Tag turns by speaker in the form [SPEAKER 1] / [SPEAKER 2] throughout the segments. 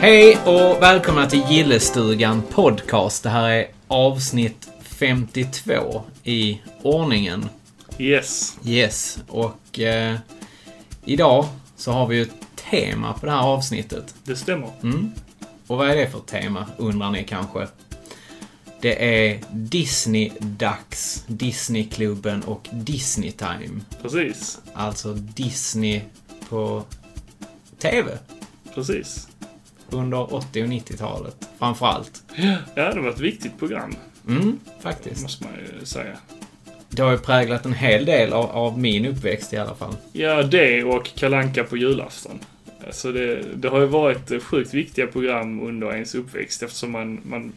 [SPEAKER 1] Hej och välkomna till Gillestugan Podcast. Det här är avsnitt 52 i ordningen.
[SPEAKER 2] Yes.
[SPEAKER 1] Yes, och eh, idag så har vi ju ett tema på det här avsnittet.
[SPEAKER 2] Det stämmer.
[SPEAKER 1] Mm. Och vad är det för tema, undrar ni kanske? Det är Disney-dags, Disneyklubben och Disneytime.
[SPEAKER 2] Precis.
[SPEAKER 1] Alltså Disney på TV
[SPEAKER 2] Precis.
[SPEAKER 1] under 80 och 90-talet, framförallt.
[SPEAKER 2] Ja, det var ett viktigt program,
[SPEAKER 1] Mm, faktiskt.
[SPEAKER 2] måste man ju säga.
[SPEAKER 1] Det har ju präglat en hel del av, av min uppväxt i alla fall.
[SPEAKER 2] Ja, det och Kalanka på julafton. Alltså det, det har ju varit sjukt viktiga program under ens uppväxt eftersom man, man,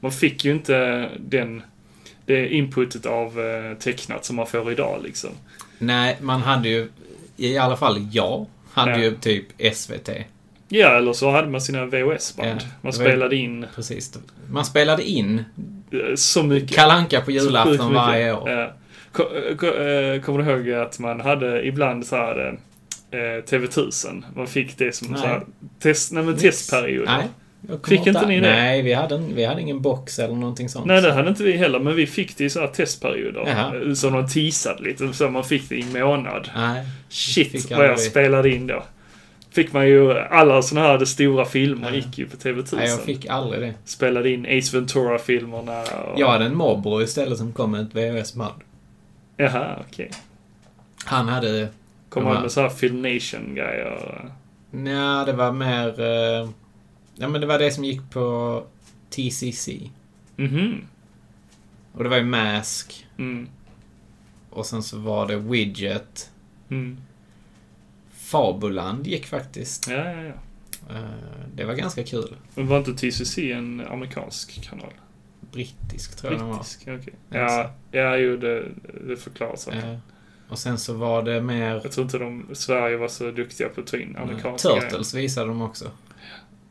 [SPEAKER 2] man fick ju inte den, det inputet av eh, tecknat som man får idag liksom.
[SPEAKER 1] Nej, man hade ju, i alla fall jag, hade
[SPEAKER 2] Ja.
[SPEAKER 1] ju typ SVT.
[SPEAKER 2] Ja, eller så hade man sina VHS-band.
[SPEAKER 1] Ja,
[SPEAKER 2] man
[SPEAKER 1] det var ju-
[SPEAKER 2] spelade in
[SPEAKER 1] Precis. Man spelade in
[SPEAKER 2] eh, så mycket.
[SPEAKER 1] Kalanka på
[SPEAKER 2] Så sjukt
[SPEAKER 1] julafton
[SPEAKER 2] mycket.
[SPEAKER 1] varje år.
[SPEAKER 2] Ja. Ko- eh, ko- eh, Kommer du ihåg att man hade ibland så här eh, eh, TV1000? Man fick det som
[SPEAKER 1] Nej.
[SPEAKER 2] så här, test, nej, men
[SPEAKER 1] Nix.
[SPEAKER 2] testperiod.
[SPEAKER 1] Nej. jag kommer
[SPEAKER 2] Fick inte
[SPEAKER 1] ihåg
[SPEAKER 2] ni det?
[SPEAKER 1] Nej, vi hade, en, vi hade ingen box eller någonting sånt.
[SPEAKER 2] Nej, det hade inte vi heller, men vi fick det i så här testperioder.
[SPEAKER 1] Jaha.
[SPEAKER 2] Eh, Som de teasade lite, så man fick det i en månad.
[SPEAKER 1] Nej.
[SPEAKER 2] Shit,
[SPEAKER 1] fick
[SPEAKER 2] vad jag
[SPEAKER 1] aldrig-
[SPEAKER 2] spelade in då. Fick man ju, eh, alla sådana här stora filmer gick ju på TV1000.
[SPEAKER 1] Nej, jag fick aldrig det.
[SPEAKER 2] Spelade in Ace Ventura-filmerna och...
[SPEAKER 1] Jag hade en morbror istället som kom med ett VHS-band.
[SPEAKER 2] Jaha, okej.
[SPEAKER 1] Han hade...
[SPEAKER 2] Kom
[SPEAKER 1] De här-
[SPEAKER 2] han med så här Filmnation-grejer?
[SPEAKER 1] Nja, det var mer... eh, Ja, men det var det som gick på TCC.
[SPEAKER 2] Mhm.
[SPEAKER 1] Och det var ju Mask.
[SPEAKER 2] Mm.
[SPEAKER 1] Och sen så var det Widget.
[SPEAKER 2] Mm.
[SPEAKER 1] Fabuland gick faktiskt.
[SPEAKER 2] Ja, ja, ja.
[SPEAKER 1] Eh, Det var ganska kul.
[SPEAKER 2] Men var inte TCC en amerikansk kanal?
[SPEAKER 1] Brittisk tror jag den var.
[SPEAKER 2] Brittisk? Okej.
[SPEAKER 1] Alltså.
[SPEAKER 2] Ja, ja, jo, det, det förklarar saken.
[SPEAKER 1] Eh, Och sen så var det mer...
[SPEAKER 2] Jag tror inte de, Sverige var så duktiga på att ta in
[SPEAKER 1] eh,
[SPEAKER 2] amerikanska grejer.
[SPEAKER 1] Turtles visade de också.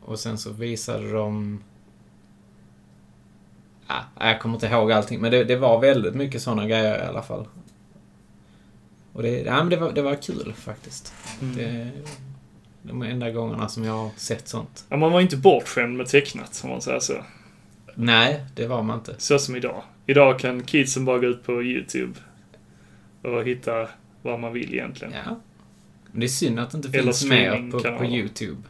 [SPEAKER 1] Och sen så visade de... Ah, jag kommer inte ihåg allting, men det, det var väldigt mycket sådana grejer i alla fall. Och det, ja, men det, var, det var kul faktiskt.
[SPEAKER 2] Mm.
[SPEAKER 1] Det, de enda gångerna som jag har sett sånt.
[SPEAKER 2] Ja, man var inte bortskämd med tecknat, om man säger så.
[SPEAKER 1] Nej, det var man inte.
[SPEAKER 2] Så som idag. Idag kan kidsen bara gå ut på YouTube och hitta vad man vill egentligen.
[SPEAKER 1] Ja. Men det är synd att det inte
[SPEAKER 2] Eller
[SPEAKER 1] finns mer på, på
[SPEAKER 2] streamingkanaler.
[SPEAKER 1] YouTube.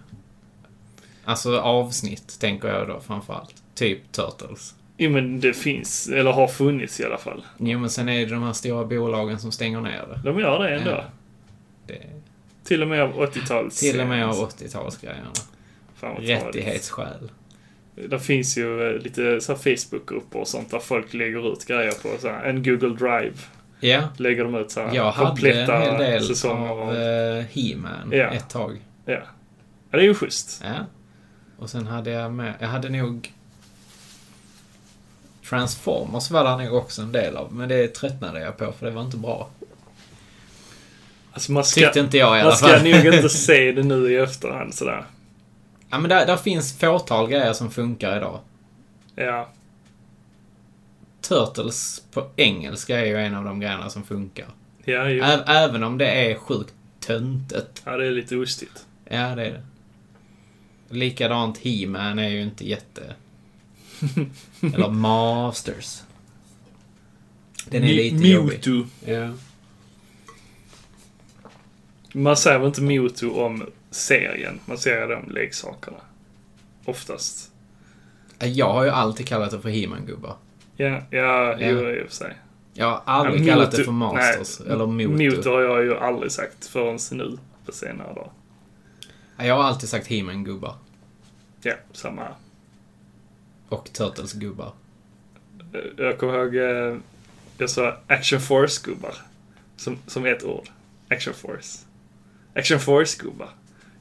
[SPEAKER 1] Alltså avsnitt, tänker jag då framförallt. Typ Turtles.
[SPEAKER 2] Jo, men det finns, eller har funnits i alla fall.
[SPEAKER 1] Jo, men sen är det de här stora bolagen som stänger ner det.
[SPEAKER 2] De gör det ändå.
[SPEAKER 1] Ja. det
[SPEAKER 2] Till och med av 80-tals...
[SPEAKER 1] till och med av 80-talsgrejerna.
[SPEAKER 2] Fan, vad tradigt.
[SPEAKER 1] Rättighetsskäl.
[SPEAKER 2] Det finns ju eh, lite så här Facebookgrupper och sånt där folk lägger ut grejer på så här, en Google Drive.
[SPEAKER 1] Ja,
[SPEAKER 2] Lägger de ut så här
[SPEAKER 1] jag hade en hel del
[SPEAKER 2] säsonger
[SPEAKER 1] av
[SPEAKER 2] av...
[SPEAKER 1] eh, He-Man
[SPEAKER 2] Ja.
[SPEAKER 1] ett tag.
[SPEAKER 2] Ja. ja, det är ju schysst.
[SPEAKER 1] Ja. Och sen hade jag med, jag hade nog Transformers var där nog också en del av, men det tröttnade jag på för det var inte bra.
[SPEAKER 2] Alltså man ska,
[SPEAKER 1] Tyckte inte jag i alla
[SPEAKER 2] man ska
[SPEAKER 1] fall.
[SPEAKER 2] nog inte se det nu i efterhand sådär.
[SPEAKER 1] Ja men där, där finns fåtal grejer som funkar idag.
[SPEAKER 2] Ja,
[SPEAKER 1] Turtles på engelska är ju en av de grejerna som funkar.
[SPEAKER 2] ja, ju.
[SPEAKER 1] Ä- även om det är sjukt töntigt.
[SPEAKER 2] ja det är lite ostigt.
[SPEAKER 1] Ja, det är det. Likadant He-Man är ju inte jätte... Eller Masters. Den är
[SPEAKER 2] Mi-
[SPEAKER 1] lite jobbig.
[SPEAKER 2] Mewtwo.
[SPEAKER 1] Ja.
[SPEAKER 2] Man säger väl inte Mewtwo om serien. Man säger det om leksakerna. Oftast.
[SPEAKER 1] Jag har ju alltid kallat det för He-Man-gubbar.
[SPEAKER 2] Ja, ja,
[SPEAKER 1] Ja.
[SPEAKER 2] jo, i och för sig.
[SPEAKER 1] Jag har aldrig
[SPEAKER 2] Ja,
[SPEAKER 1] kallat det
[SPEAKER 2] Mewtwo-
[SPEAKER 1] för Masters.
[SPEAKER 2] nej,
[SPEAKER 1] eller Moto.
[SPEAKER 2] Mewtwo har jag ju aldrig sagt förrän nu på senare dagar.
[SPEAKER 1] Jag har alltid sagt He-Man-gubbar.
[SPEAKER 2] Ja, samma Eh, här.
[SPEAKER 1] Och Turtles-gubbar.
[SPEAKER 2] Eh, Jag kommer ihåg, eh, jag sa Action Force-gubbar. Som, som ett ord. Action Force. Action Force-gubbar.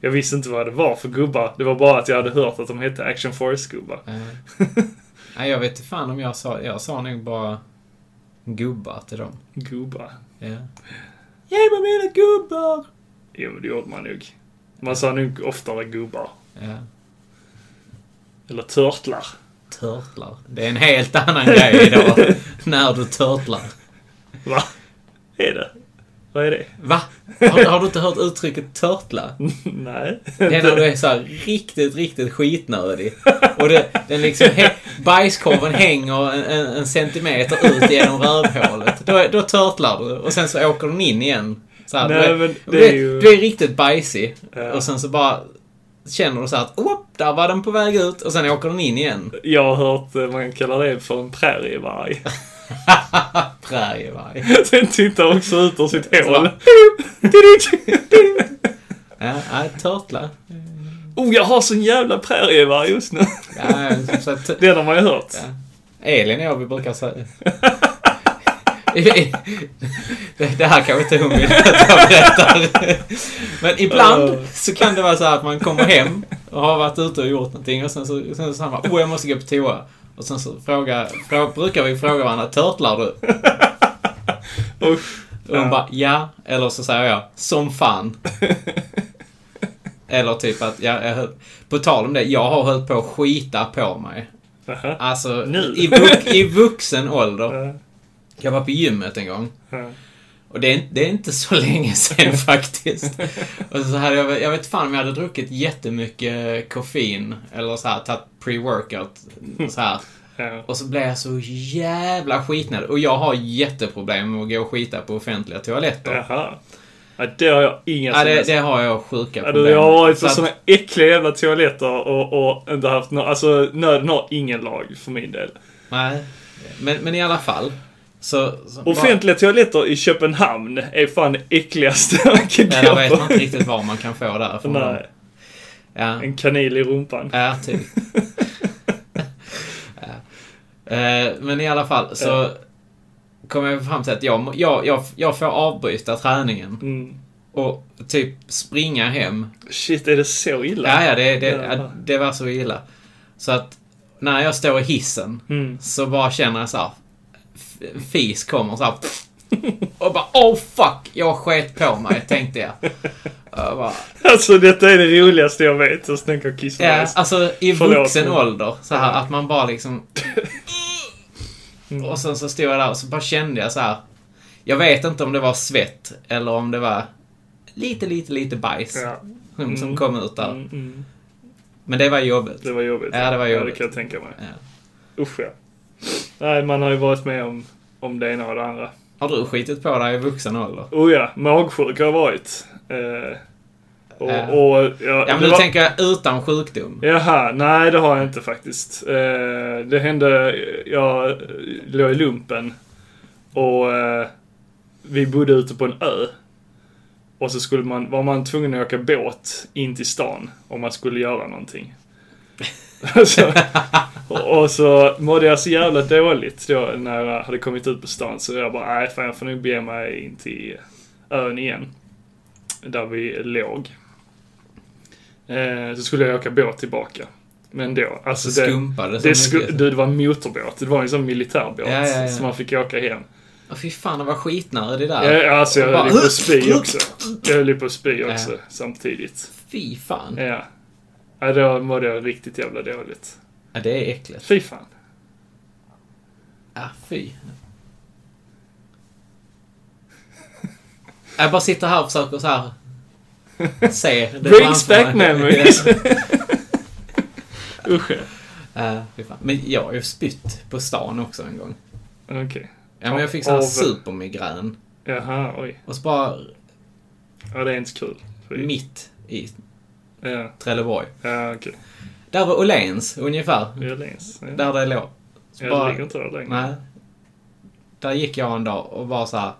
[SPEAKER 2] Jag visste inte vad det var för gubbar. Det var bara att jag hade hört att de hette Action Force-gubbar.
[SPEAKER 1] Eh, Nej, jag vet inte fan om jag sa... Jag sa nog bara gubbar till dem.
[SPEAKER 2] Gubbar.
[SPEAKER 1] Ja. Ge mig mina gubbar!
[SPEAKER 2] Jo, men det gjorde man nog. Man sa nog oftare gubbar.
[SPEAKER 1] Ja.
[SPEAKER 2] Eller törtlar.
[SPEAKER 1] Törtlar. Det är en helt annan grej idag. när du törtlar.
[SPEAKER 2] Va? Är det? Vad är det?
[SPEAKER 1] Va? Har, har du inte hört uttrycket törtla?
[SPEAKER 2] Nej.
[SPEAKER 1] Det är när du är så här riktigt, riktigt skitnödig. Och det, den liksom, hä- bajskorven hänger en, en, en centimeter ut genom rövhålet. Då, är- då törtlar du och sen så åker den in igen. Så här,
[SPEAKER 2] Nej,
[SPEAKER 1] du, är-
[SPEAKER 2] men det
[SPEAKER 1] du,
[SPEAKER 2] är ju-
[SPEAKER 1] du är riktigt bajsig.
[SPEAKER 2] Ja.
[SPEAKER 1] Och sen så bara känner du så här att whoop, där var den på väg ut och sen åker den in igen.
[SPEAKER 2] Jag har hört eh, man kallar det för en prärievarg.
[SPEAKER 1] Prärievarg.
[SPEAKER 2] Den tittar också ut ur sitt
[SPEAKER 1] Så
[SPEAKER 2] hål.
[SPEAKER 1] bara- Ja, ja, törtla.
[SPEAKER 2] Oh, jag har sån jävla prärievarg just nu.
[SPEAKER 1] Ja, så att,
[SPEAKER 2] Den har man ju hört.
[SPEAKER 1] Ja. Elin och jag, vi brukar säga... det, det här kanske inte hon vill att jag berättar. Men ibland så kan det vara så här att man kommer hem och har varit ute och gjort någonting och sen så, sen så säger man åh jag måste gå på toa. Och sen så fråga, frå, brukar vi fråga varandra, törtlar du?
[SPEAKER 2] Usch.
[SPEAKER 1] Och hon
[SPEAKER 2] Ja.
[SPEAKER 1] bara ja, eller så säger jag som fan. Eller typ att, ja, jag, höll- på tal om det, jag har höll på att skita på mig.
[SPEAKER 2] Jaha.
[SPEAKER 1] Alltså,
[SPEAKER 2] Nu?
[SPEAKER 1] i, vux, i vuxen ålder.
[SPEAKER 2] Ja,
[SPEAKER 1] Jag var på gymmet en gång.
[SPEAKER 2] ja.
[SPEAKER 1] Och det är, det är inte så länge sedan faktiskt. Och så hade jag, jag vet fan om jag hade druckit jättemycket koffein. Eller så här, tagit pre-workout. Så här.
[SPEAKER 2] Ja.
[SPEAKER 1] Och så blev jag så jävla skitnödig. Och jag har jätteproblem med att gå och skita på offentliga toaletter.
[SPEAKER 2] Jaha. Ja, det har jag inga
[SPEAKER 1] Ja,
[SPEAKER 2] som
[SPEAKER 1] det,
[SPEAKER 2] helst.
[SPEAKER 1] det har jag sjuka
[SPEAKER 2] Ja,
[SPEAKER 1] problem
[SPEAKER 2] du, jag har varit
[SPEAKER 1] Så
[SPEAKER 2] på
[SPEAKER 1] att-
[SPEAKER 2] såna äckliga jävla toaletter och, och inte haft någon, alltså nöden har ingen lag för min del.
[SPEAKER 1] Nej. Men, men i alla fall. Så, så
[SPEAKER 2] Offentliga toaletter i Köpenhamn är fan det äckligaste man kan
[SPEAKER 1] bara, Eller
[SPEAKER 2] gå
[SPEAKER 1] vet
[SPEAKER 2] på.
[SPEAKER 1] man inte riktigt var man kan få där.
[SPEAKER 2] Nej,
[SPEAKER 1] Ja.
[SPEAKER 2] en kanil i rumpan.
[SPEAKER 1] Ja, typ. ja. Eh, Men i alla fall så kom jag fram till att jag, må- jag, jag, jag får avbryta träningen
[SPEAKER 2] Mm.
[SPEAKER 1] och typ springa hem.
[SPEAKER 2] Shit, är det så illa?
[SPEAKER 1] Ja, ja, det, det,
[SPEAKER 2] Jävlar.
[SPEAKER 1] det var så illa. Så att när jag står i hissen
[SPEAKER 2] Mm.
[SPEAKER 1] så bara känner jag så här, f- fis kommer så här, och bara oh fuck, jag sket på mig, tänkte jag. jag bara,
[SPEAKER 2] Alltså detta är det roligaste jag vet, att snacka om
[SPEAKER 1] Ja,
[SPEAKER 2] kissbajs.
[SPEAKER 1] alltså i
[SPEAKER 2] Förlåt,
[SPEAKER 1] vuxen
[SPEAKER 2] men-
[SPEAKER 1] ålder. Så här att man bara liksom...
[SPEAKER 2] Mm.
[SPEAKER 1] Och sen så stod jag där och så bara kände jag så här. Jag vet inte om det var svett eller om det var lite, lite, lite bajs
[SPEAKER 2] Ja.
[SPEAKER 1] som, som
[SPEAKER 2] Mm.
[SPEAKER 1] kom ut där.
[SPEAKER 2] Mm, mm.
[SPEAKER 1] Men det var jobbigt.
[SPEAKER 2] Det var jobbigt.
[SPEAKER 1] Ja, det var
[SPEAKER 2] Ja,
[SPEAKER 1] jobbigt.
[SPEAKER 2] det kan jag tänka mig.
[SPEAKER 1] Ja.
[SPEAKER 2] Usch ja. Nej, man har ju varit med om, om det ena och det andra.
[SPEAKER 1] Har du skitit på dig i vuxen ålder?
[SPEAKER 2] Oh ja, magsjuk har jag varit. Eh, och,
[SPEAKER 1] Ja.
[SPEAKER 2] och, ja,
[SPEAKER 1] Ja, men
[SPEAKER 2] det
[SPEAKER 1] nu
[SPEAKER 2] var-
[SPEAKER 1] tänker jag utan sjukdom.
[SPEAKER 2] Jaha, nej det har jag inte faktiskt. Eh, det hände, jag eh, låg i lumpen och eh, vi bodde ute på en ö. Och så skulle man, var man tvungen att åka båt in till stan om man skulle göra någonting. så, och, och så mådde jag så jävla dåligt då när jag hade kommit ut på stan så jag bara, nej fan jag får nog bege mig in till ön igen. Där vi låg. Eh, så skulle jag åka båt tillbaka. Men då, alltså
[SPEAKER 1] Så
[SPEAKER 2] det...
[SPEAKER 1] skumpade det,
[SPEAKER 2] Det,
[SPEAKER 1] så
[SPEAKER 2] sku-
[SPEAKER 1] mycket.
[SPEAKER 2] du, det var en motorbåt. Det var en sån militärbåt
[SPEAKER 1] Ja, ja, ja.
[SPEAKER 2] som man fick åka hem.
[SPEAKER 1] Åh, fy fan, det var skitnödig där.
[SPEAKER 2] Ja, alltså jag
[SPEAKER 1] Bara-
[SPEAKER 2] höll ju på att spy också. Jag höll ju på att spy också
[SPEAKER 1] Ja.
[SPEAKER 2] samtidigt.
[SPEAKER 1] Fy fan.
[SPEAKER 2] Ja. ja, då mådde jag riktigt jävla dåligt.
[SPEAKER 1] Ja, det är äckligt.
[SPEAKER 2] Fy fan.
[SPEAKER 1] Ah, fy. Jag bara sitter här och försöker så här. Se. det
[SPEAKER 2] Brings
[SPEAKER 1] framför
[SPEAKER 2] back
[SPEAKER 1] mig.
[SPEAKER 2] memories. Usch. ja.
[SPEAKER 1] Ja, fy fan. Men jag har ju spytt på stan också en gång.
[SPEAKER 2] Okej.
[SPEAKER 1] Ja, men jag fick så här
[SPEAKER 2] Av-
[SPEAKER 1] supermigrän.
[SPEAKER 2] Jaha, oj.
[SPEAKER 1] Och så bara
[SPEAKER 2] Ja, det är inte så kul. Fy.
[SPEAKER 1] mitt i
[SPEAKER 2] Ja,
[SPEAKER 1] Trelleborg.
[SPEAKER 2] ja okej.
[SPEAKER 1] Där var Åhléns ungefär.
[SPEAKER 2] Jag läns. Ja.
[SPEAKER 1] Där det låg. Så
[SPEAKER 2] Jag
[SPEAKER 1] bara-
[SPEAKER 2] ligger inte där längre.
[SPEAKER 1] Nej. Där gick jag en dag och var så här.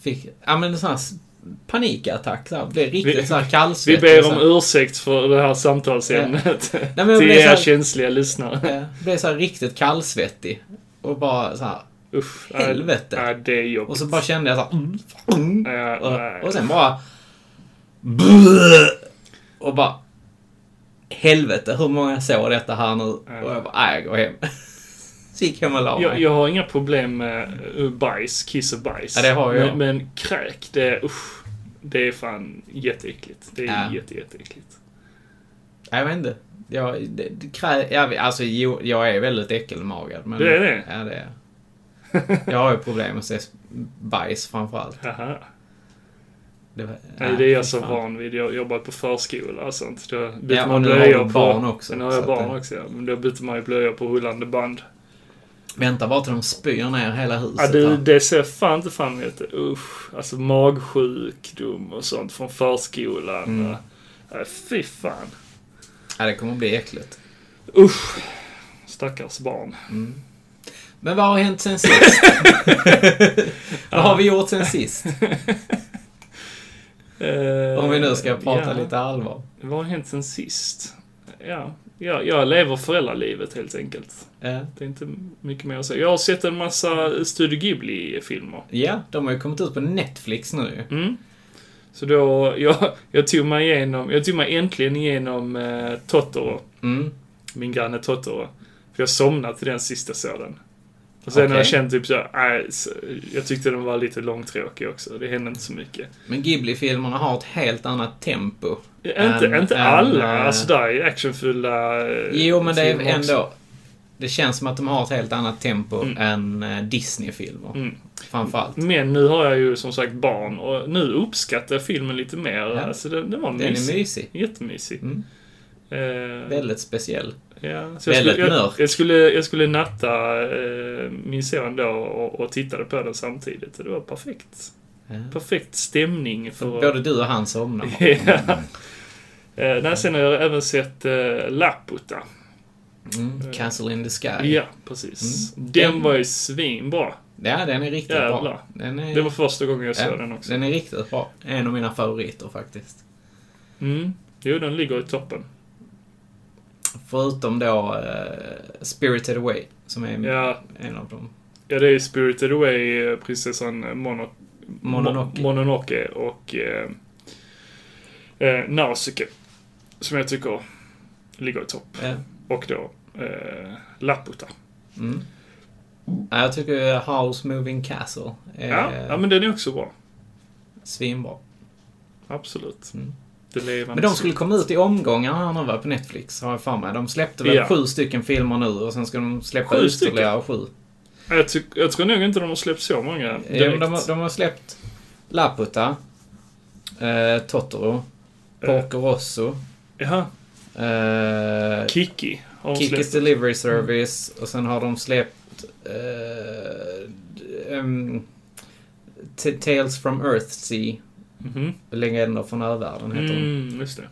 [SPEAKER 1] Fick, ja men en sån här s- panikattack. Så här, blev riktigt så här
[SPEAKER 2] Vi
[SPEAKER 1] kallsvettig.
[SPEAKER 2] ber
[SPEAKER 1] så
[SPEAKER 2] om
[SPEAKER 1] här.
[SPEAKER 2] ursäkt för det här samtalsämnet.
[SPEAKER 1] Nej, men jag
[SPEAKER 2] Till
[SPEAKER 1] blev så
[SPEAKER 2] er
[SPEAKER 1] här-
[SPEAKER 2] känsliga lyssnare.
[SPEAKER 1] Eh, Blev så här riktigt kallsvettig. Och bara så här.
[SPEAKER 2] Usch. nej,
[SPEAKER 1] Helvete.
[SPEAKER 2] Nej, det är jobbigt.
[SPEAKER 1] Och så bara kände jag så här. mm, mm,
[SPEAKER 2] Ja, nej.
[SPEAKER 1] och, och sen bara... Blö! Och bara... Helvete, hur många såg detta här nu? Och jag bara, nej, jag går hem. Så gick jag hem och la
[SPEAKER 2] jag,
[SPEAKER 1] mig.
[SPEAKER 2] jag har inga problem med eh, bajs, kiss och bajs.
[SPEAKER 1] Ja, det har jag.
[SPEAKER 2] Men, men kräk, det, usch, det är fan jätteäckligt. Det är
[SPEAKER 1] Ja.
[SPEAKER 2] jätte, jätteäckligt.
[SPEAKER 1] Jag vet inte. Jag, det, det, krä, jag, alltså, jo, jag är väldigt äckelmagad. Men,
[SPEAKER 2] Det är det?
[SPEAKER 1] Ja, det är jag. Jag har ju problem med att se bajs framförallt.
[SPEAKER 2] Haha.
[SPEAKER 1] Det, var-
[SPEAKER 2] Nej, det är jag
[SPEAKER 1] fy
[SPEAKER 2] så
[SPEAKER 1] fan.
[SPEAKER 2] van vid. Jag har jobbat på förskola och sånt. Då byter
[SPEAKER 1] Ja, och
[SPEAKER 2] man
[SPEAKER 1] nu har
[SPEAKER 2] blöjor
[SPEAKER 1] du
[SPEAKER 2] på...
[SPEAKER 1] barn också.
[SPEAKER 2] Nu har
[SPEAKER 1] så
[SPEAKER 2] jag
[SPEAKER 1] att
[SPEAKER 2] barn
[SPEAKER 1] det-
[SPEAKER 2] också, ja. Men då byter man ju blöjor på rullande band.
[SPEAKER 1] Vänta bara till de spyr ner hela
[SPEAKER 2] Ja,
[SPEAKER 1] huset.
[SPEAKER 2] det,
[SPEAKER 1] här.
[SPEAKER 2] det ser jag fan inte fram emot. Usch. Alltså magsjukdom och sånt från förskolan.
[SPEAKER 1] Mm.
[SPEAKER 2] Ja, fy fan.
[SPEAKER 1] Ja, det kommer bli äckligt.
[SPEAKER 2] Usch. Stackars barn.
[SPEAKER 1] Mm. Men vad har hänt sen sist? vad har vi gjort sen sist?
[SPEAKER 2] Eh,
[SPEAKER 1] Om vi nu ska prata
[SPEAKER 2] ja.
[SPEAKER 1] lite allvar.
[SPEAKER 2] Vad har hänt sen sist? Ja, jag, jag lever föräldralivet helt enkelt.
[SPEAKER 1] Eh,
[SPEAKER 2] Det är inte mycket mer att säga. Jag har sett en massa Studio Ghibli-filmer.
[SPEAKER 1] Ja, de har ju kommit ut på Netflix nu ju.
[SPEAKER 2] Mm. Så då, jag, jag tog mig igenom, jag tog mig äntligen igenom eh, Totoro.
[SPEAKER 1] Mm.
[SPEAKER 2] Min granne Totoro. För jag somnade till den sista sådan. Och sen har jag
[SPEAKER 1] Okej.
[SPEAKER 2] känt typ så, här, äh, så- jag tyckte den var lite långtråkig också. Det hände inte så mycket.
[SPEAKER 1] Men Ghibli-filmerna har ett helt annat tempo.
[SPEAKER 2] Eh, Inte,
[SPEAKER 1] Ehm,
[SPEAKER 2] inte
[SPEAKER 1] ehm,
[SPEAKER 2] alla.
[SPEAKER 1] eh,
[SPEAKER 2] alltså där är actionfyllda eh,
[SPEAKER 1] Jo, men det är
[SPEAKER 2] filmer också.
[SPEAKER 1] ändå... Det känns som att de har ett helt annat tempo
[SPEAKER 2] Mm.
[SPEAKER 1] än eh, Disney-filmer.
[SPEAKER 2] Mm.
[SPEAKER 1] Framförallt.
[SPEAKER 2] Men nu har jag ju som sagt barn och nu uppskattar jag filmen lite mer.
[SPEAKER 1] Ja.
[SPEAKER 2] Alltså den, den var
[SPEAKER 1] Den är
[SPEAKER 2] mysig.
[SPEAKER 1] mysig.
[SPEAKER 2] Jättemysig.
[SPEAKER 1] Mm.
[SPEAKER 2] Eh,
[SPEAKER 1] Väldigt speciell.
[SPEAKER 2] Ja, så jag
[SPEAKER 1] Väldigt
[SPEAKER 2] skulle, jag,
[SPEAKER 1] mörk.
[SPEAKER 2] jag, skulle, jag skulle natta eh, min son då och, och tittade på den samtidigt. Det var perfekt.
[SPEAKER 1] Ja.
[SPEAKER 2] Perfekt stämning
[SPEAKER 1] Så
[SPEAKER 2] för...
[SPEAKER 1] Både du och han somnar. Mm.
[SPEAKER 2] ja. Eh, nej, sen har jag även sett eh, Laputa.
[SPEAKER 1] Mm. Castle in the Sky.
[SPEAKER 2] Ja, precis. Den var ju svinbra.
[SPEAKER 1] Ja, Mm. den är riktigt
[SPEAKER 2] Jävlar.
[SPEAKER 1] bra. Den är,
[SPEAKER 2] Det var första gången jag såg
[SPEAKER 1] ja,
[SPEAKER 2] den också.
[SPEAKER 1] den är riktigt bra. En av mina favoriter faktiskt.
[SPEAKER 2] Mm. Jo, den ligger i toppen.
[SPEAKER 1] Förutom då eh, Spirited Away, som är
[SPEAKER 2] Ja,
[SPEAKER 1] en av dem.
[SPEAKER 2] ja det är Spirited Away, eh, prinsessan Mono...
[SPEAKER 1] Mononoke.
[SPEAKER 2] Mo- Mononoke och eh, eh, Nausicaa. Som jag tycker ligger i topp.
[SPEAKER 1] Ja.
[SPEAKER 2] Och då eh, Laputa.
[SPEAKER 1] Mm. Ja, jag tycker House Moving Castle är
[SPEAKER 2] Ja, ja, men den är också bra.
[SPEAKER 1] svinbra.
[SPEAKER 2] Absolut.
[SPEAKER 1] Mm.
[SPEAKER 2] Det levande
[SPEAKER 1] Men de skulle komma ut i omgångar här nu va, på Netflix, har jag för mig. De släppte väl
[SPEAKER 2] Ja.
[SPEAKER 1] sju stycken filmer nu och sen ska de släppa
[SPEAKER 2] Sju
[SPEAKER 1] ytterligare sju.
[SPEAKER 2] Ja, Jag, tyck, jag tror nog inte de har släppt så många
[SPEAKER 1] Ja,
[SPEAKER 2] direkt.
[SPEAKER 1] men de, har- de har släppt Laputa, eh, Totoro,
[SPEAKER 2] Eh.
[SPEAKER 1] Porco Rosso,
[SPEAKER 2] Ja,
[SPEAKER 1] eh,
[SPEAKER 2] Kiki har de
[SPEAKER 1] Kiki's
[SPEAKER 2] släppt.
[SPEAKER 1] Delivery Service och sen har de släppt eh, d- ehm, T- Tales from Earthsea,
[SPEAKER 2] Mhm.
[SPEAKER 1] Legender från övärlden heter de.
[SPEAKER 2] Mm, just det.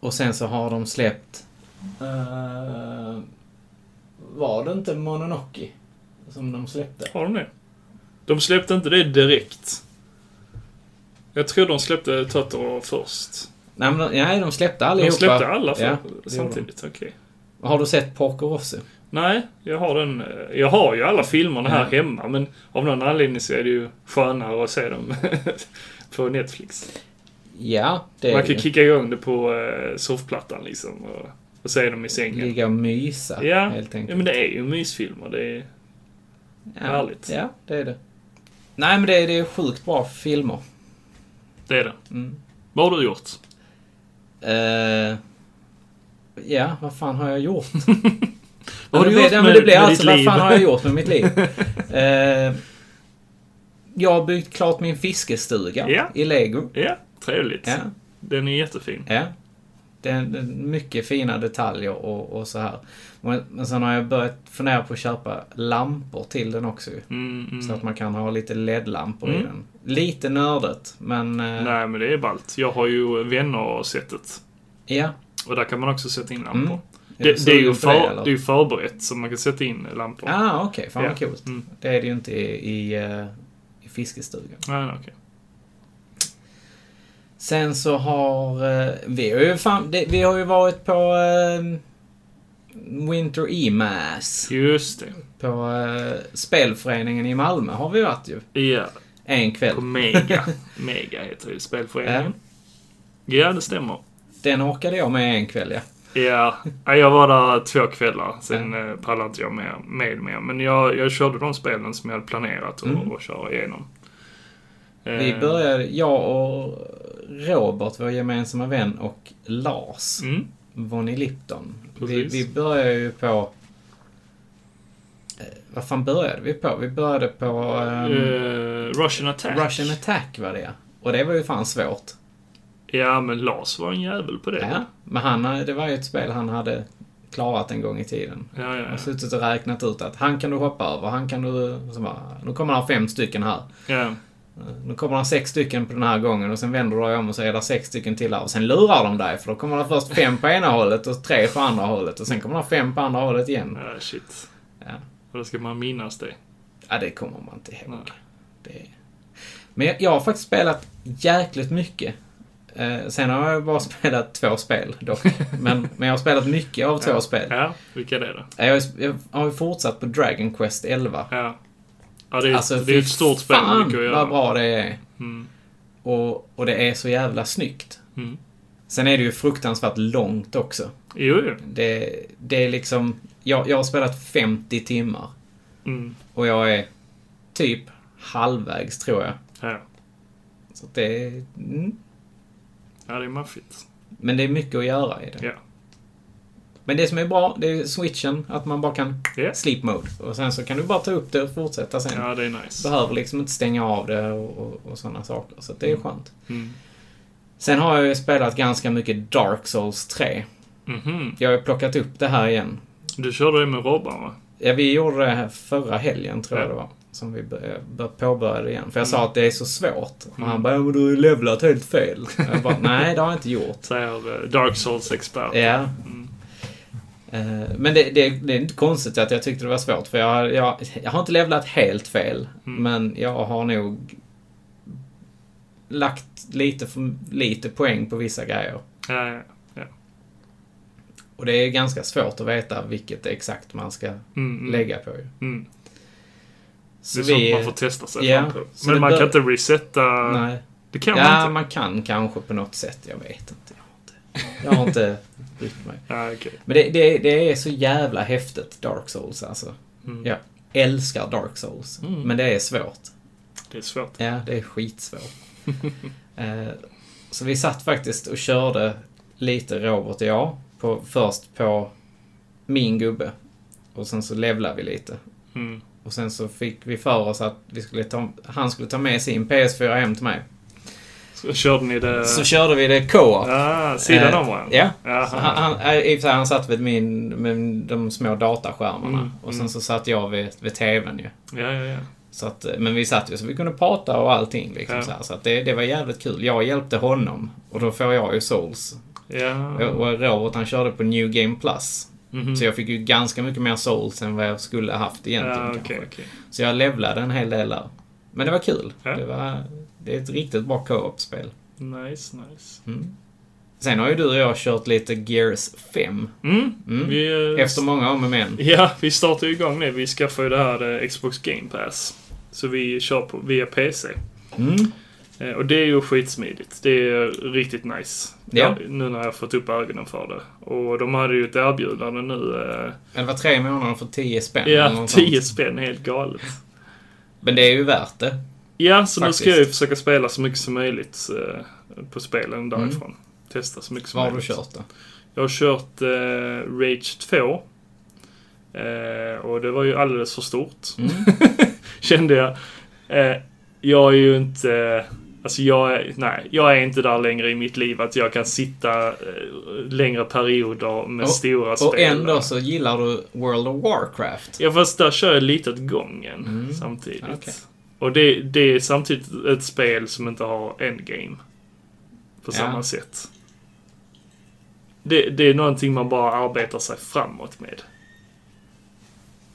[SPEAKER 1] Och sen så har de släppt... eh, var det inte Mononoke som de släppte?
[SPEAKER 2] Har de det? De släppte inte det direkt. Jag tror de släppte Totoro först.
[SPEAKER 1] Nej, men, de- nej de släppte allihopa.
[SPEAKER 2] De släppte alla för,
[SPEAKER 1] Ja,
[SPEAKER 2] samtidigt, okej.
[SPEAKER 1] Har du sett Porco Rosso?
[SPEAKER 2] Nej, jag har den. eh, Jag har ju alla filmerna här
[SPEAKER 1] Mm.
[SPEAKER 2] hemma, men av någon anledning så är det ju skönare att se dem på Netflix.
[SPEAKER 1] Ja, det
[SPEAKER 2] Man
[SPEAKER 1] är
[SPEAKER 2] kan
[SPEAKER 1] det.
[SPEAKER 2] kicka igång det på eh, surfplattan liksom och, och se dem i sängen.
[SPEAKER 1] Ligga och mysa,
[SPEAKER 2] Ja,
[SPEAKER 1] helt enkelt.
[SPEAKER 2] Ja, men det är ju mysfilmer. Det är,
[SPEAKER 1] ja.
[SPEAKER 2] härligt.
[SPEAKER 1] Ja, det är det. Nej, men det är, det är sjukt bra filmer.
[SPEAKER 2] det är det.
[SPEAKER 1] Mm.
[SPEAKER 2] Vad har du gjort?
[SPEAKER 1] Eh, ja, vad fan har jag gjort?
[SPEAKER 2] Vad har
[SPEAKER 1] Men
[SPEAKER 2] du
[SPEAKER 1] det
[SPEAKER 2] gjort
[SPEAKER 1] blir- ja,
[SPEAKER 2] med-
[SPEAKER 1] men det blir
[SPEAKER 2] med
[SPEAKER 1] alltså,
[SPEAKER 2] ditt
[SPEAKER 1] vad
[SPEAKER 2] liv?
[SPEAKER 1] fan har jag gjort med mitt liv? Eh, jag har byggt klart min fiskestuga
[SPEAKER 2] Ja.
[SPEAKER 1] i lego.
[SPEAKER 2] Ja, trevligt.
[SPEAKER 1] Ja,
[SPEAKER 2] Den är jättefin.
[SPEAKER 1] ja. Det är det är mycket fina detaljer och, och så här. Men, men sen har jag börjat fundera på att köpa lampor till den också. ju.
[SPEAKER 2] Mm, mm.
[SPEAKER 1] Så att man kan ha lite LED-lampor i
[SPEAKER 2] Mm.
[SPEAKER 1] den. Lite nördigt, men... eh,
[SPEAKER 2] Nej, men det är ballt. Jag har ju vänner och sättet.
[SPEAKER 1] Ja.
[SPEAKER 2] Och där kan man också sätta in lampor.
[SPEAKER 1] Mm.
[SPEAKER 2] Det, det, är
[SPEAKER 1] sugen på
[SPEAKER 2] ju för, det,
[SPEAKER 1] eller?
[SPEAKER 2] är ju förberett, så man kan sätta in lampor.
[SPEAKER 1] Ah, okej. Fan vad
[SPEAKER 2] Ja.
[SPEAKER 1] coolt.
[SPEAKER 2] Mm.
[SPEAKER 1] Det är det ju inte i, i, eh, i fiskestugan.
[SPEAKER 2] Nej, nej, okej.
[SPEAKER 1] Sen så har eh, vi har ju fan, det, vi har ju varit på eh, Winter E-Mass.
[SPEAKER 2] Just det.
[SPEAKER 1] På eh, spelföreningen i Malmö har vi varit ju.
[SPEAKER 2] Ja,
[SPEAKER 1] En kväll.
[SPEAKER 2] på Mega. Mega heter ju spelföreningen. Ja, det stämmer.
[SPEAKER 1] Den orkade jag med en kväll ja.
[SPEAKER 2] Ja, ja, jag var där två kvällar. Sen eh, pallade inte jag med, med mer. Men jag, jag körde de spelen som jag hade planerat att
[SPEAKER 1] Mm.
[SPEAKER 2] att köra igenom.
[SPEAKER 1] Vi
[SPEAKER 2] Eh,
[SPEAKER 1] började, jag och Robert, vår gemensamma vän, och Lars
[SPEAKER 2] Mm,
[SPEAKER 1] Vonnie Lipton. Vi,
[SPEAKER 2] Precis.
[SPEAKER 1] vi började ju på... Eh, vad fan började vi på? Vi började på... ehm,
[SPEAKER 2] eh, Russian Attack.
[SPEAKER 1] Russian Attack var det ja. Och det var ju fan svårt.
[SPEAKER 2] Ja, men Lars var en jävel på det.
[SPEAKER 1] Ja, men han, eh, det var ju ett spel han hade klarat en gång i tiden.
[SPEAKER 2] ja, ja.
[SPEAKER 1] Och suttit och räknat ut att han kan du hoppa över, han kan du... och Så bara, nu kommer han fem stycken här.
[SPEAKER 2] ja.
[SPEAKER 1] Nu kommer han sex stycken på den här gången och sen vänder du dig om och så är det sex stycken till här. Och sen lurar de dig för då kommer det först fem på ena hållet och tre på andra hållet. Och sen kommer det fem på andra hållet igen.
[SPEAKER 2] ja. ja Ah, shit.
[SPEAKER 1] Ja.
[SPEAKER 2] Och då ska man minnas det.
[SPEAKER 1] Ja, det kommer man inte ihåg.
[SPEAKER 2] Nej.
[SPEAKER 1] Det... Men jag, jag har faktiskt spelat jäkligt mycket. Eh, sen har jag bara spelat två spel dock. Men, men jag har spelat mycket av två spel. Eh,
[SPEAKER 2] Ja, vilka det är det?
[SPEAKER 1] Jag, har ju- jag har ju fortsatt på Dragon Quest 11.
[SPEAKER 2] Ja. Ja, det är,
[SPEAKER 1] Alltså,
[SPEAKER 2] det är
[SPEAKER 1] fy
[SPEAKER 2] ett stort spel med mycket att
[SPEAKER 1] Fan
[SPEAKER 2] göra.
[SPEAKER 1] vad bra det är.
[SPEAKER 2] Mm.
[SPEAKER 1] Och, och det är så jävla snyggt.
[SPEAKER 2] Mm.
[SPEAKER 1] Sen är det ju fruktansvärt långt också.
[SPEAKER 2] Jo, jo.
[SPEAKER 1] Det, det är liksom... Jag, jag har spelat 50 timmar.
[SPEAKER 2] Mm.
[SPEAKER 1] Och jag är typ halvvägs, tror jag.
[SPEAKER 2] Ja.
[SPEAKER 1] Så att det... är- Mm.
[SPEAKER 2] ja, det är maffigt.
[SPEAKER 1] Men det är mycket att göra i det.
[SPEAKER 2] Ja.
[SPEAKER 1] Men det som är bra, det är switchen. Att man bara kan
[SPEAKER 2] Ja.
[SPEAKER 1] sleep mode. Och sen så kan du bara ta upp det och fortsätta sen.
[SPEAKER 2] ja, det är nice.
[SPEAKER 1] Behöver liksom inte stänga av det och, och, och sådana saker. Så att det är skönt.
[SPEAKER 2] Mm.
[SPEAKER 1] Sen har jag ju spelat ganska mycket Dark Souls 3.
[SPEAKER 2] Mhm.
[SPEAKER 1] Jag har ju plockat upp det här igen.
[SPEAKER 2] Du körde det med Robban, va?
[SPEAKER 1] Ja, vi gjorde det här förra helgen, tror jag
[SPEAKER 2] Ja.
[SPEAKER 1] det var. Som vi bör- bör- påbörjade igen. För jag sa
[SPEAKER 2] Mm.
[SPEAKER 1] att det är så svårt. Och
[SPEAKER 2] Mm.
[SPEAKER 1] han bara, "Ja, men du har ju levlat helt fel. jag bara, nej det har jag inte gjort.
[SPEAKER 2] Säger eh, Dark Souls-expert.
[SPEAKER 1] Ja.
[SPEAKER 2] Mm.
[SPEAKER 1] Eh, Men det, det, det är inte konstigt att jag tyckte det var svårt. För jag, jag, jag har inte levlat helt fel.
[SPEAKER 2] Mm.
[SPEAKER 1] Men jag har nog lagt lite för lite poäng på vissa grejer.
[SPEAKER 2] Ja, ja.
[SPEAKER 1] Och det är ganska svårt att veta vilket exakt man ska
[SPEAKER 2] Mm, mm,
[SPEAKER 1] lägga på. ju.
[SPEAKER 2] Mm. Det
[SPEAKER 1] Så
[SPEAKER 2] är sånt
[SPEAKER 1] vi-
[SPEAKER 2] man får testa sig
[SPEAKER 1] Ja,
[SPEAKER 2] fram på.
[SPEAKER 1] så det
[SPEAKER 2] Men man
[SPEAKER 1] bör-
[SPEAKER 2] kan inte resetta.
[SPEAKER 1] Nej.
[SPEAKER 2] Det kan man
[SPEAKER 1] Ja,
[SPEAKER 2] inte.
[SPEAKER 1] man kan kanske på något sätt. Jag vet inte. Jag har inte, jag har inte brytt mig.
[SPEAKER 2] Ja, okej.
[SPEAKER 1] Men det, det, det är så jävla häftigt, Dark Souls alltså.
[SPEAKER 2] Mm.
[SPEAKER 1] Ja. Älskar Dark Souls.
[SPEAKER 2] Mm.
[SPEAKER 1] Men det är svårt.
[SPEAKER 2] Det är svårt.
[SPEAKER 1] Ja, det är skitsvårt. eh, så vi satt faktiskt och körde lite, Robert och jag, på, först på min gubbe. Och sen så levlade vi lite.
[SPEAKER 2] Mm.
[SPEAKER 1] Och sen så fick vi för oss att vi skulle ta, han skulle ta med sin PS4 hem till mig.
[SPEAKER 2] Så körde ni det...
[SPEAKER 1] Så körde vi det co-op.
[SPEAKER 2] ah, sidan
[SPEAKER 1] Eh,
[SPEAKER 2] om varandra?
[SPEAKER 1] Ja. Så han,
[SPEAKER 2] Jaha.
[SPEAKER 1] han, äh, i och för sig, han satt vid min, med de små dataskärmarna.
[SPEAKER 2] Mm,
[SPEAKER 1] och
[SPEAKER 2] mm.
[SPEAKER 1] sen så satt jag vid, vid TVn ju.
[SPEAKER 2] Ja, ja, ja.
[SPEAKER 1] Så att, eh, men vi satt ju så vi kunde prata och allting. Liksom,
[SPEAKER 2] Ja.
[SPEAKER 1] så här, så att det, det var jävligt kul. Jag hjälpte honom och då får jag ju souls.
[SPEAKER 2] Ja.
[SPEAKER 1] Och- Och Robert han körde på New Game Plus.
[SPEAKER 2] Mhm.
[SPEAKER 1] Så jag fick ju ganska mycket mer souls än vad jag skulle haft egentligen.
[SPEAKER 2] Ja,
[SPEAKER 1] kanske.
[SPEAKER 2] okej, okej.
[SPEAKER 1] Så jag levlade en hel del där. Men det var kul.
[SPEAKER 2] Ja.
[SPEAKER 1] Det, var, det är ett riktigt bra co-op-spel.
[SPEAKER 2] Nice, nice.
[SPEAKER 1] Mm. Sen har ju du och jag kört lite Gears 5.
[SPEAKER 2] Mm.
[SPEAKER 1] Mm.
[SPEAKER 2] Vi, eh,
[SPEAKER 1] Efter många om och men.
[SPEAKER 2] Ja, vi startar ju igång nu. Vi skaffar ju det här eh, Xbox Game Pass. Så vi kör på, via PC.
[SPEAKER 1] Mm.
[SPEAKER 2] Eh, Och det är ju skitsmidigt. Det är riktigt nice.
[SPEAKER 1] Ja.
[SPEAKER 2] nu när jag har fått upp ögonen för det. Och de hade ju ett erbjudande nu. eh,
[SPEAKER 1] Det var tre månader för 10 spänn. eller
[SPEAKER 2] Ja,
[SPEAKER 1] något sånt.
[SPEAKER 2] 10 spänn. Helt galet.
[SPEAKER 1] Men det är ju värt det.
[SPEAKER 2] Ja,
[SPEAKER 1] Faktiskt.
[SPEAKER 2] så
[SPEAKER 1] Mm.
[SPEAKER 2] nu ska jag ju försöka spela så mycket som möjligt eh, på spelen därifrån. Testa så mycket som
[SPEAKER 1] Vad har du
[SPEAKER 2] möjligt.
[SPEAKER 1] kört då?
[SPEAKER 2] Jag har kört eh, Rage 2. Eh, och det var ju alldeles för stort.
[SPEAKER 1] Mm.
[SPEAKER 2] Kände jag. Eh, jag är ju inte... Alltså jag är, nej, jag är inte där längre i mitt liv att jag kan sitta eh, längre perioder med
[SPEAKER 1] Och-
[SPEAKER 2] stora
[SPEAKER 1] Och
[SPEAKER 2] spel.
[SPEAKER 1] ändå så gillar du World of Warcraft.
[SPEAKER 2] Ja, fast där kör jag lite åt gången
[SPEAKER 1] Mm.
[SPEAKER 2] samtidigt.
[SPEAKER 1] Okej.
[SPEAKER 2] Och det, det är samtidigt ett spel som inte har endgame.
[SPEAKER 1] Ja.
[SPEAKER 2] På samma sätt. Det, det är någonting man bara arbetar sig framåt med.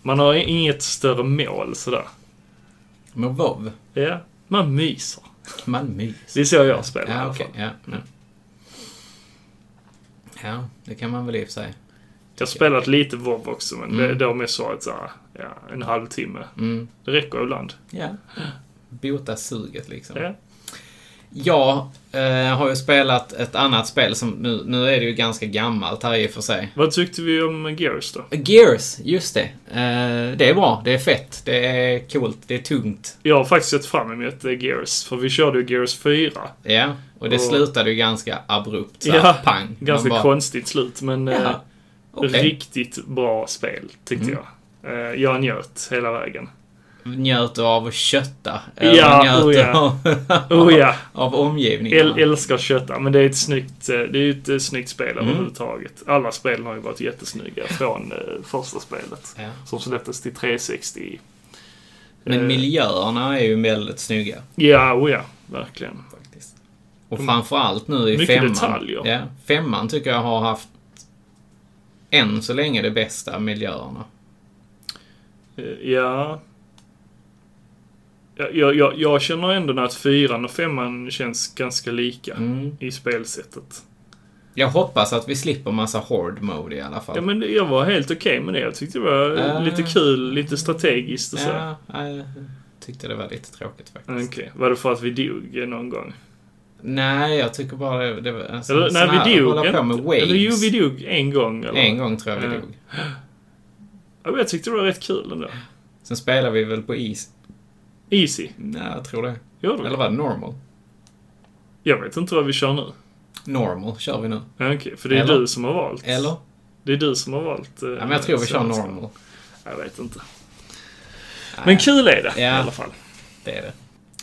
[SPEAKER 2] Man har inget större mål sådär.
[SPEAKER 1] Men WoW,
[SPEAKER 2] Ja, man myser.
[SPEAKER 1] man mys.
[SPEAKER 2] Det är så jag spelar i
[SPEAKER 1] Ja,
[SPEAKER 2] alla
[SPEAKER 1] okej.
[SPEAKER 2] fall.
[SPEAKER 1] Ja, ja. ja, det kan man väl i och för sig.
[SPEAKER 2] Jag har spelat lite WoW också, men
[SPEAKER 1] Mm.
[SPEAKER 2] det, det har mest varit såhär, ja, en halvtimme.
[SPEAKER 1] Mm.
[SPEAKER 2] Det räcker ibland.
[SPEAKER 1] Ja. Bota suget liksom.
[SPEAKER 2] Ja.
[SPEAKER 1] Jag eh, har ju spelat ett annat spel som nu, nu är det ju ganska gammalt här i och för sig.
[SPEAKER 2] Vad tyckte vi om Gears då?
[SPEAKER 1] Gears, just det. Eh, det är bra, det är fett, det är coolt, det är tungt.
[SPEAKER 2] Jag har faktiskt sett fram emot eh, Gears, för vi körde ju Gears 4.
[SPEAKER 1] Ja, och det
[SPEAKER 2] Och-
[SPEAKER 1] slutade ju ganska abrupt. Så här,
[SPEAKER 2] Ja,
[SPEAKER 1] pang. Man
[SPEAKER 2] Ganska
[SPEAKER 1] bara,
[SPEAKER 2] konstigt slut, men eh,
[SPEAKER 1] "Jaha, okej." Mm.
[SPEAKER 2] riktigt bra spel tyckte jag. Eh, jag njöt hela vägen.
[SPEAKER 1] njöter av att kötta.
[SPEAKER 2] Ja,
[SPEAKER 1] njöter
[SPEAKER 2] oh ja.
[SPEAKER 1] av,
[SPEAKER 2] Oh ja,
[SPEAKER 1] av omgivningen.
[SPEAKER 2] El, älskar kötta. Men det är ett snyggt, eh, det är ju ett eh, snyggt spel
[SPEAKER 1] Mm.
[SPEAKER 2] överhuvudtaget. Alla spelen har ju varit jättesnygga från eh, första spelet.
[SPEAKER 1] ja.
[SPEAKER 2] Som släpptes till 360.
[SPEAKER 1] Men
[SPEAKER 2] Eh,
[SPEAKER 1] miljöerna är ju väldigt snygga.
[SPEAKER 2] Ja, oh ja. Verkligen.
[SPEAKER 1] Faktiskt. Och framförallt nu i
[SPEAKER 2] Mm. Mycket
[SPEAKER 1] femman.
[SPEAKER 2] detaljer.
[SPEAKER 1] Ja, femman tycker jag har haft än så länge de bästa miljöerna.
[SPEAKER 2] Eh, Ja. Ja, Jag, jag, jag känner ändå att fyran och femman känns ganska lika
[SPEAKER 1] Mm.
[SPEAKER 2] i spelsättet.
[SPEAKER 1] Jag hoppas att vi slipper massa hard mode i alla fall.
[SPEAKER 2] Ja, men det- jag var helt okej med det. Jag tyckte det var eh,
[SPEAKER 1] Ah.
[SPEAKER 2] lite kul, lite strategiskt och så. Mm.
[SPEAKER 1] Ja, nej, jag tyckte det var lite tråkigt faktiskt.
[SPEAKER 2] Okej, var det för att vi dog någon gång?
[SPEAKER 1] Nej, jag tycker bara det, det var... Alltså,
[SPEAKER 2] Eller,
[SPEAKER 1] sån
[SPEAKER 2] nej,
[SPEAKER 1] här,
[SPEAKER 2] vi dog
[SPEAKER 1] hålla på med
[SPEAKER 2] inte.
[SPEAKER 1] waves.
[SPEAKER 2] Eller jo, vi dog en gång. Eller?
[SPEAKER 1] En gång tror jag vi
[SPEAKER 2] Ja.
[SPEAKER 1] dog.
[SPEAKER 2] Ja, men jag tyckte det var rätt kul ändå.
[SPEAKER 1] Sen spelade vi väl på is.
[SPEAKER 2] Easy.
[SPEAKER 1] Nej, jag tror det.
[SPEAKER 2] Gjorde
[SPEAKER 1] Eller
[SPEAKER 2] vi?
[SPEAKER 1] var det normal?
[SPEAKER 2] Jag vet inte vad vi kör nu.
[SPEAKER 1] Normal kör vi nu.
[SPEAKER 2] Ja, Okej, för det är
[SPEAKER 1] Eller?
[SPEAKER 2] du som har valt.
[SPEAKER 1] Eller?
[SPEAKER 2] Det är du som har valt. eh,
[SPEAKER 1] Ja, men jag tror vi kör
[SPEAKER 2] svenska.
[SPEAKER 1] normal.
[SPEAKER 2] Jag vet inte. Men
[SPEAKER 1] Nej,
[SPEAKER 2] kul är det
[SPEAKER 1] Ja.
[SPEAKER 2] i alla fall.
[SPEAKER 1] det är det.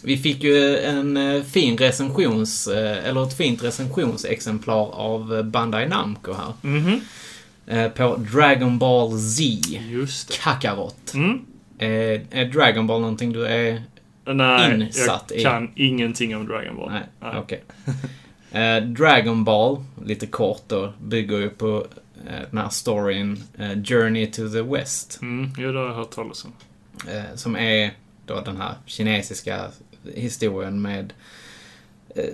[SPEAKER 1] Vi fick ju en eh, fin recensions... eh, Eller ett fint recensionsexemplar av eh, Bandai Namco här.
[SPEAKER 2] Mhm.
[SPEAKER 1] Eh, På Dragon Ball Z.
[SPEAKER 2] Just det.
[SPEAKER 1] Kakarot.
[SPEAKER 2] Mm.
[SPEAKER 1] Eh, Är Dragon Ball någonting du är
[SPEAKER 2] Nej,
[SPEAKER 1] Insatt
[SPEAKER 2] jag
[SPEAKER 1] i.
[SPEAKER 2] kan ingenting om Dragon Ball.
[SPEAKER 1] Nej, okej. Eh, Dragon Ball, lite kort då, bygger ju på eh, den här storyn eh, Journey to the West.
[SPEAKER 2] Mm, jo, det har jag hört talas om.
[SPEAKER 1] Eh, som är då den här kinesiska historien med eh,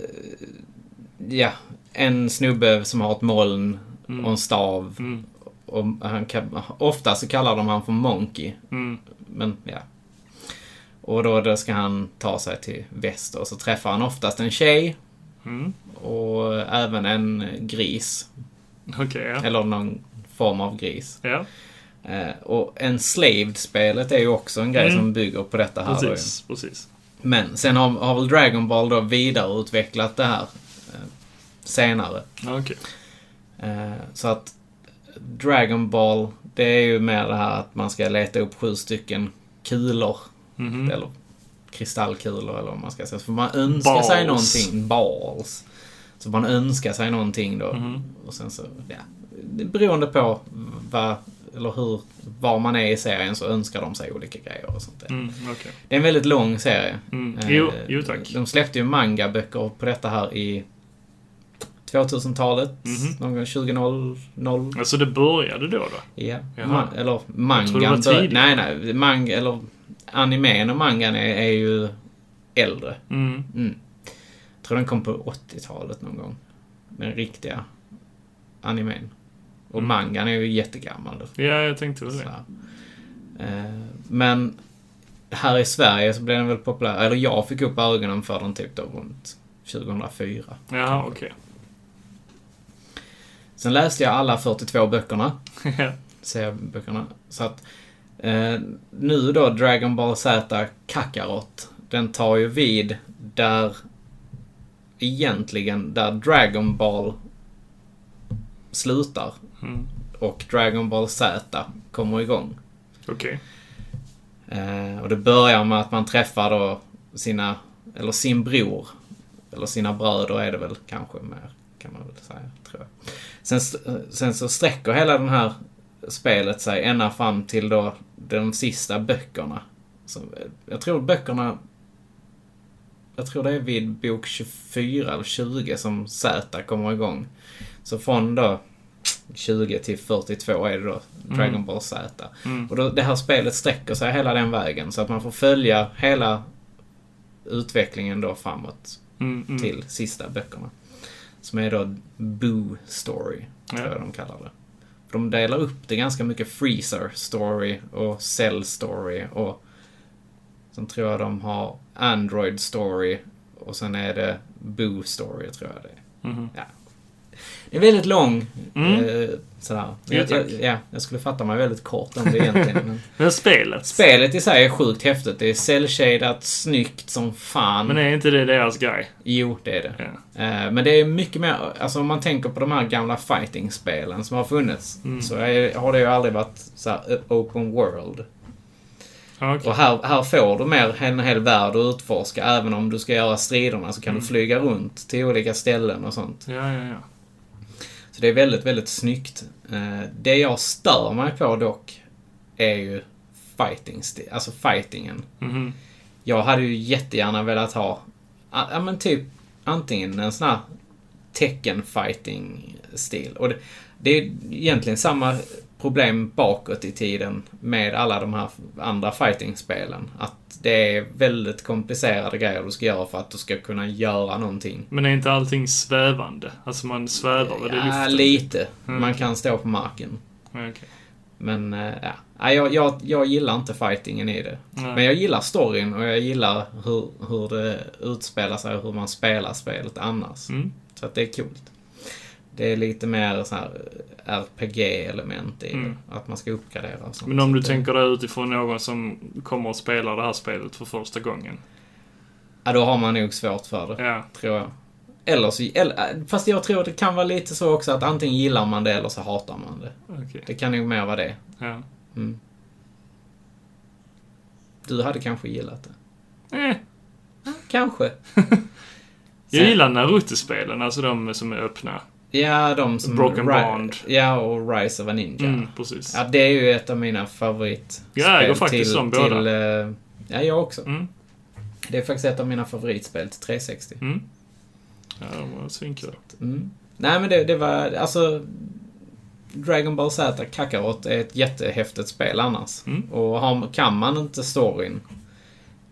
[SPEAKER 1] ja, en snubbe som har ett moln
[SPEAKER 2] Mm.
[SPEAKER 1] och en stav.
[SPEAKER 2] Mm,
[SPEAKER 1] Och han kan, ofta så kallar de han för Monkey.
[SPEAKER 2] mm,
[SPEAKER 1] Men ja. Och då, då ska han ta sig till väster och så träffar han oftast en tjej
[SPEAKER 2] mm.
[SPEAKER 1] Och även en gris.
[SPEAKER 2] Okej, ja.
[SPEAKER 1] Eller någon form av gris.
[SPEAKER 2] ja.
[SPEAKER 1] Eh, och Enslaved-spelet är ju också en grej
[SPEAKER 2] Mm.
[SPEAKER 1] som bygger på detta här. Då.
[SPEAKER 2] Precis, precis.
[SPEAKER 1] Men sen har, har väl Dragon Ball då vidareutvecklat det här eh, senare.
[SPEAKER 2] Ja, Okej.
[SPEAKER 1] Eh, så att Dragon Ball, det är ju mer det här att man ska leta upp sju stycken kulor.
[SPEAKER 2] Mhm.
[SPEAKER 1] Eller kristallkulor eller vad man ska säga. Så får man önska sig
[SPEAKER 2] Balls.
[SPEAKER 1] någonting. Balls. Så man önskar sig någonting då.
[SPEAKER 2] Mhm.
[SPEAKER 1] Och sen så, ja. det- Beroende på vad, eller hur, var man är i serien så önskar de sig olika grejer och sånt där.
[SPEAKER 2] Mm, okej.
[SPEAKER 1] Det är en väldigt lång serie.
[SPEAKER 2] Mm.
[SPEAKER 1] Eh,
[SPEAKER 2] Jo, jo tack.
[SPEAKER 1] De släppte ju mangaböcker på detta här i 2000-talet.
[SPEAKER 2] Mhm.
[SPEAKER 1] Någon gång 2000.
[SPEAKER 2] Alltså det började då då?
[SPEAKER 1] Ja.
[SPEAKER 2] Jaha.
[SPEAKER 1] Ma- eller
[SPEAKER 2] Jag trodde det
[SPEAKER 1] mangan.
[SPEAKER 2] var
[SPEAKER 1] bör-
[SPEAKER 2] tidigare.
[SPEAKER 1] Nej, nej. Mang- eller animen och mangan är, är ju äldre.
[SPEAKER 2] Mm.
[SPEAKER 1] Mm. Jag tror den kom på 80-talet någon gång. Den riktiga animen. Och
[SPEAKER 2] Mm.
[SPEAKER 1] mangan är ju jättegammal. Då.
[SPEAKER 2] Ja, jag tänkte väl
[SPEAKER 1] Så
[SPEAKER 2] det.
[SPEAKER 1] här. Eh, Men här i Sverige så blev den väl populär. Eller jag fick upp ögonen för den typ då runt 2004.
[SPEAKER 2] Jaha, okej.
[SPEAKER 1] Sen läste jag alla 42 böckerna.
[SPEAKER 2] Ja.
[SPEAKER 1] serieböckerna. Så att eh, nu då Dragon Ball Z Kakarot. Den tar ju vid där egentligen där Dragon Ball slutar
[SPEAKER 2] Mm.
[SPEAKER 1] och Dragon Ball Z kommer igång.
[SPEAKER 2] Okej.
[SPEAKER 1] Eh, och det börjar med att man träffar då sina, eller sin bror. Eller sina bröder är det väl kanske mer, kan man väl säga, tror jag. Sen, st- sen så sträcker hela den här spelet sig ända fram till då de sista böckerna. Så, eh, jag tror böckerna... Jag tror det är vid bok 24 eller 20 som Z kommer igång. Så från då 20 till 42 är det då Dragon
[SPEAKER 2] Mm.
[SPEAKER 1] Ball Z.
[SPEAKER 2] Mm.
[SPEAKER 1] Och då, det här spelet sträcker sig hela den vägen så att man får följa hela utvecklingen då framåt
[SPEAKER 2] Mm, mm.
[SPEAKER 1] till sista böckerna. Som är då Boo Story, tror
[SPEAKER 2] Ja.
[SPEAKER 1] jag de kallar det. För De delar upp det ganska mycket Freezer Story och Cell Story och sen tror jag de har Android Story och sen är det Boo Story, tror jag det är.
[SPEAKER 2] Mhm.
[SPEAKER 1] Det är väldigt lång,
[SPEAKER 2] Mm.
[SPEAKER 1] eh, sådär.
[SPEAKER 2] Ja,
[SPEAKER 1] Jag, jag,
[SPEAKER 2] tack.
[SPEAKER 1] ja, jag skulle fatta mig väldigt kort om det egentligen. Men...
[SPEAKER 2] Men spelet?
[SPEAKER 1] Spelet i sig är sjukt häftigt. Det är cellshadat, snyggt som fan.
[SPEAKER 2] Men är inte det deras grej?
[SPEAKER 1] Jo, det är det.
[SPEAKER 2] Ja.
[SPEAKER 1] Eh, Men det är mycket mer, alltså om man tänker på de här gamla fighting-spelen som har funnits.
[SPEAKER 2] Mm.
[SPEAKER 1] Så är, har det ju aldrig varit så här ö- open world.
[SPEAKER 2] Ja, okej.
[SPEAKER 1] Och här, här får du mer en hel värld att utforska. Även om du ska göra striderna så kan du flyga runt till olika ställen och sånt.
[SPEAKER 2] Ja, ja, ja.
[SPEAKER 1] Så det är väldigt, väldigt snyggt. Eh, Det jag stör mig på dock är ju fighting, sti- alltså fightingen.
[SPEAKER 2] Mhm.
[SPEAKER 1] Jag hade ju jättegärna velat ha, ja ja, men typ antingen en sån här tecken fighting stil. Och det, det är egentligen samma problem bakåt i tiden med alla de här andra fighting-spelen. Att det är väldigt komplicerade grejer du ska göra för att du ska kunna göra någonting.
[SPEAKER 2] Men är inte allting svävande? Alltså man svävar väl i
[SPEAKER 1] Ja,
[SPEAKER 2] luften?
[SPEAKER 1] lite.
[SPEAKER 2] Mm.
[SPEAKER 1] Man kan stå på marken.
[SPEAKER 2] Ja, okej.
[SPEAKER 1] Men eh, ja, Nej, jag, jag, jag gillar inte fightingen i det.
[SPEAKER 2] Nej.
[SPEAKER 1] Men jag gillar storyn och jag gillar hur, hur det utspelar sig och hur man spelar spelet annars.
[SPEAKER 2] Mm.
[SPEAKER 1] Så att det är coolt. Det är lite mer så här eh, RPG-element i det.
[SPEAKER 2] Mm.
[SPEAKER 1] Att man ska uppgradera och sånt.
[SPEAKER 2] Men om du
[SPEAKER 1] Så det-
[SPEAKER 2] tänker dig utifrån någon som kommer att spela det här spelet för första gången.
[SPEAKER 1] Ja, då har man nog svårt för det.
[SPEAKER 2] Ja,
[SPEAKER 1] Tror jag. Eller så, eller, eh, fast jag tror det kan vara lite så också att antingen gillar man det eller så hatar man det.
[SPEAKER 2] okej.
[SPEAKER 1] Det kan nog mer vara det.
[SPEAKER 2] Ja.
[SPEAKER 1] Mm. Du hade kanske gillat det.
[SPEAKER 2] Eh,
[SPEAKER 1] Kanske.
[SPEAKER 2] jag
[SPEAKER 1] Sen-
[SPEAKER 2] gillar Naruto-spelen, alltså de som är öppna.
[SPEAKER 1] Ja, de som...
[SPEAKER 2] Broken
[SPEAKER 1] Ri-
[SPEAKER 2] Bond.
[SPEAKER 1] Ja, och Rise of a Ninja.
[SPEAKER 2] Mm, precis.
[SPEAKER 1] Ja, det är ju ett av mina favoritspel.
[SPEAKER 2] Ja, jag går faktiskt
[SPEAKER 1] till,
[SPEAKER 2] som båda.
[SPEAKER 1] Till, eh, ja, jag också.
[SPEAKER 2] Mm.
[SPEAKER 1] Det är faktiskt ett av mina favoritspel till 360.
[SPEAKER 2] Mm. Ja, de var svinkul.
[SPEAKER 1] Mm. Nej, men det, det var... Alltså... Dragon Ball Z Kakarot är ett jättehäftigt spel annars.
[SPEAKER 2] Mm.
[SPEAKER 1] Och har, kan man inte storyn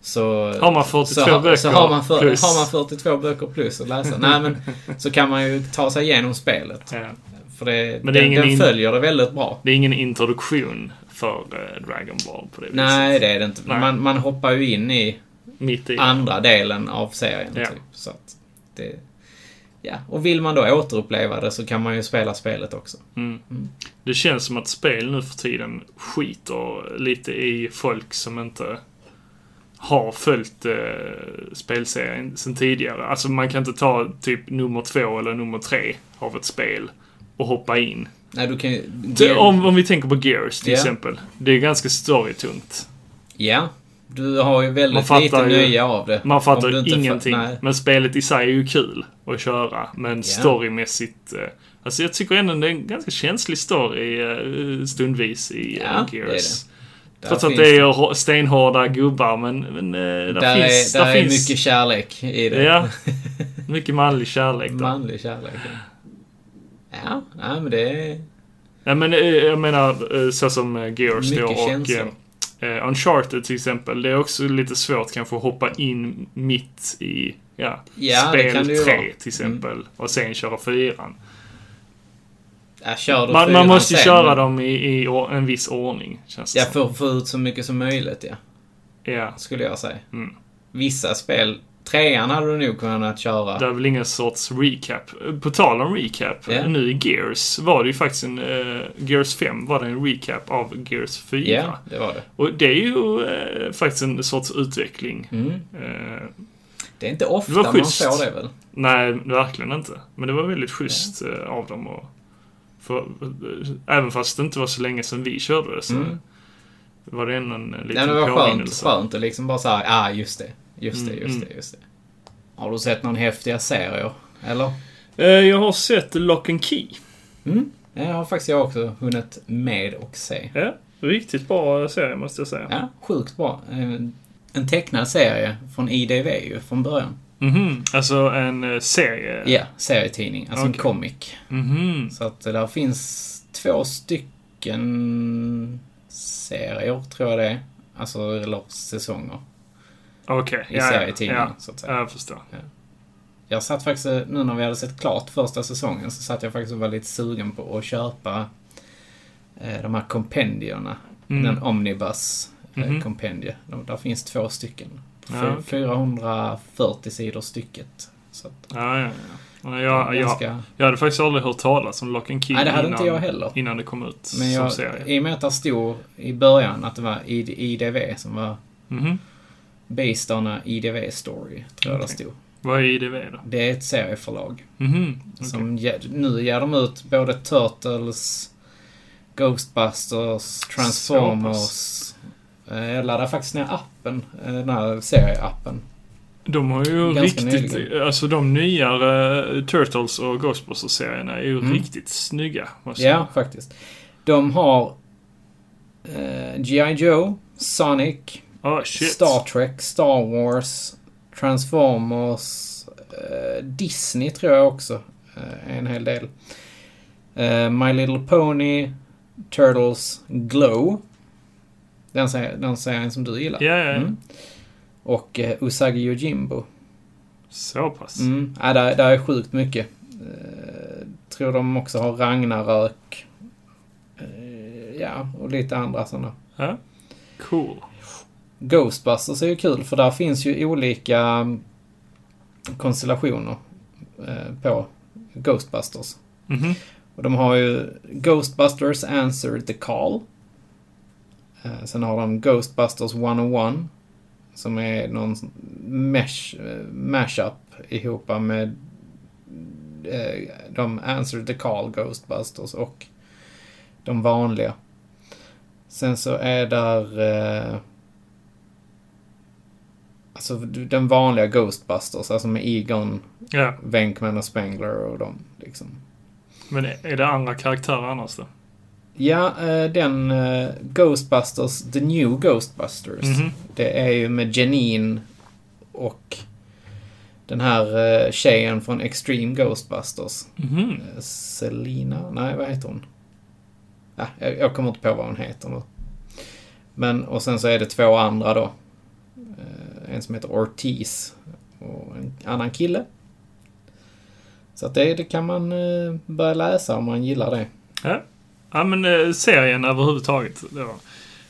[SPEAKER 1] så...
[SPEAKER 2] Har man 42
[SPEAKER 1] så, har-
[SPEAKER 2] böcker
[SPEAKER 1] så har, man för,
[SPEAKER 2] plus...
[SPEAKER 1] har man 42 böcker plus att läsa. Nej, men så kan man ju ta sig igenom spelet.
[SPEAKER 2] Ja.
[SPEAKER 1] För det,
[SPEAKER 2] Men det är
[SPEAKER 1] den,
[SPEAKER 2] ingen
[SPEAKER 1] den
[SPEAKER 2] in-
[SPEAKER 1] följer det väldigt bra.
[SPEAKER 2] Det är ingen introduktion för eh, Dragon Ball på det viset.
[SPEAKER 1] Nej, det är det inte.
[SPEAKER 2] Nej.
[SPEAKER 1] Man, man hoppar ju in i
[SPEAKER 2] Mitt i.
[SPEAKER 1] andra delen av serien.
[SPEAKER 2] Ja.
[SPEAKER 1] Typ. Så att det, ja. Och vill man då återuppleva det så kan man ju spela spelet också.
[SPEAKER 2] Mm. Det känns som att spel nu för tiden skiter lite i folk som inte har följt eh, spelserien sen tidigare. Alltså man kan inte ta typ nummer två eller nummer tre av ett spel och hoppa in.
[SPEAKER 1] Nej, du kan ju...
[SPEAKER 2] Så Om, om vi tänker på Gears till
[SPEAKER 1] Ja.
[SPEAKER 2] exempel. Det är ganska storytungt.
[SPEAKER 1] Ja. Du har ju
[SPEAKER 2] Man
[SPEAKER 1] väldigt
[SPEAKER 2] fattar
[SPEAKER 1] lite
[SPEAKER 2] ju-
[SPEAKER 1] nöje av det.
[SPEAKER 2] Man
[SPEAKER 1] Om du
[SPEAKER 2] fattar
[SPEAKER 1] inte fa-
[SPEAKER 2] ingenting.
[SPEAKER 1] nej.
[SPEAKER 2] men spelet i sig är ju kul att köra. Men storymässigt... Eh, alltså jag tycker ändå det är en ganska känslig story eh, stundvis i eh,
[SPEAKER 1] Ja, det är
[SPEAKER 2] Gears.
[SPEAKER 1] det. Där
[SPEAKER 2] Trots att
[SPEAKER 1] finns
[SPEAKER 2] det är hå- stenhårda gubbar, men, men eh, där,
[SPEAKER 1] Där,
[SPEAKER 2] finns...
[SPEAKER 1] är,
[SPEAKER 2] Där
[SPEAKER 1] där är
[SPEAKER 2] finns
[SPEAKER 1] mycket kärlek i det.
[SPEAKER 2] Ja. mycket manlig kärlek där.
[SPEAKER 1] Manlig kärlek. Ja, nej, men det är...
[SPEAKER 2] Nej, men eh, jag menar eh, så som eh, Gears då
[SPEAKER 1] Mycket
[SPEAKER 2] och
[SPEAKER 1] känslor.
[SPEAKER 2] eh, eh, Uncharted till exempel. Det är också lite svårt kanske att hoppa in mitt i ja,
[SPEAKER 1] Ja, det kan
[SPEAKER 2] spel
[SPEAKER 1] det ju
[SPEAKER 2] 3
[SPEAKER 1] vara. Mm.
[SPEAKER 2] till exempel och sen köra 4.
[SPEAKER 1] Ja, kör du
[SPEAKER 2] Man, man
[SPEAKER 1] fyran
[SPEAKER 2] måste ju
[SPEAKER 1] sen,
[SPEAKER 2] köra
[SPEAKER 1] men-
[SPEAKER 2] dem i, i or- en viss ordning, känns det
[SPEAKER 1] Ja,
[SPEAKER 2] som.
[SPEAKER 1] för att få ut så mycket som möjligt, ja.
[SPEAKER 2] Ja.
[SPEAKER 1] Skulle jag säga.
[SPEAKER 2] Mm.
[SPEAKER 1] Vissa spel. Trean hade du nog kunnat köra.
[SPEAKER 2] Det är väl ingen sorts recap. På tal om recap,
[SPEAKER 1] Ja.
[SPEAKER 2] nu i Gears var det ju faktiskt en... eh, Gears 5 var det en recap av Gears 4.
[SPEAKER 1] Ja, det var det.
[SPEAKER 2] Och det är ju eh, faktiskt en sorts utveckling.
[SPEAKER 1] Mm.
[SPEAKER 2] Eh,
[SPEAKER 1] Det är inte ofta
[SPEAKER 2] Det var
[SPEAKER 1] man
[SPEAKER 2] schysst.
[SPEAKER 1] får det väl?
[SPEAKER 2] nej, verkligen inte. Men det var väldigt schysst eh, av dem att... För, eh, även fast det inte var så länge sedan vi körde det så
[SPEAKER 1] Mm.
[SPEAKER 2] var det ändå en eh, liten
[SPEAKER 1] Nej, men det var skönt,
[SPEAKER 2] påminnelse.
[SPEAKER 1] skönt att liksom bara såhär, ah, just det. Just det,
[SPEAKER 2] Mm,
[SPEAKER 1] just
[SPEAKER 2] mm.
[SPEAKER 1] det, just det. Har du sett någon häftiga serier? Eller?
[SPEAKER 2] Eh, jag har sett Lock and Key.
[SPEAKER 1] Mm. Det har faktiskt jag också hunnit med och se.
[SPEAKER 2] Ja, riktigt bra serie måste jag säga.
[SPEAKER 1] Ja, sjukt bra. Eh, En tecknad serie från IDV ju, från början.
[SPEAKER 2] Mhm, alltså en eh, serie.
[SPEAKER 1] Ja, serietidning. Alltså en
[SPEAKER 2] Okej.
[SPEAKER 1] comic.
[SPEAKER 2] Mhm.
[SPEAKER 1] Så att det där finns två stycken serier, tror jag det är. Alltså, eller säsonger
[SPEAKER 2] Okej.
[SPEAKER 1] i
[SPEAKER 2] ja,
[SPEAKER 1] serietidningen,
[SPEAKER 2] Ja,
[SPEAKER 1] så att säga.
[SPEAKER 2] ja, jag förstår.
[SPEAKER 1] Jag satt faktiskt, eh, nu när vi hade sett klart första säsongen, så satt jag faktiskt och var lite sugen på att köpa eh, de här kompendierna.
[SPEAKER 2] Mm.
[SPEAKER 1] Den Omnibus eh,
[SPEAKER 2] Mhm.
[SPEAKER 1] kompendie. De, där finns två stycken.
[SPEAKER 2] Ja,
[SPEAKER 1] Fy-
[SPEAKER 2] okej.
[SPEAKER 1] 440 sidor stycket. Så att,
[SPEAKER 2] Ja, ja, ja. Nej, Jag, jag,
[SPEAKER 1] ganska,
[SPEAKER 2] jag hade faktiskt aldrig hört talas om Lock and Key
[SPEAKER 1] nej, det hade
[SPEAKER 2] innan,
[SPEAKER 1] inte jag heller.
[SPEAKER 2] innan det kom ut
[SPEAKER 1] Men
[SPEAKER 2] som
[SPEAKER 1] jag,
[SPEAKER 2] serie.
[SPEAKER 1] i och med att det stod i början att det var ID, IDV som var
[SPEAKER 2] Mhm.
[SPEAKER 1] Based on a IDV story, tror jag det
[SPEAKER 2] Okej.
[SPEAKER 1] stod.
[SPEAKER 2] Vad är IDV då?
[SPEAKER 1] Det är ett serieförlag.
[SPEAKER 2] Mhm. Okej.
[SPEAKER 1] Som ge, nu ger de ut både Turtles, Ghostbusters, Transformers, Eh, Jag laddade faktiskt ner appen, eh, den här serieappen.
[SPEAKER 2] De har ju
[SPEAKER 1] Ganska
[SPEAKER 2] riktigt,
[SPEAKER 1] nyligen.
[SPEAKER 2] alltså de nyare eh, Turtles och Ghostbusters-serierna är ju
[SPEAKER 1] Mm.
[SPEAKER 2] riktigt snygga. måste jag
[SPEAKER 1] Ja, faktiskt. De har eh, G.I. Joe, Sonic,
[SPEAKER 2] säga. Ah, shit.
[SPEAKER 1] Star Trek, Star Wars, Transformers, eh, Disney tror jag också. Eh, en hel del. Eh, My Little Pony, Turtles, Glow. Den, ser- den serien som du gillar.
[SPEAKER 2] Ja, ja, ja.
[SPEAKER 1] Mm. Och eh, Usagi Yojimbo.
[SPEAKER 2] Så pass.
[SPEAKER 1] Mm. Ja, där, där är sjukt mycket. Eh, tror de också har Ragnarök. Eh, ja, och lite andra sådana.
[SPEAKER 2] Cool.
[SPEAKER 1] Ghostbusters är ju kul för där finns ju olika mm, konstellationer eh, på Ghostbusters.
[SPEAKER 2] Mhm.
[SPEAKER 1] Och de har ju Ghostbusters Answered the Call. Eh, Sen har de Ghostbusters 101 som är någon sån- mesh, eh, mashup ihop med eh, de Answered the Call Ghostbusters och de vanliga. Sen så är där eh, alltså den vanliga Ghostbusters, alltså med Egon,
[SPEAKER 2] Ja,
[SPEAKER 1] Venkman och Spengler och de liksom.
[SPEAKER 2] men är det andra karaktärer annars då?
[SPEAKER 1] Ja, eh, den eh, Ghostbusters, The New Ghostbusters.
[SPEAKER 2] Mhm.
[SPEAKER 1] Det är ju med Janine och den här eh, tjejen från Extreme Ghostbusters.
[SPEAKER 2] Mhm.
[SPEAKER 1] Eh, Selina? Nej, vad heter hon? Ah, jag, jag kommer inte på vad hon heter nu. Men, och sen så är det två andra då. Eh, en som heter Ortiz och en annan kille. Så att det, det kan man eh, börja läsa om man gillar det.
[SPEAKER 2] Ja, men eh, serien överhuvudtaget. Då.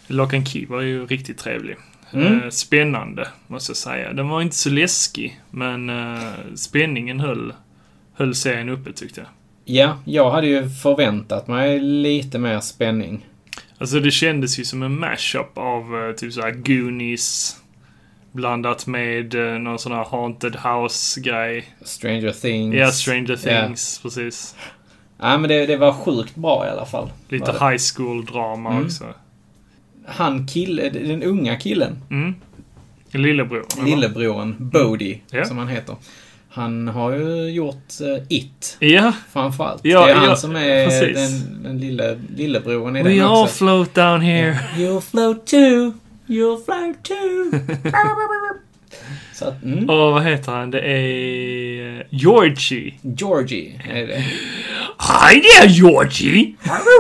[SPEAKER 2] Lock and Key var ju riktigt trevlig.
[SPEAKER 1] Mm.
[SPEAKER 2] Eh, spännande, måste jag säga. Den var inte så läskig, men eh, spänningen höll, höll serien uppe tyckte jag.
[SPEAKER 1] Ja, jag hade ju förväntat mig lite mer spänning.
[SPEAKER 2] Alltså det kändes ju som en mashup av eh, typ såhär Goonies blandat med eh, någon sån här Haunted House-grej.
[SPEAKER 1] Stranger Things.
[SPEAKER 2] Ja, Stranger
[SPEAKER 1] Mm. Ja.
[SPEAKER 2] Things, precis.
[SPEAKER 1] Nej, men det, det var sjukt bra i alla fall. Var
[SPEAKER 2] Lite
[SPEAKER 1] det.
[SPEAKER 2] high school-drama
[SPEAKER 1] Mm.
[SPEAKER 2] också.
[SPEAKER 1] Han kille, den unga killen,
[SPEAKER 2] Mm. Lillebror. eller?
[SPEAKER 1] lillebroren, Bodie,
[SPEAKER 2] Mhm. Mm. Ja.
[SPEAKER 1] som han heter. Han har ju gjort eh, It,
[SPEAKER 2] Ja,
[SPEAKER 1] framförallt.
[SPEAKER 2] Ja,
[SPEAKER 1] det är
[SPEAKER 2] ja,
[SPEAKER 1] han som är
[SPEAKER 2] precis.
[SPEAKER 1] den, den lille, lillebroren i den
[SPEAKER 2] we all
[SPEAKER 1] också.
[SPEAKER 2] float down here.
[SPEAKER 1] You'll float too, you'll float too. Så att, mm.
[SPEAKER 2] Åh, vad heter han? Det är... eh, Georgie.
[SPEAKER 1] Georgie är det.
[SPEAKER 2] Hi there, Georgie!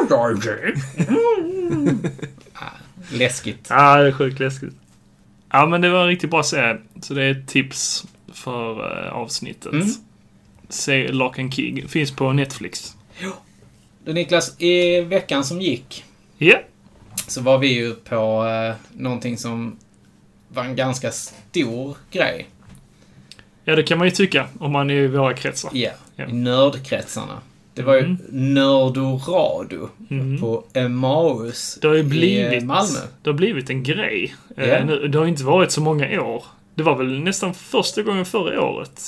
[SPEAKER 1] Georgie. Ah, Läskigt.
[SPEAKER 2] Ja, det är sjukt läskigt. Ja, men det var en riktigt bra serie. Så det är ett tips för eh, avsnittet.
[SPEAKER 1] Mm.
[SPEAKER 2] Se Lock and Key. Finns på Netflix.
[SPEAKER 1] Du Niklas, i veckan som gick
[SPEAKER 2] Ja.
[SPEAKER 1] så var vi ju på eh, någonting som var en ganska stor grej.
[SPEAKER 2] Ja, det kan man ju tycka om man är i våra kretsar.
[SPEAKER 1] Yeah.
[SPEAKER 2] Ja.
[SPEAKER 1] I nördkretsarna. Det var ju
[SPEAKER 2] Mm.
[SPEAKER 1] Nördorado
[SPEAKER 2] Mm.
[SPEAKER 1] på Emmaus
[SPEAKER 2] Det har ju
[SPEAKER 1] i
[SPEAKER 2] blivit,
[SPEAKER 1] eh, Malmö.
[SPEAKER 2] det har blivit en grej. eh,
[SPEAKER 1] Ja.
[SPEAKER 2] nu. Det har inte varit så många år. Det var väl nästan första gången förra året?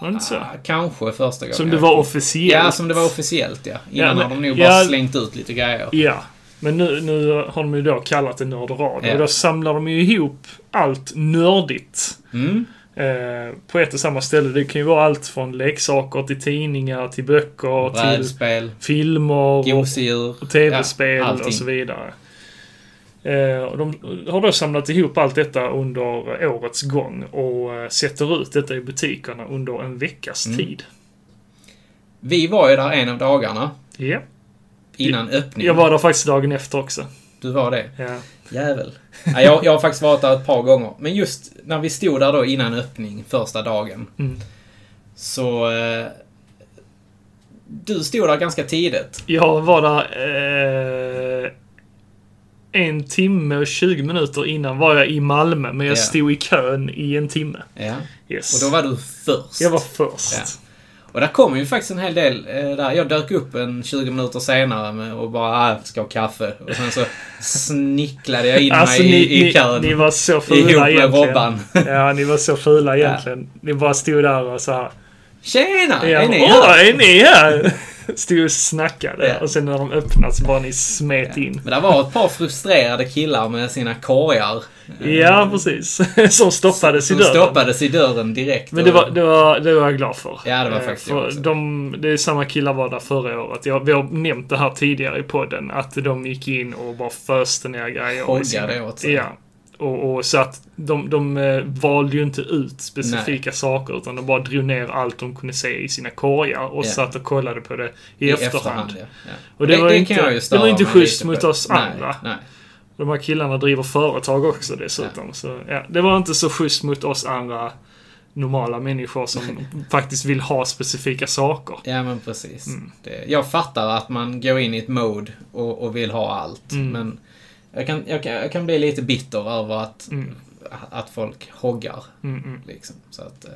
[SPEAKER 2] Var det inte så?
[SPEAKER 1] Ah, kanske första gången.
[SPEAKER 2] Som det var officiellt.
[SPEAKER 1] Ja, som det var officiellt ja. Innan
[SPEAKER 2] Ja, men-
[SPEAKER 1] har de nog
[SPEAKER 2] ja.
[SPEAKER 1] bara slängt ut lite grejer.
[SPEAKER 2] Ja. Men nu, nu har de ju då kallat det Nördradio.
[SPEAKER 1] Ja.
[SPEAKER 2] Och då samlar de ju ihop allt nördigt.
[SPEAKER 1] Mm.
[SPEAKER 2] Eh, på ett och samma ställe. Det kan ju vara allt från leksaker till tidningar till böcker till
[SPEAKER 1] Brädspel,
[SPEAKER 2] filmer och,
[SPEAKER 1] gosedjur.
[SPEAKER 2] och tv-spel
[SPEAKER 1] Ja, allting.
[SPEAKER 2] och så vidare. Eh, och de har då samlat ihop allt detta under årets gång och eh, sätter ut detta i butikerna under en veckas
[SPEAKER 1] Mm.
[SPEAKER 2] tid.
[SPEAKER 1] Vi var ju där en av dagarna
[SPEAKER 2] Ja.
[SPEAKER 1] innan öppning.
[SPEAKER 2] Jag var där faktiskt dagen efter också.
[SPEAKER 1] Du var det?
[SPEAKER 2] Ja.
[SPEAKER 1] Jävel. Nej, jag, jag har faktiskt varit där ett par gånger. Men just när vi stod där då innan öppning första dagen.
[SPEAKER 2] Mm.
[SPEAKER 1] Så... Eh, du stod där ganska tidigt.
[SPEAKER 2] Jag var där eh, en timme och 20 minuter innan var jag i Malmö, men jag
[SPEAKER 1] Ja.
[SPEAKER 2] stod i kön i en timme.
[SPEAKER 1] Ja.
[SPEAKER 2] Yes.
[SPEAKER 1] Och då var du först.
[SPEAKER 2] Jag var först.
[SPEAKER 1] Ja. Och där kom ju faktiskt en hel del. Eh, där. Jag dök upp en 20 minuter senare med, och bara äh, ska ha kaffe. Och sen så snicklade jag in
[SPEAKER 2] Alltså
[SPEAKER 1] mig
[SPEAKER 2] ni,
[SPEAKER 1] i, i
[SPEAKER 2] ni,
[SPEAKER 1] kön.
[SPEAKER 2] ni var så fula
[SPEAKER 1] ihop med
[SPEAKER 2] egentligen.
[SPEAKER 1] Robban.
[SPEAKER 2] Ja, ni var så fula egentligen. Ni bara stod där och så här.
[SPEAKER 1] Tjena!
[SPEAKER 2] Ja,
[SPEAKER 1] är ni
[SPEAKER 2] Åh,
[SPEAKER 1] här?
[SPEAKER 2] är ni här? Stod och snackade
[SPEAKER 1] Ja.
[SPEAKER 2] och sen när de öppnade så bara ni smet in.
[SPEAKER 1] Men det var ett par frustrerade killar med sina korgar. eh,
[SPEAKER 2] Ja, precis. Som stoppades i
[SPEAKER 1] Som
[SPEAKER 2] dörren.
[SPEAKER 1] stoppades i dörren direkt.
[SPEAKER 2] Men det
[SPEAKER 1] och-
[SPEAKER 2] var, det, var, det var jag glad för.
[SPEAKER 1] Ja, det var
[SPEAKER 2] Eh,
[SPEAKER 1] faktiskt jag
[SPEAKER 2] för
[SPEAKER 1] också.
[SPEAKER 2] de, Det är samma killar var där förra året. Jag, vi har nämnt det här tidigare i podden. Att de gick in och bara föste ner grejer.
[SPEAKER 1] Hoggade
[SPEAKER 2] Och sina-
[SPEAKER 1] åt sig.
[SPEAKER 2] Ja. Och, och så att de, de eh, valde ju inte ut specifika saker utan de bara drog ner allt de kunde se i sina korgar och
[SPEAKER 1] Ja.
[SPEAKER 2] satt och kollade på det i,
[SPEAKER 1] i
[SPEAKER 2] efterhand.
[SPEAKER 1] ja. Ja.
[SPEAKER 2] Och det var inte-
[SPEAKER 1] kan jag ju
[SPEAKER 2] det
[SPEAKER 1] störa
[SPEAKER 2] var inte
[SPEAKER 1] mig
[SPEAKER 2] schysst
[SPEAKER 1] lite
[SPEAKER 2] mot
[SPEAKER 1] på.
[SPEAKER 2] oss andra.
[SPEAKER 1] Nej, nej.
[SPEAKER 2] De här killarna driver företag också dessutom. Så, ja, det var inte så schysst mot oss andra normala människor som faktiskt vill ha specifika saker.
[SPEAKER 1] Ja, men precis.
[SPEAKER 2] Mm.
[SPEAKER 1] Det, jag fattar att man går in i ett mode och, och vill ha allt.
[SPEAKER 2] Mm.
[SPEAKER 1] Men jag kan, jag, kan, jag kan bli lite bitter över att,
[SPEAKER 2] Mm.
[SPEAKER 1] att folk hoggar. Liksom. Så att, eh,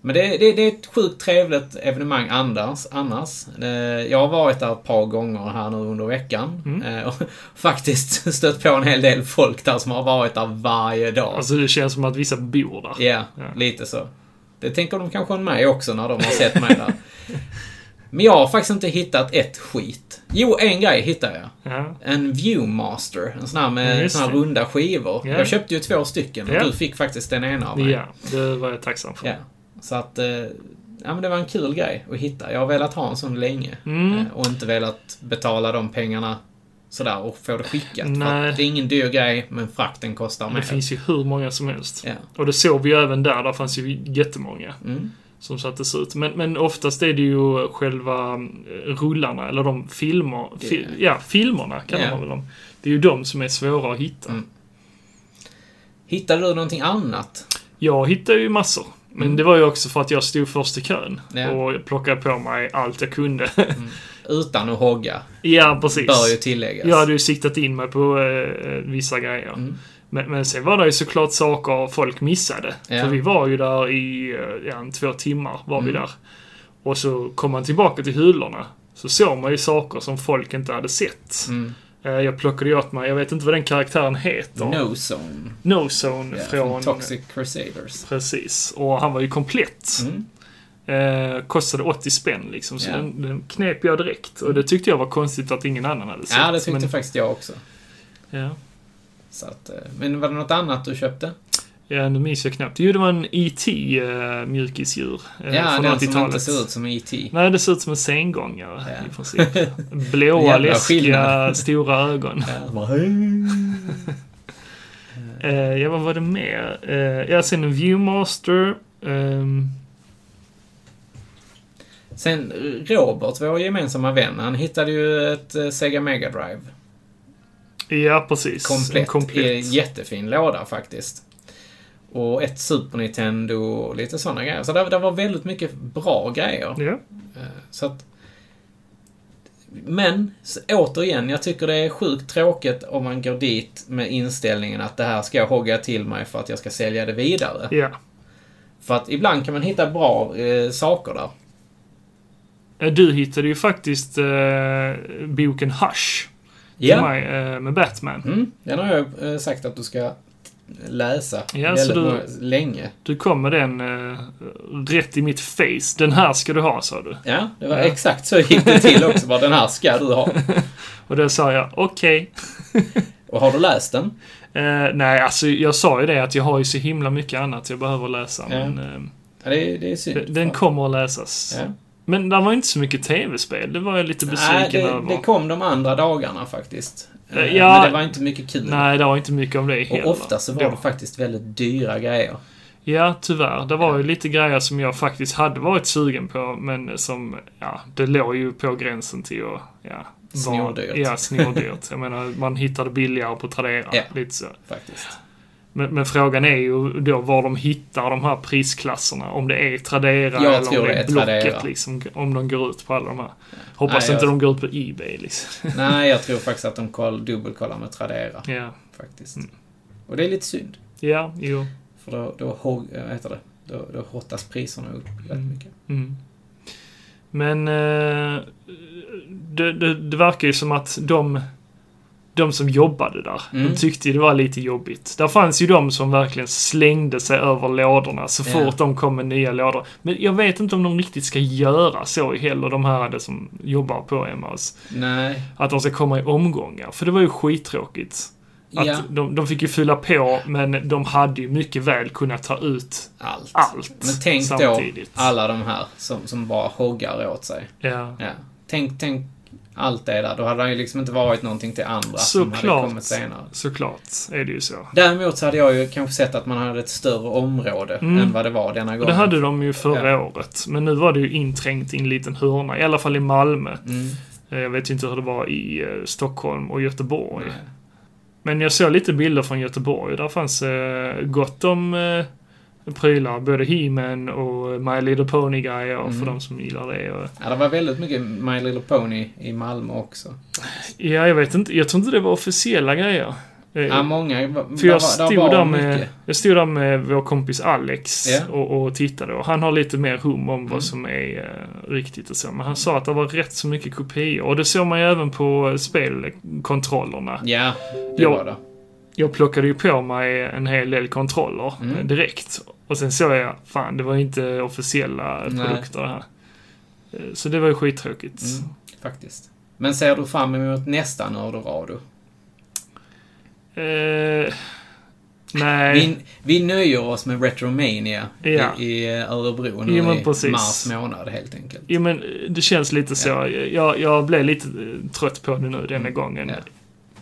[SPEAKER 1] men det, det, det är ett sjukt trevligt evenemang annars. annars. Eh, Jag har varit där ett par gånger här nu under veckan.
[SPEAKER 2] Mm.
[SPEAKER 1] Eh, Och faktiskt stött på en hel del folk där som har varit där varje dag.
[SPEAKER 2] Alltså det känns som att vissa bor där.
[SPEAKER 1] Ja, lite så. Det tänker de kanske om mig också när de har sett mig där. Men jag har faktiskt inte hittat ett skit. Jo, en grej hittade jag.
[SPEAKER 2] Ja.
[SPEAKER 1] En Viewmaster. En sån här
[SPEAKER 2] Ja,
[SPEAKER 1] med
[SPEAKER 2] just
[SPEAKER 1] sån här
[SPEAKER 2] det.
[SPEAKER 1] runda skivor.
[SPEAKER 2] Ja.
[SPEAKER 1] Jag köpte ju två stycken och
[SPEAKER 2] Ja.
[SPEAKER 1] du fick faktiskt den ena av mig.
[SPEAKER 2] ja, det var jag tacksam för.
[SPEAKER 1] Ja. Så att, eh, ja men det var en kul grej att hitta. Jag har velat ha en sån länge.
[SPEAKER 2] Mm.
[SPEAKER 1] Eh, Och inte velat betala de pengarna sådär och få det skickat. För
[SPEAKER 2] Nej.
[SPEAKER 1] att det är ingen dyr grej, men frakten kostar mer.
[SPEAKER 2] Det finns ju hur många som helst.
[SPEAKER 1] Ja.
[SPEAKER 2] Och det såg vi ju även där. Där fanns ju jättemånga
[SPEAKER 1] Mm.
[SPEAKER 2] som sattes ut. Men, men oftast är det ju själva eh, rullarna, eller de filmer, fi,
[SPEAKER 1] Det-
[SPEAKER 2] ja, filmerna kallar
[SPEAKER 1] Ja.
[SPEAKER 2] man väl dem. Det är ju de som är svåra att hitta.
[SPEAKER 1] Mm. Hittade du någonting annat?
[SPEAKER 2] Jag hittade ju massor. Men det var ju också för att jag stod först i kön
[SPEAKER 1] Mm. Ja.
[SPEAKER 2] och plockade på mig allt jag kunde.
[SPEAKER 1] Utan att hogga,
[SPEAKER 2] ja, precis.
[SPEAKER 1] bör ju tilläggas.
[SPEAKER 2] Jag hade ju siktat in mig på eh, vissa grejer.
[SPEAKER 1] Mm.
[SPEAKER 2] Men, men sen var det ju såklart saker folk missade.
[SPEAKER 1] Ja.
[SPEAKER 2] För vi var ju där i eh, ja, en, två timmar. var
[SPEAKER 1] Mm.
[SPEAKER 2] vi där. Och så kom man tillbaka till hyllorna. Så såg man ju saker som folk inte hade sett.
[SPEAKER 1] Mm.
[SPEAKER 2] Eh, Jag plockade ju åt mig, jag vet inte vad den karaktären heter.
[SPEAKER 1] No Zone.
[SPEAKER 2] Nozone
[SPEAKER 1] Ja,
[SPEAKER 2] från...
[SPEAKER 1] från Toxic Crusaders.
[SPEAKER 2] Precis. Och han var ju komplett.
[SPEAKER 1] Mm.
[SPEAKER 2] Eh, kostade 80 spänn liksom, så
[SPEAKER 1] Ja.
[SPEAKER 2] den, den knep jag direkt. Och det tyckte jag var konstigt att ingen annan hade sett.
[SPEAKER 1] Ja, det tyckte
[SPEAKER 2] men,
[SPEAKER 1] faktiskt jag också.
[SPEAKER 2] ja.
[SPEAKER 1] Så att, eh, men var det något annat du köpte?
[SPEAKER 2] Eh, ja, nu minns jag knappt. Jo, det var en E.T. Eh, mjukisdjur. Eh,
[SPEAKER 1] ja,
[SPEAKER 2] från
[SPEAKER 1] den som inte
[SPEAKER 2] 80-talet.
[SPEAKER 1] ser ut som E E.T.
[SPEAKER 2] Nej, det ser ut som en sengångare
[SPEAKER 1] Ja.
[SPEAKER 2] i princip. Blåa,
[SPEAKER 1] Jävla
[SPEAKER 2] läskiga,
[SPEAKER 1] skillnad.
[SPEAKER 2] stora ögon.
[SPEAKER 1] Ja.
[SPEAKER 2] Eh, ja, vad var det mer? Eh, ja, sen en Viewmaster. ehm,
[SPEAKER 1] Sen eh, Robert, vår gemensamma vän, han hittade ju ett eh, Sega Mega Drive.
[SPEAKER 2] ja, precis. En
[SPEAKER 1] Komplett. Eh,
[SPEAKER 2] komplett.
[SPEAKER 1] I en jättefin låda faktiskt. Och ett Super Nintendo och lite sådana grejer. Så det, det var väldigt mycket bra grejer. Eh,
[SPEAKER 2] Ja.
[SPEAKER 1] Så att, men s- återigen, jag tycker det är sjukt tråkigt om man går dit med inställningen att det här ska jag hogga till mig för att jag ska sälja det vidare.
[SPEAKER 2] ja.
[SPEAKER 1] För att ibland kan man hitta bra eh, saker där.
[SPEAKER 2] Eh, Du hittade ju faktiskt eh, boken Hush. till
[SPEAKER 1] Ja,
[SPEAKER 2] mig eh, med Batman.
[SPEAKER 1] mm, den har jag eh, sagt att du ska läsa
[SPEAKER 2] Ja, så
[SPEAKER 1] väldigt
[SPEAKER 2] du-
[SPEAKER 1] många- länge.
[SPEAKER 2] Du kom med den eh, rätt i mitt face. Den här ska du ha, sa du.
[SPEAKER 1] Ja, det var
[SPEAKER 2] Ja.
[SPEAKER 1] exakt så gick det till också. Bara, den här ska du ha.
[SPEAKER 2] Och då sa jag okej.
[SPEAKER 1] Och har du läst den?
[SPEAKER 2] Eh, nej, alltså jag sa ju det att jag har ju så himla mycket annat jag behöver läsa.
[SPEAKER 1] Ja.
[SPEAKER 2] Men, eh,
[SPEAKER 1] Ja, det, är- det är synd.
[SPEAKER 2] den- den kommer att läsas.
[SPEAKER 1] Ja.
[SPEAKER 2] Men det var inte så mycket tv-spel. Det var jag lite besviken
[SPEAKER 1] Nej, det,
[SPEAKER 2] över.
[SPEAKER 1] det kom de andra dagarna faktiskt.
[SPEAKER 2] Eh,
[SPEAKER 1] Eh,
[SPEAKER 2] ja.
[SPEAKER 1] Men det var inte mycket kul.
[SPEAKER 2] Nej, det var inte mycket av det heller.
[SPEAKER 1] Och ofta så var
[SPEAKER 2] Då.
[SPEAKER 1] det faktiskt väldigt dyra grejer.
[SPEAKER 2] Ja, tyvärr. Det var ju lite grejer som jag faktiskt hade varit sugen på, men som, ja, det låg ju på gränsen till att, ja. var-
[SPEAKER 1] Snordyrt.
[SPEAKER 2] Ja, snordyrt. Jag menar, man hittade billigare på Tradera.
[SPEAKER 1] Ja.
[SPEAKER 2] Lite så.
[SPEAKER 1] Faktiskt.
[SPEAKER 2] Men, men frågan är ju då var de hittar de här prisklasserna. Om det är Tradera
[SPEAKER 1] Jag
[SPEAKER 2] eller om
[SPEAKER 1] tror
[SPEAKER 2] det
[SPEAKER 1] det
[SPEAKER 2] är
[SPEAKER 1] är
[SPEAKER 2] Blocket.
[SPEAKER 1] Tradera.
[SPEAKER 2] Liksom, om de går ut på alla de här. Hoppas
[SPEAKER 1] Nej,
[SPEAKER 2] inte
[SPEAKER 1] jag-
[SPEAKER 2] de går ut på Ebay liksom.
[SPEAKER 1] Nej, jag tror faktiskt att de koll, dubbelkollar med Tradera.
[SPEAKER 2] ja.
[SPEAKER 1] Faktiskt.
[SPEAKER 2] Mm.
[SPEAKER 1] Och det är lite synd.
[SPEAKER 2] ja, jo.
[SPEAKER 1] För då, då, hog- eh, vad heter det? då, då hottas priserna upp rätt
[SPEAKER 2] Mm.
[SPEAKER 1] mycket.
[SPEAKER 2] Mm. Men eh, det, det, det verkar ju som att de, de som jobbade där.
[SPEAKER 3] Mm.
[SPEAKER 2] De tyckte ju det var lite jobbigt. Där fanns ju de som verkligen slängde sig över lådorna så
[SPEAKER 1] Ja.
[SPEAKER 2] fort de kom med nya lådor. Men jag vet inte om de riktigt ska göra så heller, de här som jobbar på Emmaus.
[SPEAKER 1] Nej.
[SPEAKER 2] Att de ska komma i omgångar, för det var ju skittråkigt. Att
[SPEAKER 1] Ja.
[SPEAKER 2] de, de fick ju fylla på, men de hade ju mycket väl kunnat ta ut
[SPEAKER 1] Allt.
[SPEAKER 2] allt
[SPEAKER 1] Men tänk
[SPEAKER 2] samtidigt.
[SPEAKER 1] då alla de här som, som bara hoggar åt sig.
[SPEAKER 2] Ja.
[SPEAKER 1] Ja. Tänk, tänk allt det där. Då hade det ju liksom inte varit någonting till andra som hade
[SPEAKER 2] Såklart.
[SPEAKER 1] kommit senare.
[SPEAKER 2] Såklart är det ju så.
[SPEAKER 1] Däremot så hade jag ju kanske sett att man hade ett större område
[SPEAKER 2] Mm.
[SPEAKER 1] än vad det var denna
[SPEAKER 2] Och
[SPEAKER 1] gången.
[SPEAKER 2] det hade de ju förra
[SPEAKER 1] Ja.
[SPEAKER 2] året, men nu var det ju inträngt i en liten hörna, i alla fall i Malmö.
[SPEAKER 1] Mm.
[SPEAKER 2] Eh, Jag vet ju inte hur det var i eh, Stockholm och Göteborg.
[SPEAKER 1] Nej.
[SPEAKER 2] Men jag såg lite bilder från Göteborg. Där fanns eh, gott om eh, prylar. Både He-Man och My Little Pony-grejer för
[SPEAKER 1] Mm.
[SPEAKER 2] de som gillar det. Och,
[SPEAKER 1] Ja, det var väldigt mycket My Little Pony i Malmö också.
[SPEAKER 2] ja, jag vet inte. Jag tror inte det var officiella grejer. Eh,
[SPEAKER 1] Ja, många. va-
[SPEAKER 2] För jag
[SPEAKER 1] där var- där
[SPEAKER 2] stod,
[SPEAKER 1] var
[SPEAKER 2] där med,
[SPEAKER 1] mycket.
[SPEAKER 2] jag stod där med vår kompis Alex
[SPEAKER 1] Ja.
[SPEAKER 2] och, och tittade och han har lite mer hum om
[SPEAKER 1] Mm.
[SPEAKER 2] vad som är eh, riktigt och så. Men han sa att det var rätt så mycket kopior och det såg man ju även på eh, spelkontrollerna.
[SPEAKER 1] Ja, det
[SPEAKER 2] Ja.
[SPEAKER 1] var det.
[SPEAKER 2] Jag plockade ju på mig en hel del kontroller
[SPEAKER 1] Mm.
[SPEAKER 2] eh, direkt och sen såg jag, fan det var ju inte officiella
[SPEAKER 1] Nej.
[SPEAKER 2] produkter det här. Eh, Så det var ju skittråkigt.
[SPEAKER 1] Mm, faktiskt. Men ser du fram emot nästa Nördoradio?
[SPEAKER 2] Eh, nej.
[SPEAKER 1] Vi, vi nöjer oss med Retromania
[SPEAKER 2] Ja.
[SPEAKER 1] i, i Örebro nu
[SPEAKER 2] Jo, men
[SPEAKER 1] i
[SPEAKER 2] precis.
[SPEAKER 1] mars månad helt enkelt.
[SPEAKER 2] Jo men eh, det känns lite så. Jag, jag blev lite eh, trött på det nu denna
[SPEAKER 1] Mm,
[SPEAKER 2] gången.
[SPEAKER 1] ja.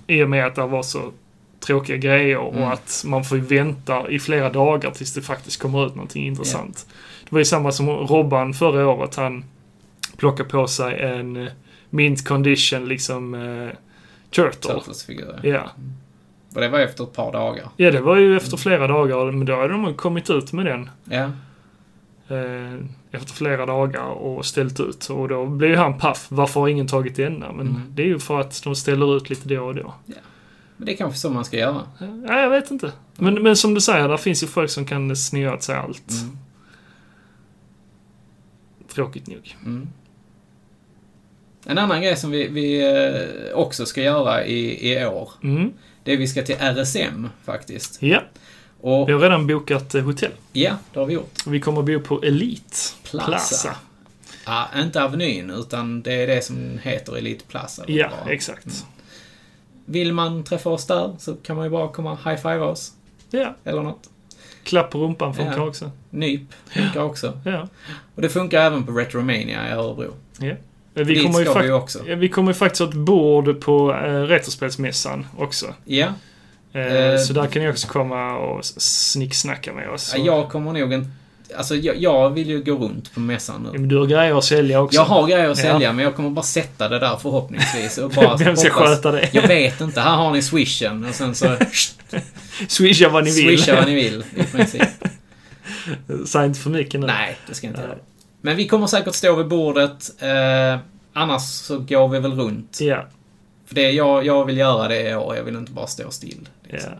[SPEAKER 2] I och med att det var så tråkiga grejer och
[SPEAKER 1] Mm.
[SPEAKER 2] att man får ju vänta i flera dagar tills det faktiskt kommer ut någonting intressant. Det var ju samma som Robban förra året. Han plockade på sig en eh, mint condition liksom eh, turtle.
[SPEAKER 1] Turtles-figurer.
[SPEAKER 2] Ja.
[SPEAKER 1] Och det var efter ett par dagar.
[SPEAKER 2] ja, det var ju efter flera dagar. Men då hade de ju kommit ut med den.
[SPEAKER 1] Ja.
[SPEAKER 2] eh, efter flera dagar och ställt ut. Och då blir ju han paff. Varför har ingen tagit denna? Men
[SPEAKER 1] Mm.
[SPEAKER 2] det är ju för att de ställer ut lite då och då.
[SPEAKER 1] Men det är kanske så man ska göra.
[SPEAKER 2] Eh, Nej, jag vet inte. Men, men som du säger, där finns ju folk som kan snöa åt sig allt.
[SPEAKER 1] Mm.
[SPEAKER 2] Tråkigt nog.
[SPEAKER 1] Mm. En annan grej som vi, vi eh, också ska göra i, i år,
[SPEAKER 2] Mm.
[SPEAKER 1] det är vi ska till RSM faktiskt.
[SPEAKER 2] Ja,
[SPEAKER 1] Och
[SPEAKER 2] vi har redan bokat eh, hotell.
[SPEAKER 1] ja, det har vi gjort.
[SPEAKER 2] Vi kommer bo på Elite
[SPEAKER 1] Plaza.
[SPEAKER 2] Plaza.
[SPEAKER 1] Ja, inte Avenyn, utan det är det som heter Elite Plaza. eller
[SPEAKER 2] Ja,
[SPEAKER 1] vad.
[SPEAKER 2] exakt.
[SPEAKER 1] Vill man träffa oss där så kan man ju bara komma och high-five oss,
[SPEAKER 2] Ja,
[SPEAKER 1] eller något.
[SPEAKER 2] klapp på rumpan funkar
[SPEAKER 1] Ja.
[SPEAKER 2] också.
[SPEAKER 1] Nyp funkar också.
[SPEAKER 2] Ja.
[SPEAKER 1] Och det funkar även på Retromania i Örebro.
[SPEAKER 2] Men
[SPEAKER 1] Vi
[SPEAKER 2] Vi
[SPEAKER 1] Dit
[SPEAKER 2] kommer, ju
[SPEAKER 1] ska vi ju
[SPEAKER 2] fak-
[SPEAKER 1] också.
[SPEAKER 2] ja, vi kommer ju faktiskt ha ett bord på eh, Retrospelsmässan också.
[SPEAKER 1] Ja,
[SPEAKER 2] Eh,
[SPEAKER 1] Eh,
[SPEAKER 2] så där kan ni också komma och s- snicksnacka med oss.
[SPEAKER 1] ja, jag kommer nog en... Alltså, jag, jag vill ju gå runt på mässan nu.
[SPEAKER 2] Ja, men Du har grejer att sälja också.
[SPEAKER 1] Jag har grejer att
[SPEAKER 2] Ja.
[SPEAKER 1] sälja, men jag kommer bara sätta det där förhoppningsvis. Och bara
[SPEAKER 2] Vem ska
[SPEAKER 1] hoppas-
[SPEAKER 2] sköta det?
[SPEAKER 1] Jag vet inte. Här har ni swishen och sen så
[SPEAKER 2] Swisha vad ni vill.
[SPEAKER 1] swisha vad ni vill i princip.
[SPEAKER 2] Säg inte för mycket nu.
[SPEAKER 1] Nej, det ska jag inte
[SPEAKER 2] Nej.
[SPEAKER 1] göra. Men vi kommer säkert stå vid bordet. Eh, annars så går vi väl runt.
[SPEAKER 2] Ja,
[SPEAKER 1] För det jag, jag vill göra det är år. Jag vill inte bara stå still.
[SPEAKER 2] ja.
[SPEAKER 1] Liksom.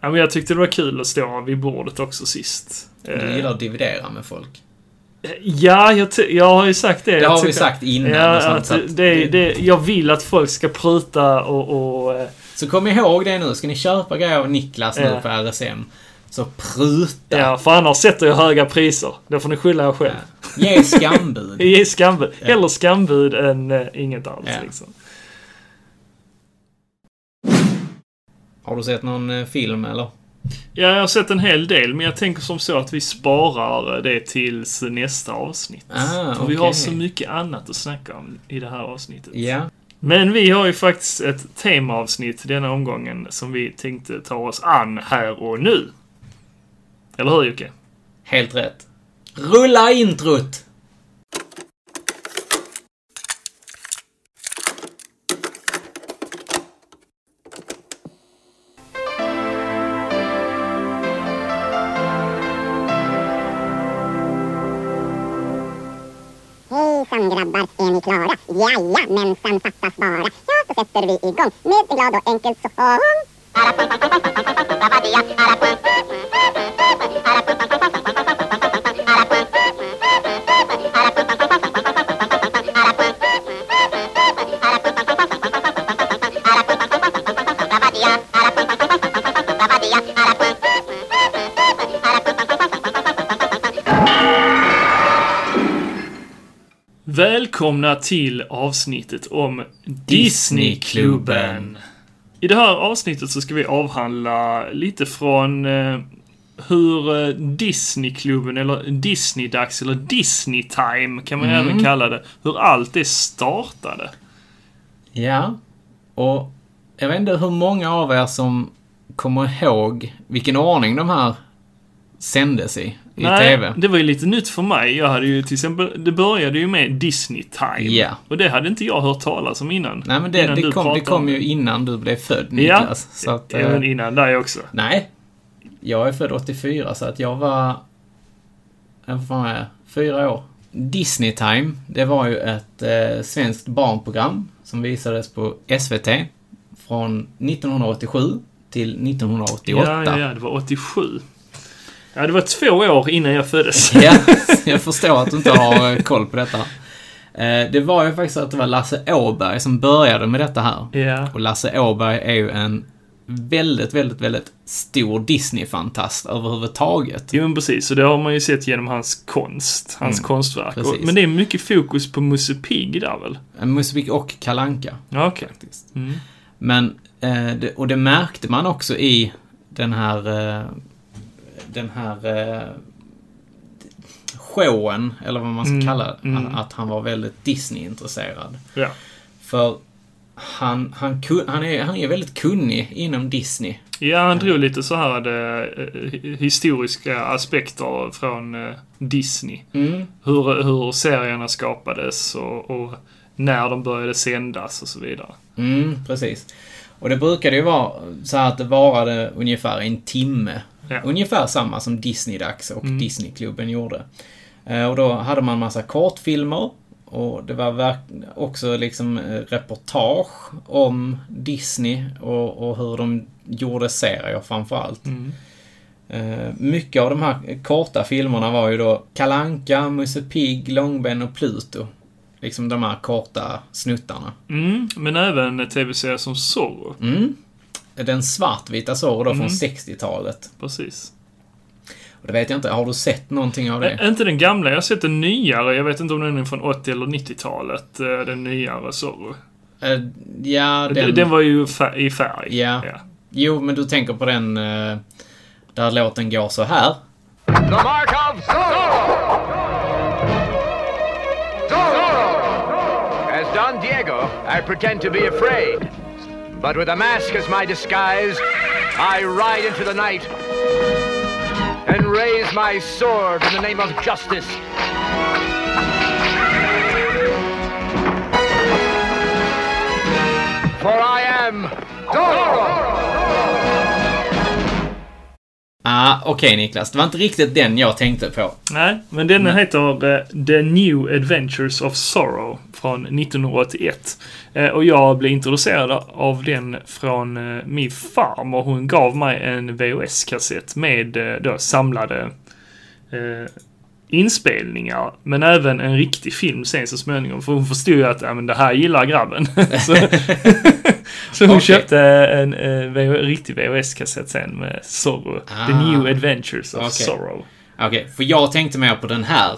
[SPEAKER 2] ja, men jag tyckte det var kul att stå vid bordet också sist.
[SPEAKER 1] Du
[SPEAKER 2] Eh,
[SPEAKER 1] gillar att dividera med folk.
[SPEAKER 2] Ja, jag, ty- jag har ju sagt det.
[SPEAKER 1] Det
[SPEAKER 2] Jag
[SPEAKER 1] har vi
[SPEAKER 2] tycker-
[SPEAKER 1] sagt innan. och
[SPEAKER 2] Ja,
[SPEAKER 1] sånt,
[SPEAKER 2] att
[SPEAKER 1] så,
[SPEAKER 2] det,
[SPEAKER 1] att
[SPEAKER 2] det, det, jag vill att folk ska pruta och... och eh,
[SPEAKER 1] så kom ihåg det nu. Ska ni köpa grejer av Niklas nu
[SPEAKER 2] Ja.
[SPEAKER 1] på RSM, så pruta.
[SPEAKER 2] ja, för annars sätter jag höga priser. Då får ni skylla er själv.
[SPEAKER 1] Ge skambud.
[SPEAKER 2] Ge skambud.
[SPEAKER 1] Ja.
[SPEAKER 2] Hellre skambud än eh, inget alls.
[SPEAKER 1] Ja.
[SPEAKER 2] Liksom.
[SPEAKER 1] Har du sett någon eh, film eller?
[SPEAKER 2] Ja, jag har sett en hel del, men jag tänker som så att vi sparar det tills nästa avsnitt.
[SPEAKER 1] Ah,
[SPEAKER 2] För vi har
[SPEAKER 1] okej.
[SPEAKER 2] så mycket annat att snacka om i det här avsnittet.
[SPEAKER 1] Ja.
[SPEAKER 2] Men vi har ju faktiskt ett temaavsnitt denna omgången som vi tänkte ta oss an här och nu. Eller hur Jocke?
[SPEAKER 1] Helt rätt. Rulla introt!
[SPEAKER 4] Hejsan grabbar, är ni klara? Jajamensan, fattas bara. Ja, så sätter vi igång med en glad och enkel sång.
[SPEAKER 2] Välkomna till avsnittet om Disneyklubben. I det här avsnittet så ska vi avhandla lite från eh, hur eh, Disneyklubben eller Disneydags eller Disneytime kan man
[SPEAKER 1] Mm.
[SPEAKER 2] även kalla det. Hur allt det startade.
[SPEAKER 1] Ja. Och jag vet inte hur många av er som kommer ihåg vilken ordning de här sändes i, i TV.
[SPEAKER 2] det var ju lite nytt för mig. Jag hade ju till exempel, det började ju med Disneytime.
[SPEAKER 1] Ja.
[SPEAKER 2] Och det hade inte jag hört talas om innan.
[SPEAKER 1] Nej, men det,
[SPEAKER 2] innan
[SPEAKER 1] det,
[SPEAKER 2] du
[SPEAKER 1] kom,
[SPEAKER 2] pratade
[SPEAKER 1] det
[SPEAKER 2] om
[SPEAKER 1] kom ju innan du blev född,
[SPEAKER 2] Ja,
[SPEAKER 1] Niklas. Så att, eh,
[SPEAKER 2] även innan dig också.
[SPEAKER 1] Nej. Jag är född 84, så att jag var... Vad fan är jag? Fyra år. Disney Time, det var ju ett eh, svenskt barnprogram som visades på SVT från 1987 till 1988.
[SPEAKER 2] Ja, ja, ja, det var 87. Ja, det var två år innan jag föddes.
[SPEAKER 1] Ja, jag förstår att du inte har eh, koll på detta. Eh, Det var ju faktiskt att det var Lasse Åberg som började med detta här.
[SPEAKER 2] Ja.
[SPEAKER 1] Och Lasse Åberg är ju en väldigt, väldigt, väldigt stor Disney-fantast överhuvudtaget.
[SPEAKER 2] Jo, men precis. Så det har man ju sett genom hans konst. Hans konstverk. Och,
[SPEAKER 1] precis.
[SPEAKER 2] men det är mycket fokus på Musse Pigg där väl?
[SPEAKER 1] Eh, Musvik och Kalanka
[SPEAKER 2] Ja, okej.
[SPEAKER 1] faktiskt.
[SPEAKER 2] Mm.
[SPEAKER 1] Men, eh, det, och det märkte man också i den här, eh, den här eh, showen, eller vad man ska
[SPEAKER 2] Mm,
[SPEAKER 1] kalla det,
[SPEAKER 2] mm.
[SPEAKER 1] att, att han var väldigt Disney-intresserad.
[SPEAKER 2] Ja.
[SPEAKER 1] För han, han, kun- han, är, han är väldigt kunnig inom Disney.
[SPEAKER 2] ja, han drog lite så här eh, historiska aspekter från eh, Disney. Hur, hur serierna skapades och, och när de började sändas och så vidare.
[SPEAKER 1] Mm, precis. Och det brukade ju vara så här att det varade ungefär en timme.
[SPEAKER 2] Ja. Mm.
[SPEAKER 1] Ungefär samma som Disney-dags och Disneyklubben gjorde. Eh, Och då hade man massa kortfilmer. Och det var verk- också liksom eh, reportage om Disney och, och hur de gjorde serier framförallt.
[SPEAKER 2] Mm.
[SPEAKER 1] Eh, Mycket av de här korta filmerna var ju då Kalanka, Musse Pigg, Långben och Pluto. Liksom de här korta snuttarna.
[SPEAKER 2] Mm, men även tv-serier som Zorro.
[SPEAKER 1] Mm. Den svartvita Zorro då
[SPEAKER 2] Mm.
[SPEAKER 1] från 60-talet.
[SPEAKER 2] Precis.
[SPEAKER 1] Och det vet jag inte, har du sett någonting av det?
[SPEAKER 2] Ä- Inte den gamla, jag har sett den nyare. Jag vet inte om den är från 80 eller 90-talet. eh, Den nyare Zorro.
[SPEAKER 1] Eh, ja,
[SPEAKER 2] Den,
[SPEAKER 1] den...
[SPEAKER 2] den var ju fär- i färg.
[SPEAKER 1] Ja. Jo, men du tänker på den eh, där låten går så här.
[SPEAKER 3] The mark of Zorro! Zorro! As Don Diego, I pretend to be afraid. But with a mask as my disguise, I ride into the night and raise my sword in the name of justice. For I am Zorro!
[SPEAKER 1] Ah, okej Niklas. Det var inte riktigt den jag tänkte på.
[SPEAKER 2] Nej, men den heter eh, The New Adventures of Zorro från 1981. Eh, och jag blev introducerad av den från eh, min farmor. Hon gav mig en VHS-kassett med eh, då samlade eh, inspelningar, men även en riktig film sen så småningom. För hon förstod ju att ja, men det här gillar grabben. så så hon
[SPEAKER 1] Okej.
[SPEAKER 2] köpte en, eh, VH riktig VHS-kassett sen med Zorro. The
[SPEAKER 1] Ah.
[SPEAKER 2] New Adventures of
[SPEAKER 1] Okej.
[SPEAKER 2] Zorro.
[SPEAKER 1] Okej, för jag tänkte mer på den här.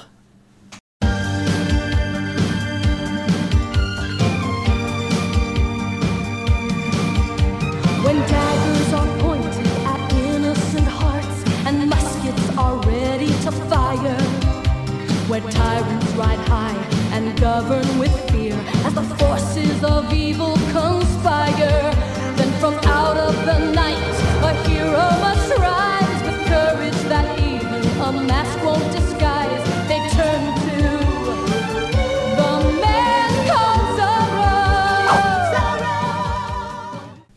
[SPEAKER 5] When daggers are pointed at innocent hearts and muskets are ready to fire. Where tyrants ride high and govern with fear as the forces of evil conspire. Then from out of the night a hero must rise with courage that even a mask won't disguise. They turn to the man called Zorro.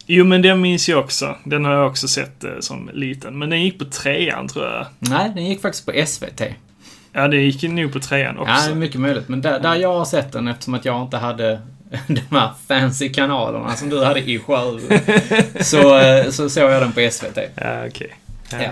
[SPEAKER 2] Jo, men den minns jag också. Den har jag också sett eh, som liten. Men den gick på trean, tror jag.
[SPEAKER 1] Nej, den gick faktiskt på SVT.
[SPEAKER 2] Ja, den gick nog på trean också.
[SPEAKER 1] Ja, det är mycket möjligt. Men där,
[SPEAKER 2] Mm.
[SPEAKER 1] där jag har sett den, eftersom att jag inte hade de här fancy kanalerna som du hade i själv, så, eh, så såg jag den på SVT.
[SPEAKER 2] Ja, okej.
[SPEAKER 1] Ja. Eh,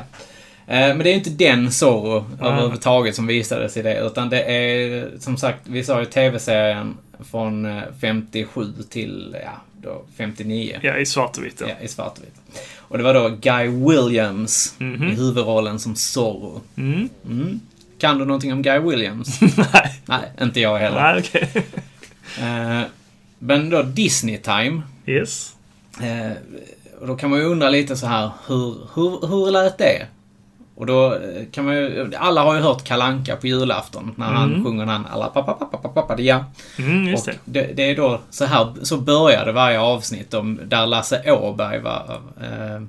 [SPEAKER 1] Men det är inte den Zorro överhuvudtaget som visades i det, utan det är som sagt, vi sa ju TV-serien från eh, 57 till ja, då 59.
[SPEAKER 2] Ja, i svartvitt. Ja.
[SPEAKER 1] Ja, i svartvitt. Och det var då Guy Williams i huvudrollen som Zorro. Mhm. Mm. Kan du någonting om Guy Williams?
[SPEAKER 2] Nej.
[SPEAKER 1] Nej, inte jag heller.
[SPEAKER 2] Nej, okej.
[SPEAKER 1] Eh, men då Disney Time.
[SPEAKER 2] Yes.
[SPEAKER 1] Eh, och då kan man ju undra lite så här, hur, hur, hur lät det? Och då eh, kan man ju, alla har ju hört Kalanka på julafton när han sjunger den alla pappa pappa pappa pappa ja.
[SPEAKER 2] Mm, just
[SPEAKER 1] Och
[SPEAKER 2] det.
[SPEAKER 1] det, det är då så här, så började varje avsnitt om, där Lasse Åberg var eh,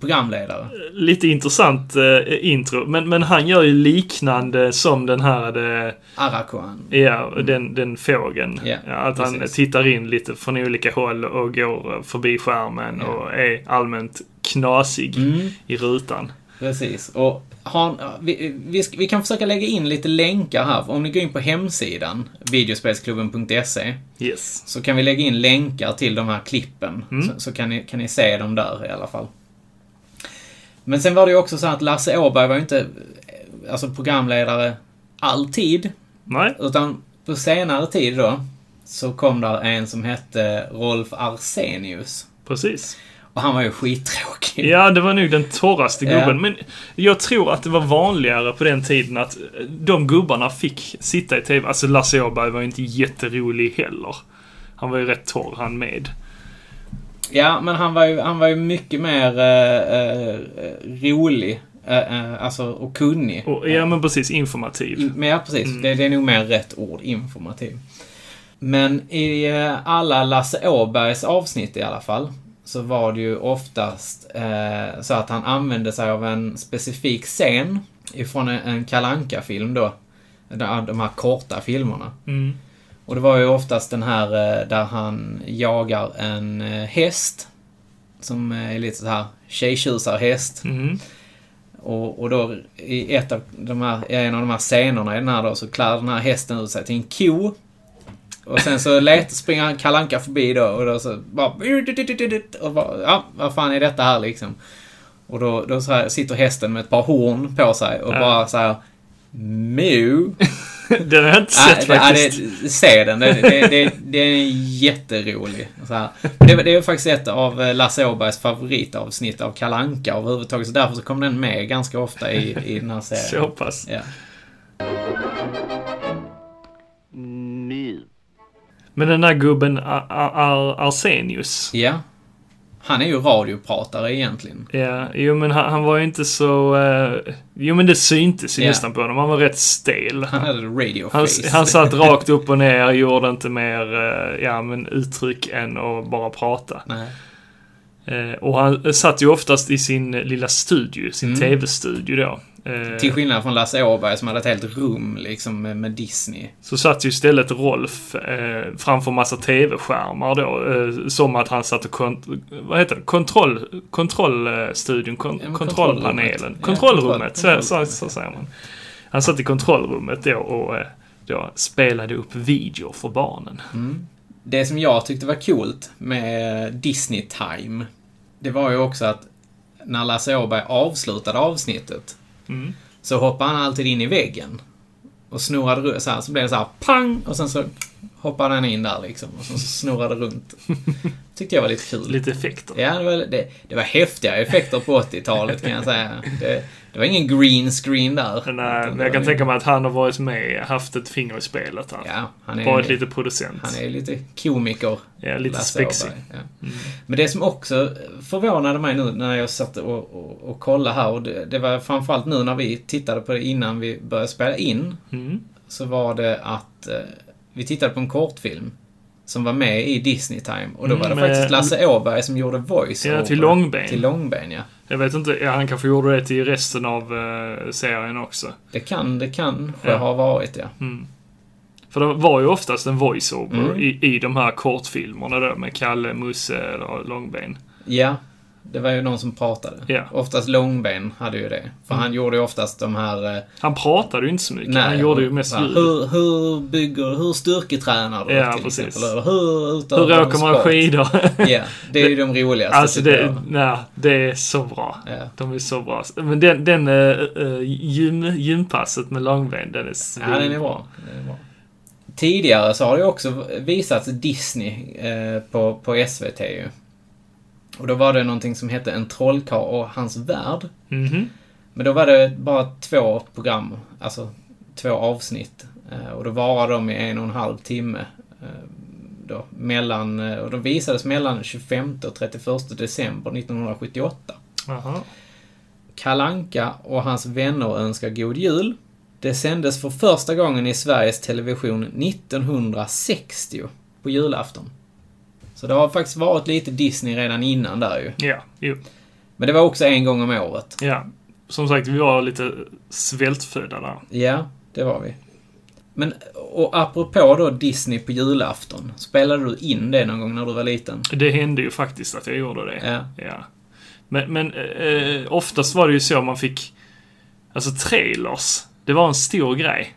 [SPEAKER 1] programledare.
[SPEAKER 2] Lite intressant eh, intro. Men, men han gör ju liknande som den här eh,
[SPEAKER 1] Arakoan.
[SPEAKER 2] Ja, den, den fågeln.
[SPEAKER 1] Mm. Ja,
[SPEAKER 2] ja, att han
[SPEAKER 1] precis.
[SPEAKER 2] tittar in lite från olika håll och går eh, förbi skärmen
[SPEAKER 1] Ja. Mm.
[SPEAKER 2] och är allmänt knasig i rutan.
[SPEAKER 1] Precis. Och har, vi, vi, ska- vi kan försöka lägga in lite länkar här. Om ni går in på hemsidan, videospelsklubben.se,
[SPEAKER 2] Yes.
[SPEAKER 1] så kan vi lägga in länkar till de här klippen. Så, så kan, ni, kan ni se dem där i alla fall. Men sen var det ju också så att Lasse Åberg var ju inte eh, alltså programledare alltid.
[SPEAKER 2] Nej,
[SPEAKER 1] Utan på senare tid då, så kom där en som hette Rolf Arsenius.
[SPEAKER 2] precis.
[SPEAKER 1] Och han var ju skittråkig.
[SPEAKER 2] Ja, det var nog den torraste
[SPEAKER 1] Ja.
[SPEAKER 2] gubben. Men jag tror att det var vanligare på den tiden att eh, de gubbarna fick sitta i TV. Alltså Lasse Åberg var ju inte jätterolig heller. Han var ju rätt torr han med.
[SPEAKER 1] Ja, men han var ju, han var ju mycket mer eh, eh, rolig. eh, eh, alltså, och kunnig.
[SPEAKER 2] Och, ja, men precis. Informativ.
[SPEAKER 1] In- Mm, Men ja, precis.
[SPEAKER 2] Mm.
[SPEAKER 1] Det, det är nog mer rätt ord. Informativ. Men i eh, alla Lasse Åbergs avsnitt i alla fall så var det ju oftast eh, så att han använde sig av en specifik scen ifrån en, en kalanka film då. De, de här korta filmerna.
[SPEAKER 2] Mm.
[SPEAKER 1] Och det var ju oftast den här eh, där han jagar en eh, häst. Som eh, är lite så här tjejtjusarhäst.
[SPEAKER 2] Mm.
[SPEAKER 1] Och, och då i ett av de här, i en av de här scenerna i den här då så klär den här hästen ut sig till en ko. Och sen så let, springer han kalanka förbi då och då så bara... Och bara ja, vad fan är detta här liksom? Och då, då så här, sitter hästen med ett par horn på sig och
[SPEAKER 2] Ja.
[SPEAKER 1] bara så här... Mu.
[SPEAKER 2] Den har jag inte
[SPEAKER 1] Nej, det-
[SPEAKER 2] sett
[SPEAKER 1] nej,
[SPEAKER 2] faktiskt.
[SPEAKER 1] det, se den. Det, det, det, det är jätterolig. Så här. Det, det är faktiskt ett av eh, Lasse Åbergs favoritavsnitt av Kalanka överhuvudtaget. Så därför så kom den med ganska ofta i, i den här
[SPEAKER 2] Så
[SPEAKER 1] serien.
[SPEAKER 2] pass.
[SPEAKER 1] Ja.
[SPEAKER 2] Men den där gubben Ar- Ar- Arsenius.
[SPEAKER 1] ja. Han är ju radiopratare egentligen.
[SPEAKER 2] Ja, jo men han, han var ju inte så... eh, jo men det syntes ju
[SPEAKER 1] Ja.
[SPEAKER 2] nästan på honom. Han var rätt stel.
[SPEAKER 1] Han hade radio
[SPEAKER 2] Han,
[SPEAKER 1] face.
[SPEAKER 2] han satt rakt upp och ner, gjorde inte mer eh, ja, men uttryck än att bara prata.
[SPEAKER 1] Nej.
[SPEAKER 2] Eh, och han satt ju oftast i sin lilla studio, sin
[SPEAKER 1] Mm.
[SPEAKER 2] TV-studio då. Eh,
[SPEAKER 1] Till skillnad från Lasse Åberg som hade ett helt rum liksom med, med Disney.
[SPEAKER 2] Så satt ju istället Rolf eh, framför massa TV-skärmar då. Eh, som att han satt och kont- vad heter det? Kontroll, kontrollstudion, kon-
[SPEAKER 1] Ja, men
[SPEAKER 2] kontrollpanelen.
[SPEAKER 1] kontrollrummet. Ja,
[SPEAKER 2] Kontrollrummet, så,
[SPEAKER 1] kontroll-
[SPEAKER 2] så, så säger man. Han satt i kontrollrummet då och eh, då spelade upp videor för barnen.
[SPEAKER 1] Mm. Det som jag tyckte var coolt med Disney Time, det var ju också att när Lasse Åberg avslutade avsnittet
[SPEAKER 2] Mm.
[SPEAKER 1] så hoppade han alltid in i väggen och snurrade runt så här, så blev det så här pang och sen så hoppade han in där liksom och sen så snurrade runt. Tyckte jag var lite kul.
[SPEAKER 2] Lite effekter.
[SPEAKER 1] Ja, det var, det, det var häftiga effekter på 80-talet kan jag säga. Det, det var ingen green screen där.
[SPEAKER 2] Men, eh,
[SPEAKER 1] Utan
[SPEAKER 2] men
[SPEAKER 1] det
[SPEAKER 2] jag kan
[SPEAKER 1] var-
[SPEAKER 2] tänka mig att han har varit med, haft ett finger i spelet här.
[SPEAKER 1] Ja, han är,
[SPEAKER 2] Varit lite producent.
[SPEAKER 1] han är lite komiker.
[SPEAKER 2] ja, lite
[SPEAKER 1] Lasse
[SPEAKER 2] spexig. Mm.
[SPEAKER 1] Åberg, Ja. Men det som också förvånade mig nu när jag satt och, och, och kollade här och det, det var framförallt nu när vi tittade på det innan vi började spela in.
[SPEAKER 2] Mm.
[SPEAKER 1] Så var det att eh, vi tittade på en kortfilm som var med i Disney Time och då var det
[SPEAKER 2] Mm,
[SPEAKER 1] faktiskt
[SPEAKER 2] med-
[SPEAKER 1] Lasse Åberg som gjorde voice
[SPEAKER 2] Ja, till Långben.
[SPEAKER 1] Till Långben, ja.
[SPEAKER 2] Jag vet inte, ja, han kanske gjorde det till resten av eh, serien också.
[SPEAKER 1] Det kan, det kanske
[SPEAKER 2] Ja. Mm.
[SPEAKER 1] har varit, ja.
[SPEAKER 2] För det var ju oftast en voiceover
[SPEAKER 1] Mm.
[SPEAKER 2] i, i de här kortfilmerna då med Kalle, Musse eller Långben.
[SPEAKER 1] Ja, det var ju någon som pratade.
[SPEAKER 2] Ja. Mm.
[SPEAKER 1] Oftast Långben hade ju det. För han gjorde ju oftast de här... eh,
[SPEAKER 2] Han pratade ju inte så mycket, han gjorde ju mest
[SPEAKER 1] va,
[SPEAKER 2] ljud. Hur,
[SPEAKER 1] Hur, hur bygger, hur styrketränar du
[SPEAKER 2] Ja,
[SPEAKER 1] till
[SPEAKER 2] precis.
[SPEAKER 1] exempel? Eller hur utövar du
[SPEAKER 2] åker man
[SPEAKER 1] sport?
[SPEAKER 2] skidor?
[SPEAKER 1] Ja, det är ju de roligaste
[SPEAKER 2] alltså
[SPEAKER 1] tycker
[SPEAKER 2] det,
[SPEAKER 1] jag.
[SPEAKER 2] nej, det är så bra.
[SPEAKER 1] Ja.
[SPEAKER 2] De är så bra. Men den, den eh, eh, gym, gympasset med Långben, den är svin.
[SPEAKER 1] Ja, den är bra. Den är bra. Tidigare så har det också visats Disney eh, på, på SVT ju. Och då var det någonting som hette En trollkarl och hans värld.
[SPEAKER 2] Mhm.
[SPEAKER 1] Men då var det bara två program, alltså två avsnitt. Eh, och då varar de i en och en halv timme. Eh, då, mellan, eh, och de visades mellan 25 och 31 december 1978.
[SPEAKER 2] Aha.
[SPEAKER 1] Kalanka och hans vänner önskar god jul. Det sändes för första gången i Sveriges Television 1960 på julafton. Så det har faktiskt varit lite Disney redan innan där ju.
[SPEAKER 2] Ja, jo.
[SPEAKER 1] Men det var också en gång om året.
[SPEAKER 2] Ja. Som sagt, vi var lite svältfödda där.
[SPEAKER 1] Ja, det var vi. Men, och apropå då Disney på julafton. Spelade du in det någon gång när du var liten?
[SPEAKER 2] Det hände ju faktiskt att jag gjorde det.
[SPEAKER 1] Ja.
[SPEAKER 2] Men, men eh, oftast var det ju så man fick... Alltså trailers. Det var en stor grej.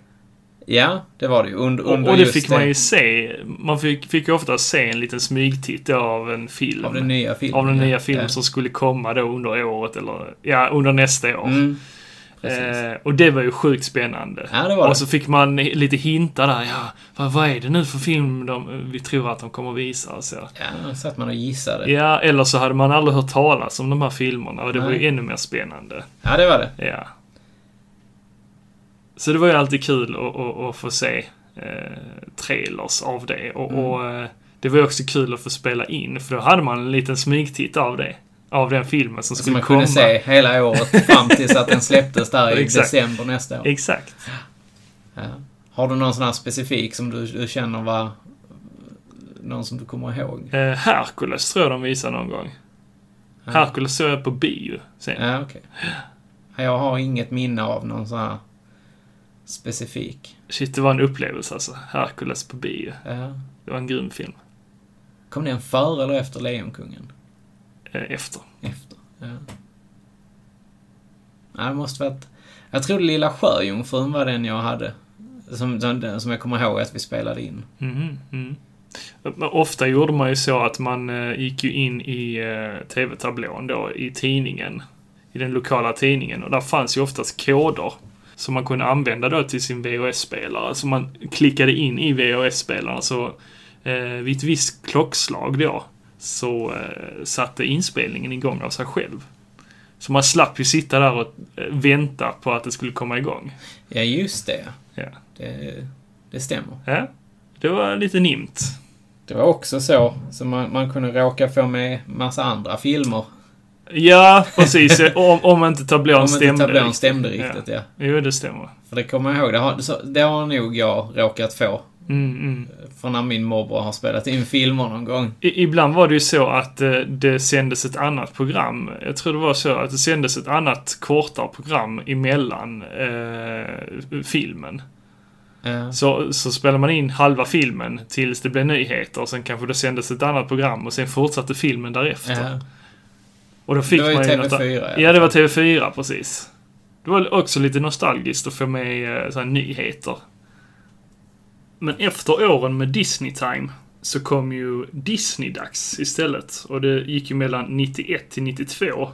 [SPEAKER 1] Ja, det var det ju. Under,
[SPEAKER 2] Och,
[SPEAKER 1] under
[SPEAKER 2] och det
[SPEAKER 1] just
[SPEAKER 2] fick man ju se. Man fick, fick ju ofta se en liten smygtitt då av en film.
[SPEAKER 1] Av den nya filmen.
[SPEAKER 2] av den
[SPEAKER 1] ja.
[SPEAKER 2] nya film
[SPEAKER 1] Ja.
[SPEAKER 2] som skulle komma då under året eller ja, under nästa år.
[SPEAKER 1] Mm, precis.
[SPEAKER 2] Eh, och det var ju sjukt spännande.
[SPEAKER 1] Ja, det var
[SPEAKER 2] och
[SPEAKER 1] det.
[SPEAKER 2] så fick man lite hintar där. Ja, vad, vad är det nu för film de, vi tror att de kommer visa? Och så.
[SPEAKER 1] Ja, så att man och gissade.
[SPEAKER 2] Ja, eller så hade man aldrig hört talas om de här filmerna och det var ju
[SPEAKER 1] Nej.
[SPEAKER 2] ännu mer spännande.
[SPEAKER 1] Ja, det var det.
[SPEAKER 2] Ja. Så det var ju alltid kul att, att, att få se eh, trailers av det. Och,
[SPEAKER 1] Mm.
[SPEAKER 2] och eh, det var ju också kul att få spela in, för då hade man en liten smygtitt av det. Av den filmen som
[SPEAKER 1] Som
[SPEAKER 2] skulle
[SPEAKER 1] man
[SPEAKER 2] komma.
[SPEAKER 1] kunde se hela året fram tills att den släpptes där i
[SPEAKER 2] Exakt.
[SPEAKER 1] december nästa år.
[SPEAKER 2] Exakt.
[SPEAKER 1] Ja. Har du någon sån här specifik som du, du känner var... Någon som du kommer ihåg?
[SPEAKER 2] Eh, Hercules tror jag de visade någon gång. Hercules såg jag på bio sen.
[SPEAKER 1] Ja, okej. Jag har inget minne av någon sån här specifik.
[SPEAKER 2] Shit, det var en upplevelse alltså. Hercules på bio.
[SPEAKER 1] Ja.
[SPEAKER 2] Det var en grym film.
[SPEAKER 1] Kom den före eller efter Lejonkungen?
[SPEAKER 2] Eh, efter.
[SPEAKER 1] Efter. Ja. Nej, det måste varit... Jag tror Lilla Sjöjungfrun var den jag hade. Som, som, som jag kommer ihåg att vi spelade in.
[SPEAKER 2] Mhm, mm. Men Ofta gjorde man ju så att man eh, gick ju in i eh, tv-tablån då i tidningen. I den lokala tidningen. Och där fanns ju oftast koder. Som man kunde använda då till sin VHS-spelare. Så man klickade in i VHS-spelaren så eh, vid ett visst klockslag då så eh, satte inspelningen igång av sig själv. Så man slapp ju sitta där och eh, vänta på att det skulle komma igång.
[SPEAKER 1] Ja, just det.
[SPEAKER 2] Ja.
[SPEAKER 1] Det, det stämmer.
[SPEAKER 2] Ja. Det var lite nimt.
[SPEAKER 1] Det var också så, så man, man kunde råka få med massa andra filmer.
[SPEAKER 2] Ja, precis. Om, om inte tablån
[SPEAKER 1] Om
[SPEAKER 2] stämde.
[SPEAKER 1] inte tablån
[SPEAKER 2] riktigt.
[SPEAKER 1] stämde riktigt, ja.
[SPEAKER 2] Jo, det stämmer.
[SPEAKER 1] För det kommer jag ihåg, det har, så, det har nog jag råkat få.
[SPEAKER 2] Mm, mm.
[SPEAKER 1] Från när min morbror har spelat in filmer någon gång.
[SPEAKER 2] I, ibland var det ju så att eh, det sändes ett annat program. Jag tror det var så att det sändes ett annat kortare program emellan eh, filmen.
[SPEAKER 1] Ja.
[SPEAKER 2] Så, så spelade man in halva filmen tills det blev nyheter och sen kanske det sändes ett annat program och sen fortsatte filmen därefter.
[SPEAKER 1] Ja.
[SPEAKER 2] Och då fick
[SPEAKER 1] Det var ju
[SPEAKER 2] man något-
[SPEAKER 1] TV4, ja. liksom.
[SPEAKER 2] Ja, det var TV4 precis. Det var också lite nostalgiskt att få med eh, så här, nyheter. Men efter åren med Disney Time så kom ju Disney-dags istället. Och det gick ju mellan 91 till 92.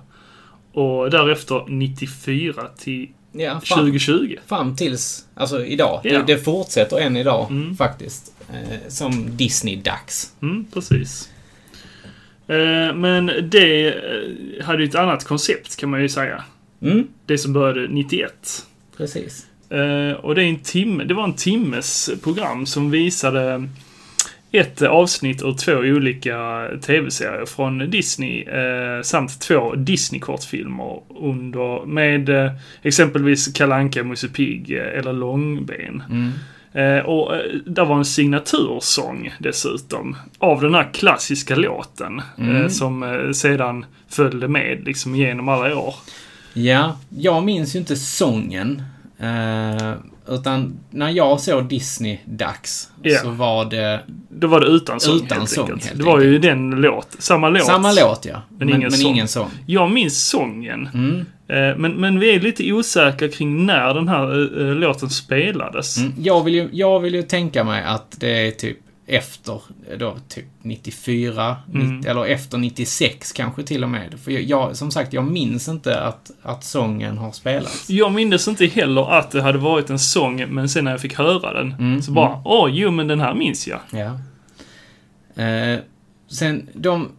[SPEAKER 2] Och därefter 94 till
[SPEAKER 1] ja, fram,
[SPEAKER 2] 2020.
[SPEAKER 1] fram tills, alltså idag.
[SPEAKER 2] Ja.
[SPEAKER 1] Det, det fortsätter än idag, faktiskt. Eh, som Disney-dags.
[SPEAKER 2] Mm, precis. Eh, Men det eh, hade ju ett annat koncept kan man ju säga.
[SPEAKER 1] Mm,
[SPEAKER 2] Det som började 91.
[SPEAKER 1] precis.
[SPEAKER 2] Eh, och det, är en timme, det var en timmes program som visade ett avsnitt ur två olika tv-serier från Disney eh, samt två Disney-kortfilmer under, med eh, exempelvis Kalle Anka, Musse Pigg eh, eller Långben. Eh, och eh, där var en signatursång dessutom av den här klassiska låten eh, som eh, sedan följde med liksom genom alla år.
[SPEAKER 1] Ja, jag minns ju inte sången. Eh, utan när jag såg Disney-dags
[SPEAKER 2] Ja.
[SPEAKER 1] så var det
[SPEAKER 2] Då var det utan sång
[SPEAKER 1] Utan
[SPEAKER 2] helt
[SPEAKER 1] sång,
[SPEAKER 2] enkelt.
[SPEAKER 1] helt
[SPEAKER 2] det var ju
[SPEAKER 1] enkelt.
[SPEAKER 2] den låt, samma låt.
[SPEAKER 1] samma låt ja. Men,
[SPEAKER 2] ingen
[SPEAKER 1] men,
[SPEAKER 2] sång.
[SPEAKER 1] ingen sång.
[SPEAKER 2] Jag minns sången.
[SPEAKER 1] Mm.
[SPEAKER 2] Eh, Men, men vi är lite osäkra kring när den här eh, eh, låten spelades.
[SPEAKER 1] Mm, Jag vill, ju, jag vill ju tänka mig att det är typ efter då, typ 94,
[SPEAKER 2] Mm.
[SPEAKER 1] 90, eller efter 96 kanske till och med. För jag, jag, som sagt, jag minns inte att, att sången har spelats.
[SPEAKER 2] Jag minns inte heller att det hade varit en sång, men sen när jag fick höra den
[SPEAKER 1] Mm.
[SPEAKER 2] så bara, åh, jo, men den här minns jag.
[SPEAKER 1] Ja. Eh, sen, de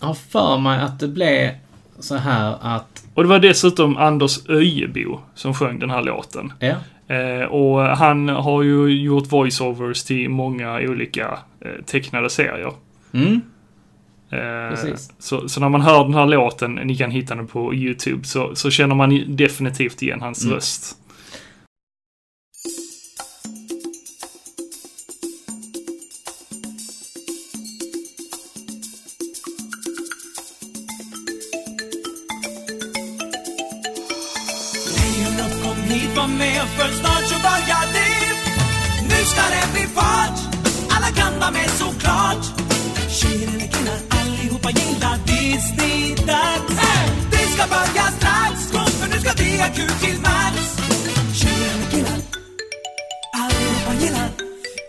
[SPEAKER 1] jag har för mig att det blev så här att...
[SPEAKER 2] Och det var dessutom Anders Öjebo som sjöng den här låten.
[SPEAKER 1] Ja,
[SPEAKER 2] Eh, och han har ju gjort voiceovers till många olika eh, tecknade serier.
[SPEAKER 1] Mm.
[SPEAKER 2] Eh,
[SPEAKER 6] Precis.
[SPEAKER 2] så, så när man hör den här låten, ni kan hitta den på YouTube, så, så känner man ju definitivt igen hans
[SPEAKER 1] Mm.
[SPEAKER 2] röst.
[SPEAKER 7] Lejonet kom hit, var med, för snart så börjar det Nu ska det bli fart, alla kan vara med såklart Kyrillikerna allihopa gillar Disney-dags Det ska börja strax, kom för nu ska vi ha kul till max Kyrillikerna allihopa gillar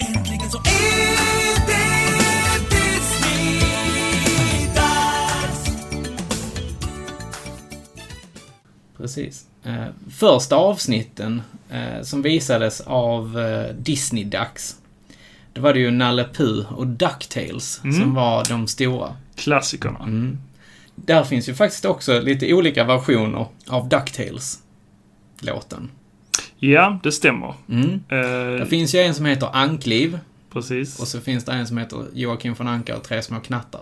[SPEAKER 7] Äntligen så är det Disney-dags
[SPEAKER 1] Precis. Eh, första avsnitten eh, som visades av eh, Disney Ducks. Det var det ju Nalle Puh och Ducktails som var de stora.
[SPEAKER 2] Klassikerna.
[SPEAKER 1] Mm. Där finns ju faktiskt också lite olika versioner av Ducktails-låten.
[SPEAKER 2] Ja, det stämmer.
[SPEAKER 1] Det
[SPEAKER 2] Eh,
[SPEAKER 1] finns ju en som heter Ankliv
[SPEAKER 2] precis.
[SPEAKER 1] Mm. och så finns det en som heter Joakim von Anka och Tre små knattar.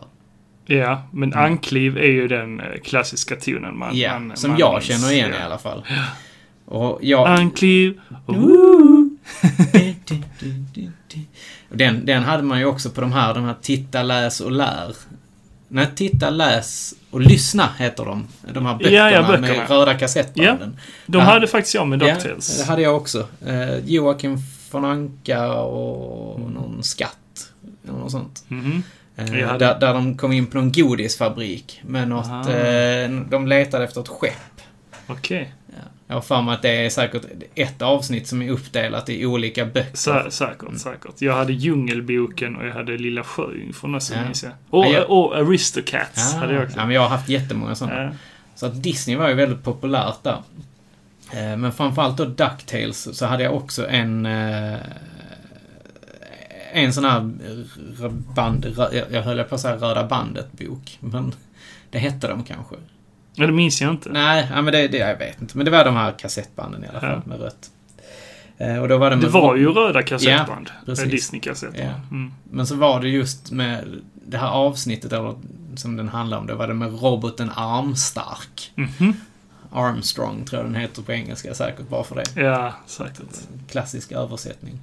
[SPEAKER 2] Ja, men ankliv är ju den eh, klassiska tonen man...
[SPEAKER 1] Mm. Ja,
[SPEAKER 2] man,
[SPEAKER 1] som
[SPEAKER 2] man
[SPEAKER 1] jag
[SPEAKER 2] minns.
[SPEAKER 1] känner igen
[SPEAKER 2] Ja.
[SPEAKER 1] i alla fall. Och jag...
[SPEAKER 2] Ankliv.
[SPEAKER 1] Mm. Den, den hade man ju också på de här, de här Titta, läs och lär. Nej, Titta, läs och lyssna heter de. De här böckerna,
[SPEAKER 2] Ja, ja, böckerna.
[SPEAKER 1] med röda kassettbanden.
[SPEAKER 2] De
[SPEAKER 1] Ja.
[SPEAKER 2] hade faktiskt jag med
[SPEAKER 1] Ja,
[SPEAKER 2] DuckTales.
[SPEAKER 1] det hade jag också. Eh, Joakim von Anka och någon skatt. Eller något sånt.
[SPEAKER 2] Mhm.
[SPEAKER 1] Eh,
[SPEAKER 2] Mm. Jag hade-
[SPEAKER 1] där, där de kom in på någon godisfabrik. Med något,
[SPEAKER 2] Aha.
[SPEAKER 1] eh, de letade efter ett skepp.
[SPEAKER 2] Okej.
[SPEAKER 1] Jag har för mig att det är säkert ett avsnitt som är uppdelat i olika böcker.
[SPEAKER 2] Sä- säkert,
[SPEAKER 1] Mm.
[SPEAKER 2] säkert. Jag hade Djungelboken och jag hade Lilla Sjöjungfrun också
[SPEAKER 1] Ja.
[SPEAKER 2] minns jag. Och,
[SPEAKER 1] Ja, jag-
[SPEAKER 2] och Aristocats
[SPEAKER 1] Ah,
[SPEAKER 2] hade jag också.
[SPEAKER 1] ja, men jag har haft jättemånga sådana.
[SPEAKER 2] Ja.
[SPEAKER 1] Så att Disney var ju väldigt populärt där. Eh, Men framförallt då DuckTales så hade jag också en... eh, En sån här r- band... rö- jag- Jag höll på att säga Röda Bandet-bok. Men det hette de kanske.
[SPEAKER 2] Ja, det minns jag inte.
[SPEAKER 1] Nej, ja, men det, det... Jag vet inte. Men det var de här kassettbanden i alla fall
[SPEAKER 2] Ja.
[SPEAKER 1] med rött. Eh, Och då var det,
[SPEAKER 2] Det
[SPEAKER 1] med
[SPEAKER 2] var ju röda kassettband.
[SPEAKER 1] Ja,
[SPEAKER 2] Ja,
[SPEAKER 1] precis.
[SPEAKER 2] Disney-kassetter.
[SPEAKER 1] Ja.
[SPEAKER 2] Mm.
[SPEAKER 1] Men så var det just med det här avsnittet eller, som den handlar om. Då var det med roboten Armstark.
[SPEAKER 2] Mhm.
[SPEAKER 1] Armstrong tror jag den heter på engelska säkert bara för det.
[SPEAKER 2] Ja, säkert.
[SPEAKER 1] Klassisk översättning.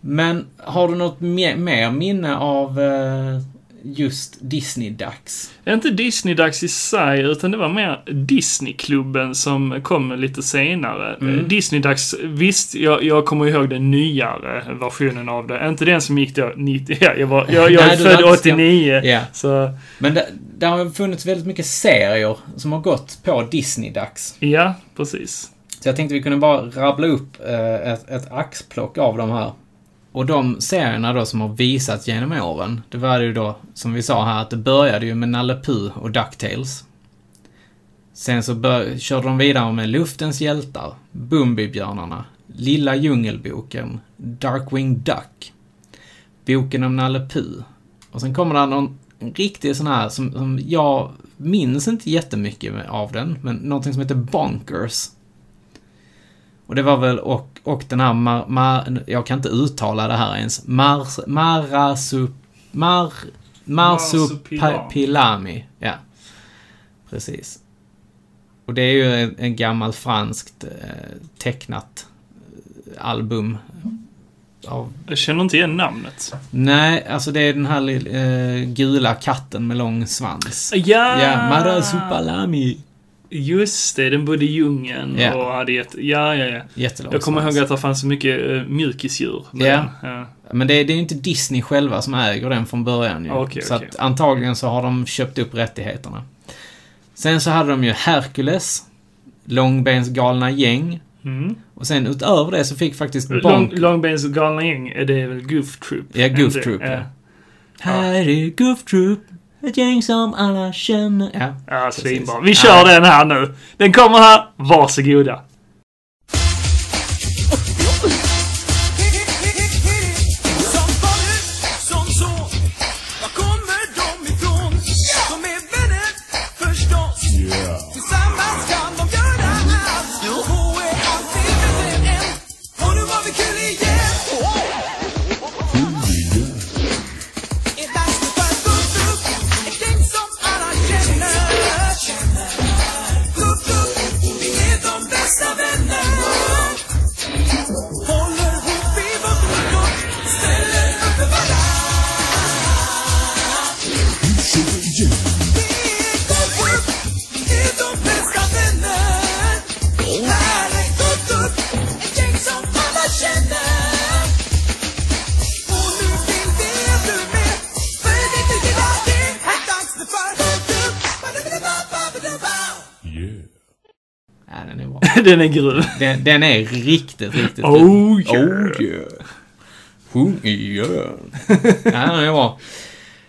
[SPEAKER 1] Men har du något me- mer minne av eh, just Disney-dags?
[SPEAKER 2] Inte Disney-dags i sig, utan det var mer Disneyklubben som kom lite senare.
[SPEAKER 1] Mm.
[SPEAKER 2] Eh, Disney-dags, visst, jag, jag kommer ihåg den nyare versionen av det. Inte den som gick då 90, ja, jag, var, jag, jag
[SPEAKER 1] Nej,
[SPEAKER 2] är
[SPEAKER 1] du var
[SPEAKER 2] född
[SPEAKER 1] inte så-
[SPEAKER 2] 89.
[SPEAKER 1] Ja.
[SPEAKER 2] Så,
[SPEAKER 1] Men det, det har ju funnits väldigt mycket serier som har gått på Disney-dags.
[SPEAKER 2] ja, precis.
[SPEAKER 1] Så jag tänkte vi kunde bara rabbla upp eh, ett, ett axplock av de här. Och de serierna då som har visats genom åren, det var ju då, som vi sa här, att det började ju med Nalle Puh och Ducktails. Sen så bör, körde de vidare med Luftens hjältar, Bumbibjörnarna, Lilla Djungelboken, Darkwing Duck, Boken om Nalle Puh. Och sen kommer det någon en riktig sån här som, som jag minns inte jättemycket med- av den, men någonting som heter Bonkers. Och det var väl och, och den här mar, mar, jag kan inte uttala det här ens, mars, marasup, mar, marsupilami. Ja, precis. Och det är ju en, en gammal franskt eh, tecknat eh, album av
[SPEAKER 2] Jag känner inte igen namnet.
[SPEAKER 1] Nej, alltså det är den här lilla, eh, gula katten med lång svans.
[SPEAKER 2] Ja!
[SPEAKER 1] Ja, Marazupalami.
[SPEAKER 2] Just det, den bodde i djungeln
[SPEAKER 1] Ja.
[SPEAKER 2] och hade gett, ja, ja, ja.
[SPEAKER 1] Jättelång
[SPEAKER 2] Jag kommer
[SPEAKER 1] svans.
[SPEAKER 2] ihåg att det fanns så mycket uh, mjukisdjur. med
[SPEAKER 1] Ja.
[SPEAKER 2] den. Ja.
[SPEAKER 1] Men det, det är ju inte Disney själva som äger den från början ju.
[SPEAKER 2] Ah, okej,
[SPEAKER 1] så
[SPEAKER 2] okej.
[SPEAKER 1] att antagligen så har de köpt upp rättigheterna. Sen så hade de ju Hercules, Långbens galna gäng.
[SPEAKER 2] Mm.
[SPEAKER 1] Och sen utöver det så fick faktiskt
[SPEAKER 2] Lång,
[SPEAKER 1] Bonk...
[SPEAKER 2] Långbens galna gäng, är det väl Goof Troop?
[SPEAKER 1] Ja, Goof
[SPEAKER 2] Inte-
[SPEAKER 1] Troop, ja.
[SPEAKER 2] ja.
[SPEAKER 1] Här är Goof Troop, ett gäng som alla känner. Ja.
[SPEAKER 2] Ja, svinbra. Vi
[SPEAKER 1] Precis.
[SPEAKER 2] kör
[SPEAKER 1] Ja.
[SPEAKER 2] den här nu. Den kommer här. Varsågoda.
[SPEAKER 7] Som faller, som son. Var kommer de ifrån? De är vänner E förstås. Tillsammans kan de göra allt. Två är alltid E
[SPEAKER 1] Ja, den är bra.
[SPEAKER 2] Den är grym.
[SPEAKER 1] Den, den är riktigt, riktigt
[SPEAKER 2] Oh,
[SPEAKER 1] grym.
[SPEAKER 2] yeah.
[SPEAKER 1] Oh yeah. Oh yeah. Ja, den är bra.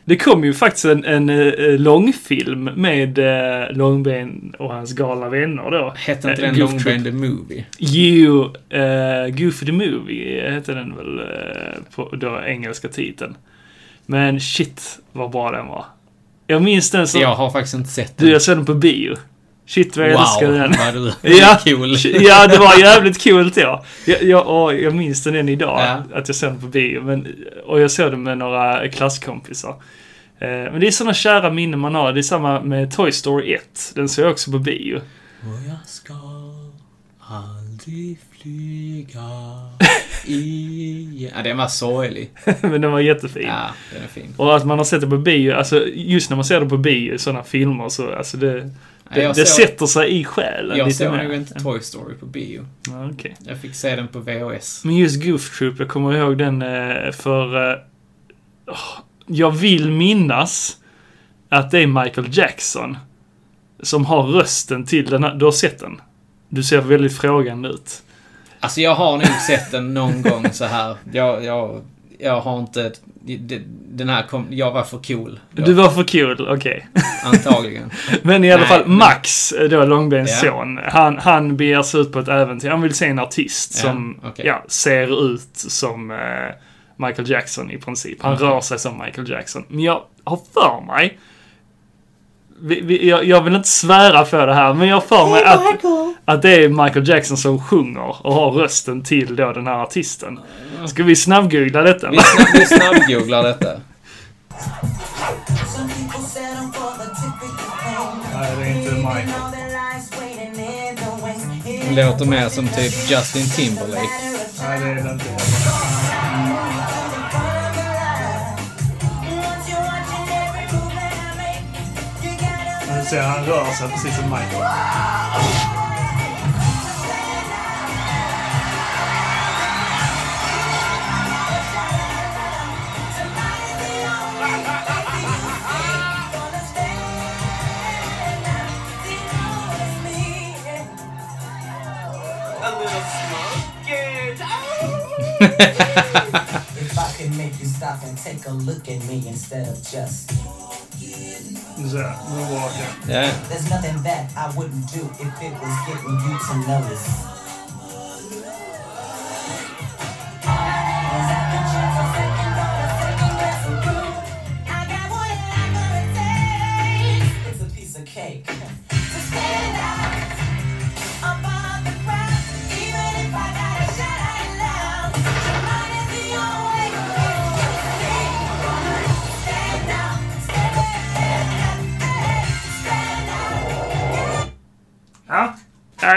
[SPEAKER 2] Det kom ju faktiskt en, en eh, långfilm med eh, Långben och hans galna vänner då.
[SPEAKER 1] Hette inte
[SPEAKER 2] Eh,
[SPEAKER 1] den
[SPEAKER 2] Goof Troop.
[SPEAKER 1] Long the Movie?
[SPEAKER 2] Jo, eh, Goofy the Movie hette den väl eh, på då engelska titeln. Men shit vad bra den var. Jag minns den som...
[SPEAKER 1] Jag har faktiskt inte sett den.
[SPEAKER 2] Du, jag såg den på bio. Shit vad jag älskade den.
[SPEAKER 1] vad du
[SPEAKER 2] Ja,
[SPEAKER 1] cool.
[SPEAKER 2] ja, det var jävligt coolt ja. Jag, jag, åh, jag minns den än idag,
[SPEAKER 1] Ja.
[SPEAKER 2] att jag såg den på bio. Men, och jag såg den med några klasskompisar. Eh, Men det är sådana kära minnen man har. Det är samma med Toy Story 1. Den såg jag också på bio.
[SPEAKER 8] Och jag ska aldrig flyga igen. Ja, den var sorglig.
[SPEAKER 2] Men den var jättefin.
[SPEAKER 1] Ja, den är fin.
[SPEAKER 2] Och att man har sett det på bio, alltså just när man ser det på bio i sådana filmer så, alltså det... Det,
[SPEAKER 1] jag
[SPEAKER 2] det
[SPEAKER 1] såg-
[SPEAKER 2] sätter sig i själen
[SPEAKER 1] Jag
[SPEAKER 2] lite
[SPEAKER 1] såg
[SPEAKER 2] mer.
[SPEAKER 1] nog inte Toy Story på bio.
[SPEAKER 2] Ja, okej.
[SPEAKER 1] Jag fick se den på VHS.
[SPEAKER 2] Men just Goof Troop, jag kommer ihåg den eh, för... eh, åh, Jag vill minnas att det är Michael Jackson som har rösten till den här. Du har sett den? Du ser väldigt frågande ut.
[SPEAKER 1] Alltså jag har nog sett den någon gång så här. Jag, jag, jag har inte... det- Den här kom... Jag var för cool. då,
[SPEAKER 2] Du var för cool, okej.
[SPEAKER 1] Antagligen.
[SPEAKER 2] Men i alla
[SPEAKER 1] Nej,
[SPEAKER 2] fall,
[SPEAKER 1] men-
[SPEAKER 2] Max, eh, då Långbens
[SPEAKER 1] Ja.
[SPEAKER 2] son, han, han beger sig ut på ett äventyr. Han vill se en artist
[SPEAKER 1] Ja,
[SPEAKER 2] som
[SPEAKER 1] okej.
[SPEAKER 2] ja, ser ut som eh, Michael Jackson i princip. Han rör sig som Michael Jackson. Men jag har för mig vi, vi, jag, jag vill inte svära på det här, men jag har för mig att, att det är Michael Jackson som sjunger och har rösten till då den här artisten. Ska vi snabbgoogla detta?
[SPEAKER 1] Vi, snabb, vi snabbgooglar detta.
[SPEAKER 9] Some people settle for the typical thing.
[SPEAKER 2] Nej, det är inte Michael.
[SPEAKER 9] All their lives waiting in the wings.
[SPEAKER 1] Det låter mer som typ Justin Timberlake.
[SPEAKER 2] Nej, det är det inte.
[SPEAKER 9] Once you're watching every move that I make, you gotta
[SPEAKER 2] Nu ser han rör sig precis som Michael.
[SPEAKER 9] A little If I can make you stop and take a look at me instead of just
[SPEAKER 2] Nu ser jag. Nu var det.
[SPEAKER 1] Ja.
[SPEAKER 9] There's nothing that I wouldn't do if it was getting you to notice. It's a piece of cake.
[SPEAKER 2] Ja.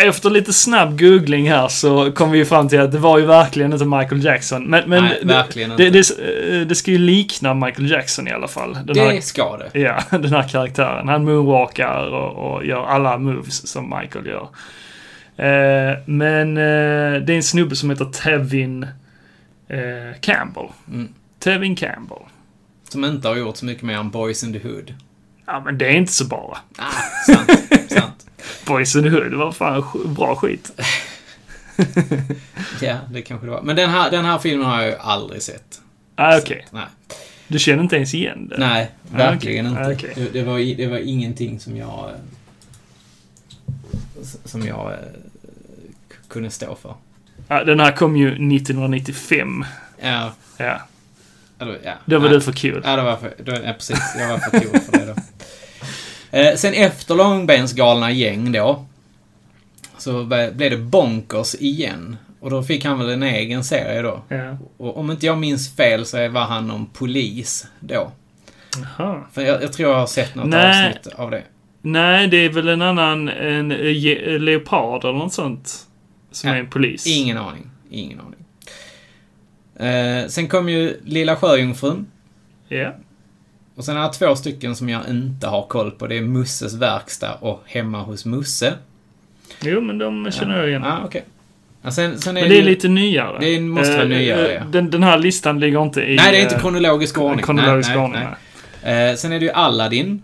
[SPEAKER 2] Efter lite snabb googling här så kom vi ju fram till att det var ju verkligen inte Michael Jackson. Men, men
[SPEAKER 1] Nej, verkligen
[SPEAKER 2] det,
[SPEAKER 1] inte.
[SPEAKER 2] det, det, det ska ju likna Michael Jackson i alla fall. Den här,
[SPEAKER 1] Det ska det.
[SPEAKER 2] ja, den här karaktären. Han moonwalkar och, och gör alla moves som Michael gör. Eh, men eh, det är en snubbe som heter Tevin eh, Campbell.
[SPEAKER 1] Mm.
[SPEAKER 2] Tevin Campbell.
[SPEAKER 1] Som inte har gjort så mycket mer än Boys in the Hood.
[SPEAKER 2] Ja, men det är inte så bara.
[SPEAKER 1] Ah, sant. sant.
[SPEAKER 2] Boys in the Hood, det var fan sk- bra skit.
[SPEAKER 1] Ja, det kanske det var. Men den här, den här filmen har jag ju aldrig sett.
[SPEAKER 2] Ah, Okej,
[SPEAKER 1] Nej.
[SPEAKER 2] du känner inte ens igen det?
[SPEAKER 1] Nej, verkligen
[SPEAKER 2] okej.
[SPEAKER 1] inte.
[SPEAKER 2] Okej.
[SPEAKER 1] Det, det, var, i- det var ingenting som jag... eh, s- Som jag eh, k- kunde stå för.
[SPEAKER 2] Ja, den här kom ju 1995.
[SPEAKER 1] Ja,
[SPEAKER 2] Ja,
[SPEAKER 1] eller, ja.
[SPEAKER 2] då var
[SPEAKER 1] nej.
[SPEAKER 2] du för kul.
[SPEAKER 1] Ja, det var för, då, ja, precis. Jag var för cool för det då. Eh, sen efter Långbensgalna gäng då, så be- blev det Bonkers igen. Och då fick han väl en egen serie då.
[SPEAKER 2] Ja.
[SPEAKER 1] Och om inte jag minns fel så var han någon polis då.
[SPEAKER 2] Jaha.
[SPEAKER 1] För jag, jag tror jag har sett något
[SPEAKER 2] Nej.
[SPEAKER 1] avsnitt av det.
[SPEAKER 2] Nej, det är väl en annan, en eh, ge- eh, leopard eller något sånt. Som
[SPEAKER 1] Ja,
[SPEAKER 2] är en polis.
[SPEAKER 1] Ingen aning. Ingen aning. Eh, sen kom ju Lilla Sjöjungfrun.
[SPEAKER 2] Ja.
[SPEAKER 1] Och sen är det två stycken som jag inte har koll på. Det är Musses verkstad och Hemma hos Musse.
[SPEAKER 2] Jo, men de känner jag igen.
[SPEAKER 1] Ja, ah, okej. Ja, sen, sen är
[SPEAKER 2] Men det är
[SPEAKER 1] ju-
[SPEAKER 2] lite nyare.
[SPEAKER 1] Det måste vara
[SPEAKER 2] Eh,
[SPEAKER 1] nyare,
[SPEAKER 2] eh,
[SPEAKER 1] ja.
[SPEAKER 2] Den, den här listan ligger inte i...
[SPEAKER 1] Nej, det är inte
[SPEAKER 2] eh,
[SPEAKER 1] kronologisk ordning.
[SPEAKER 2] kronologisk
[SPEAKER 1] nej, nej,
[SPEAKER 2] ordning,
[SPEAKER 1] nej. Eh, sen är det ju Aladdin.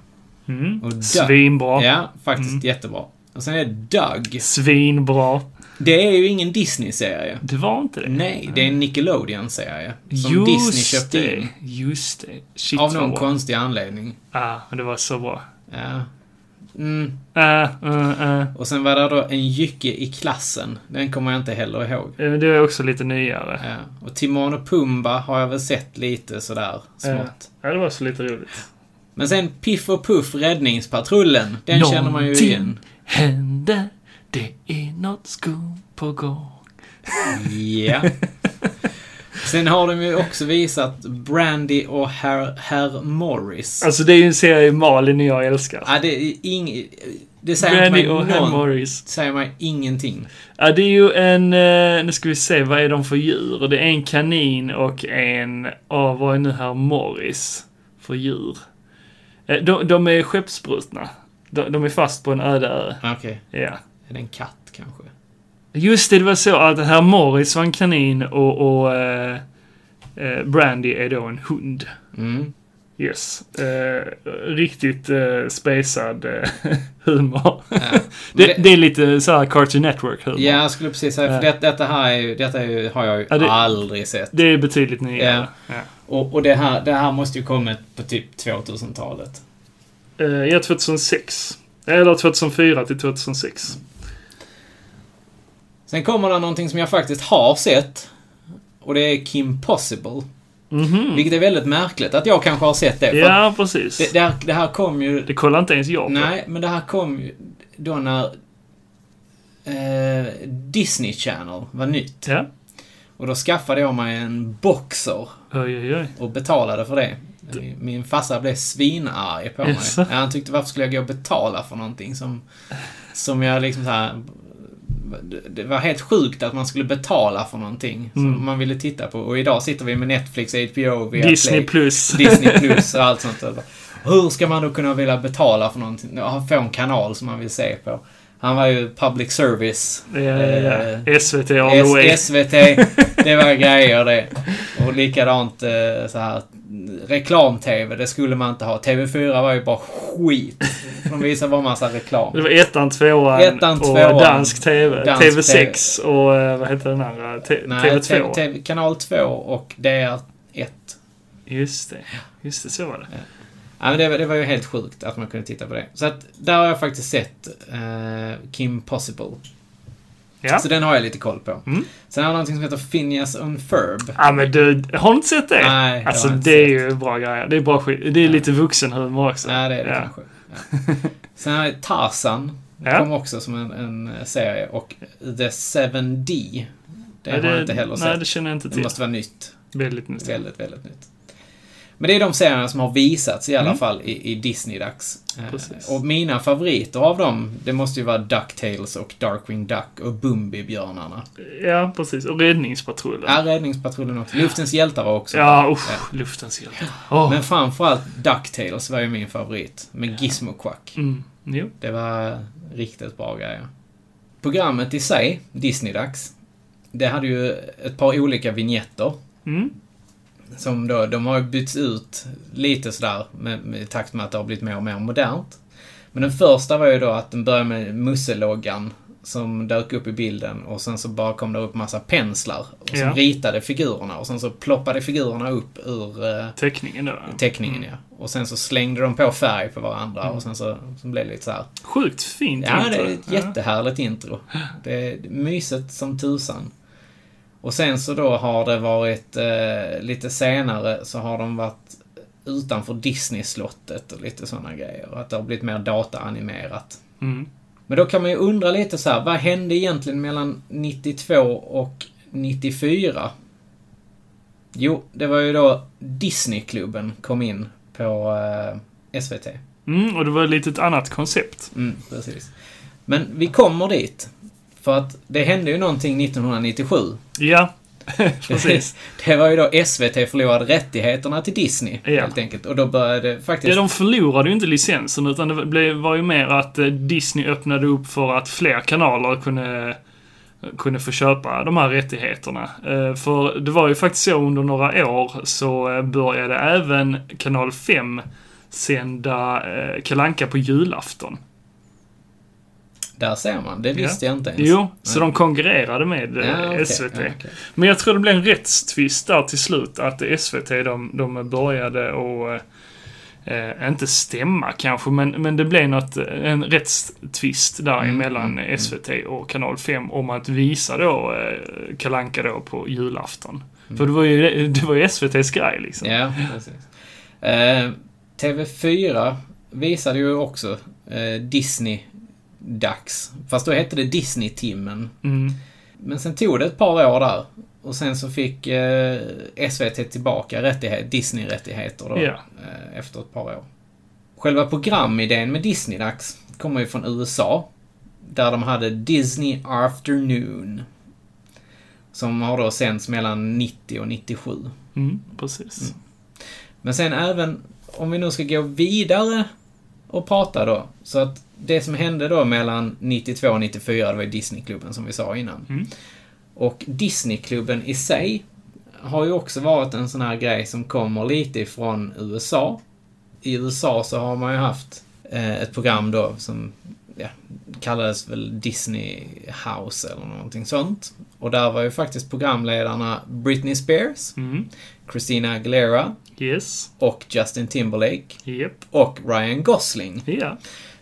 [SPEAKER 2] Mm.
[SPEAKER 1] Och där-
[SPEAKER 2] Svinbra. Mm.
[SPEAKER 1] Ja, faktiskt jättebra. Och sen är det Doug.
[SPEAKER 2] Svinbra.
[SPEAKER 1] Det är ju ingen Disney-serie.
[SPEAKER 2] Det var inte det.
[SPEAKER 1] Nej, det är en Nickelodeon-serie. Som
[SPEAKER 2] Just
[SPEAKER 1] Disney köpte
[SPEAKER 2] det.
[SPEAKER 1] in.
[SPEAKER 2] Just det. Shit
[SPEAKER 1] Av
[SPEAKER 2] vad
[SPEAKER 1] någon
[SPEAKER 2] bra.
[SPEAKER 1] konstig anledning.
[SPEAKER 2] Ah, men det var så bra.
[SPEAKER 1] Ja. Mm.
[SPEAKER 2] Ah, ah, ah.
[SPEAKER 1] Och sen var det då En jycke i klassen. Den kommer jag inte heller ihåg.
[SPEAKER 2] Eh, men Det är också lite nyare.
[SPEAKER 1] Ja. Och Timon och Pumba har jag väl sett lite sådär smått.
[SPEAKER 2] Ja, det var så lite roligt.
[SPEAKER 1] Men sen Piff och Puff, Räddningspatrullen. Den känner man ju
[SPEAKER 2] Någonting
[SPEAKER 1] igen.
[SPEAKER 2] händer. Det är något skum på gång.
[SPEAKER 1] Ja. Sen har de ju också visat Brandy och Herr, Herr Morris.
[SPEAKER 2] Alltså det är ju en serie Malin och jag älskar.
[SPEAKER 1] Ja, det, är ing, det säger
[SPEAKER 2] Brandy
[SPEAKER 1] mig
[SPEAKER 2] och Herr
[SPEAKER 1] någon-
[SPEAKER 2] Morris.
[SPEAKER 1] säger mig ingenting.
[SPEAKER 2] Ja, det är ju en... eh, Nu ska vi se, vad är de för djur? Det är en kanin och en... ah vad är nu här Morris för djur? Eh, De, de är skeppsbrutna. De, de är fast på en öde ö.
[SPEAKER 1] Okej.
[SPEAKER 2] Ja.
[SPEAKER 1] Är det en katt kanske?
[SPEAKER 2] Just det, det var så att herr Morris var en kanin och, och eh, eh, Brandy är då en hund.
[SPEAKER 1] Mm.
[SPEAKER 2] Yes. Eh, riktigt eh, spacad eh, humor. det,
[SPEAKER 1] det-
[SPEAKER 2] det... är lite så här Cartoon Network-humor.
[SPEAKER 1] Ja, jag skulle precis säga, för det, detta här är, ju- detta är, ju- har jag ju
[SPEAKER 2] Ja, det-
[SPEAKER 1] aldrig sett.
[SPEAKER 2] Det är betydligt nyare. Ja.
[SPEAKER 1] Och, och det, här, det här måste ju kommit på typ 2000-talet.
[SPEAKER 2] Eh, ja, 2006. Eller 2004 till 2006.
[SPEAKER 1] Sen kommer det någonting som jag faktiskt har sett. Och det är Kim Possible. Vilket är väldigt märkligt att jag kanske har sett det. för
[SPEAKER 2] Mhm. Ja, precis.
[SPEAKER 1] Det,
[SPEAKER 2] Det,
[SPEAKER 1] det, här, det här kom ju...
[SPEAKER 2] kollar inte ens jag på.
[SPEAKER 1] Nej, men det här kom ju då när eh, Disney Channel var nytt.
[SPEAKER 2] Ja.
[SPEAKER 1] Och då skaffade jag mig en boxer
[SPEAKER 2] Oj, oj, oj.
[SPEAKER 1] och betalade för det. Min- Min farsa blev svinarg på mig.
[SPEAKER 2] Jaså?
[SPEAKER 1] Ja, han tyckte varför skulle jag gå och betala för någonting som, som jag liksom så här. det- Det var helt sjukt att man skulle betala för någonting
[SPEAKER 2] Mm.
[SPEAKER 1] som man ville titta på. Och idag sitter vi med Netflix, HBO, Viaplay,
[SPEAKER 2] Disney Plus.
[SPEAKER 1] Disney Plus och allt sånt. där. Hur ska man då kunna vilja betala för någonting? Ja, Få en kanal som man vill se på. Han var ju public service.
[SPEAKER 2] Ja, ja,
[SPEAKER 1] eh,
[SPEAKER 2] ja. SVT all the way.
[SPEAKER 1] S- SVT, det var grejer det. Och likadant eh, så här reklam-tv, det skulle man inte ha. TV4 var ju bara skit. De visade bara massa
[SPEAKER 2] Det
[SPEAKER 1] reklam.
[SPEAKER 2] var ettan, tvåan,
[SPEAKER 1] Ettan, tvåan.
[SPEAKER 2] och dansk TV.
[SPEAKER 1] Dansk
[SPEAKER 2] TV6 och eh, vad heter den andra? T-
[SPEAKER 1] Nej,
[SPEAKER 2] TV2.
[SPEAKER 1] TV kanal 2 och DR1.
[SPEAKER 2] Just det. Just det, så var det.
[SPEAKER 1] Ja, men det, var- det var ju helt sjukt att man kunde titta på det. Så att där har jag faktiskt sett eh, Kim Possible.
[SPEAKER 2] Ja. Mm.
[SPEAKER 1] Så den har jag lite koll på. Sen har jag någonting som heter Phineas and Ferb.
[SPEAKER 2] Ja men du, har du inte sett det?
[SPEAKER 1] Nej, det har
[SPEAKER 2] Alltså
[SPEAKER 1] jag inte
[SPEAKER 2] det är
[SPEAKER 1] sett.
[SPEAKER 2] ju bra grejer. Det är bra skit. Det är lite vuxenhumor också.
[SPEAKER 1] Nej, det är det
[SPEAKER 2] ja.
[SPEAKER 1] kanske. Ja. Sen har jag Tarzan.
[SPEAKER 2] Ja.
[SPEAKER 1] Kom också som en, en eh, serie. Och The 7D. Det
[SPEAKER 2] Nej,
[SPEAKER 1] har jag inte heller
[SPEAKER 2] Nej, det
[SPEAKER 1] sett.
[SPEAKER 2] känner jag inte
[SPEAKER 1] Det,
[SPEAKER 2] till.
[SPEAKER 1] måste vara nytt.
[SPEAKER 2] Väldigt nytt.
[SPEAKER 1] Väldigt, väldigt nytt. Men det är de serierna som har visats i alla fall i, i Disney-dags. Eh,
[SPEAKER 2] Mm. Precis.
[SPEAKER 1] Och mina favoriter av dem, det måste ju vara DuckTales och Darkwing Duck och Bumbibjörnarna.
[SPEAKER 2] Ja, precis. Och Räddningspatrullen.
[SPEAKER 1] Ja, Räddningspatrullen också. Luftens hjältar var också
[SPEAKER 2] Ja, usch. Luftens hjältar. Åh,
[SPEAKER 1] Men framförallt DuckTales var ju min favorit. Med Gizmo Quack.
[SPEAKER 2] Mm. Jo.
[SPEAKER 1] Det var riktigt bra grejer. Programmet i sig, Disney-dags, det hade ju ett par olika vignetter.
[SPEAKER 2] Mm.
[SPEAKER 1] Som då, de har ju bytts ut lite sådär med, med, i takt med att det har blivit mer och mer modernt. Men den första var ju då att den började med musseloggan som dök upp i bilden och sen så bara kom det upp massa penslar och som
[SPEAKER 2] Ja.
[SPEAKER 1] ritade figurerna och sen så ploppade figurerna upp ur eh,
[SPEAKER 2] Teckningen då.
[SPEAKER 1] teckningen ja. Och sen så slängde de på färg på varandra och sen så, så blev det lite så här
[SPEAKER 2] Sjukt fint
[SPEAKER 1] Ja, det
[SPEAKER 2] intro.
[SPEAKER 1] är ett jättehärligt intro. Det är mysigt som tusan. Och sen så då har det varit eh, lite senare så har de varit utanför Disney-slottet och lite sådana grejer. Och att det har blivit mer dataanimerat.
[SPEAKER 2] Mm.
[SPEAKER 1] Men då kan man ju undra lite så här, vad hände egentligen mellan 92 och 94? Jo, det var ju då Disneyklubben kom in på eh, SVT.
[SPEAKER 2] Mm, och det var lite ett annat koncept.
[SPEAKER 1] Mm, precis. Men vi kommer dit. För att det hände ju någonting 1997.
[SPEAKER 2] Ja, precis.
[SPEAKER 1] det var ju då SVT förlorade rättigheterna till Disney,
[SPEAKER 2] Ja.
[SPEAKER 1] helt enkelt. Och då började faktiskt...
[SPEAKER 2] Ja, de förlorade ju inte licensen utan det blev- var ju mer att eh, Disney öppnade upp för att fler kanaler kunde, kunde få köpa de här rättigheterna. Eh, För det var ju faktiskt så under några år så eh, började även kanal 5 sända eh, Kalle Anka på julafton.
[SPEAKER 1] Där ser man. Det visste
[SPEAKER 2] Ja.
[SPEAKER 1] jag inte ens.
[SPEAKER 2] Jo, så de konkurrerade med eh,
[SPEAKER 1] Ja, okej,
[SPEAKER 2] SVT.
[SPEAKER 1] ja, okej.
[SPEAKER 2] Men jag tror det blev en rättstvist där till slut att SVT de, de började och eh, eh, inte stämma kanske, men, men det blev något, eh, en rättstvist där
[SPEAKER 1] Mm,
[SPEAKER 2] emellan SVT och Kanal 5 om att visa då eh, Kalanka då på julafton. För det var ju, det var ju SVT's grej liksom.
[SPEAKER 1] Mm. Ja, precis. Eh, TV4 visade ju också eh, Disney-dags. Fast då hette det Disney-timmen.
[SPEAKER 2] Mm.
[SPEAKER 1] Men sen tog det ett par år där. Och sen så fick eh, SVT tillbaka rättighet, Disney-rättigheter då.
[SPEAKER 2] Ja.
[SPEAKER 1] Eh, efter ett par år. Själva programidén med Disney-dags kommer ju från USA. Där de hade Disney Afternoon. Som har då sänts mellan 90 och 97.
[SPEAKER 2] Mm, precis.
[SPEAKER 1] Men sen även om vi nu ska gå vidare och prata då. Så att det som hände då mellan 92 och 94, det var ju Disneyklubben som vi sa innan.
[SPEAKER 2] Mm.
[SPEAKER 1] Och Disneyklubben i sig har ju också varit en sån här grej som kommer lite ifrån USA. I USA så har man ju haft eh, ett program då som ja, kallades väl Disney House eller någonting sånt. Och där var ju faktiskt programledarna Britney Spears,
[SPEAKER 2] Mm.
[SPEAKER 1] Christina Aguilera,
[SPEAKER 2] Yes.
[SPEAKER 1] och Justin Timberlake
[SPEAKER 2] Japp.
[SPEAKER 1] och Ryan Gosling.
[SPEAKER 2] Ja.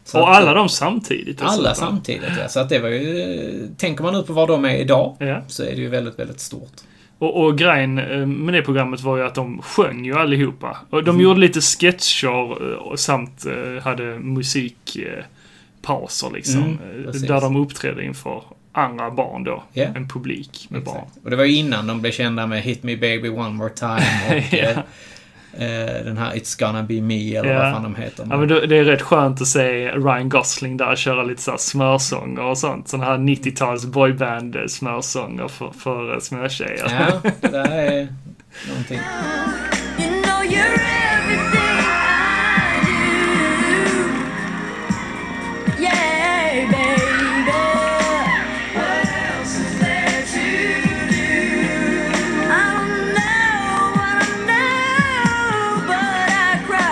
[SPEAKER 1] Så
[SPEAKER 2] Och
[SPEAKER 1] att-
[SPEAKER 2] alla de samtidigt. alltså.
[SPEAKER 1] alla
[SPEAKER 2] dessutom.
[SPEAKER 1] samtidigt, ja. Så att det var ju... Tänker man ut på var de är idag
[SPEAKER 2] Ja.
[SPEAKER 1] så är det ju väldigt, väldigt stort.
[SPEAKER 2] Och, och grejen eh, med det programmet var ju att de sjöng ju allihopa. Och
[SPEAKER 1] Mm.
[SPEAKER 2] de gjorde lite sketcher eh, och samt eh, hade musikpauser liksom.
[SPEAKER 1] Mm,
[SPEAKER 2] eh,
[SPEAKER 1] precis.
[SPEAKER 2] där de uppträdde inför andra barn då.
[SPEAKER 1] Ja.
[SPEAKER 2] En publik med barn.
[SPEAKER 1] Exakt. Och det var ju innan de blev kända med Hit Me Baby One More Time och
[SPEAKER 2] Ja.
[SPEAKER 1] eh, eh, den här It's Gonna Be Me eller
[SPEAKER 2] Ja.
[SPEAKER 1] vad fan de heter.
[SPEAKER 2] Ja, men det, det är rätt skönt att se Ryan Gosling där köra lite så här smörsånger och sånt. Sådana här 90-tals boyband eh, smörsånger för, för eh, småtjejer.
[SPEAKER 1] Ja, det där är någonting.
[SPEAKER 5] You know you're everything I do. Yeah, baby. What else is there to do? I don't know what I know, but I cry.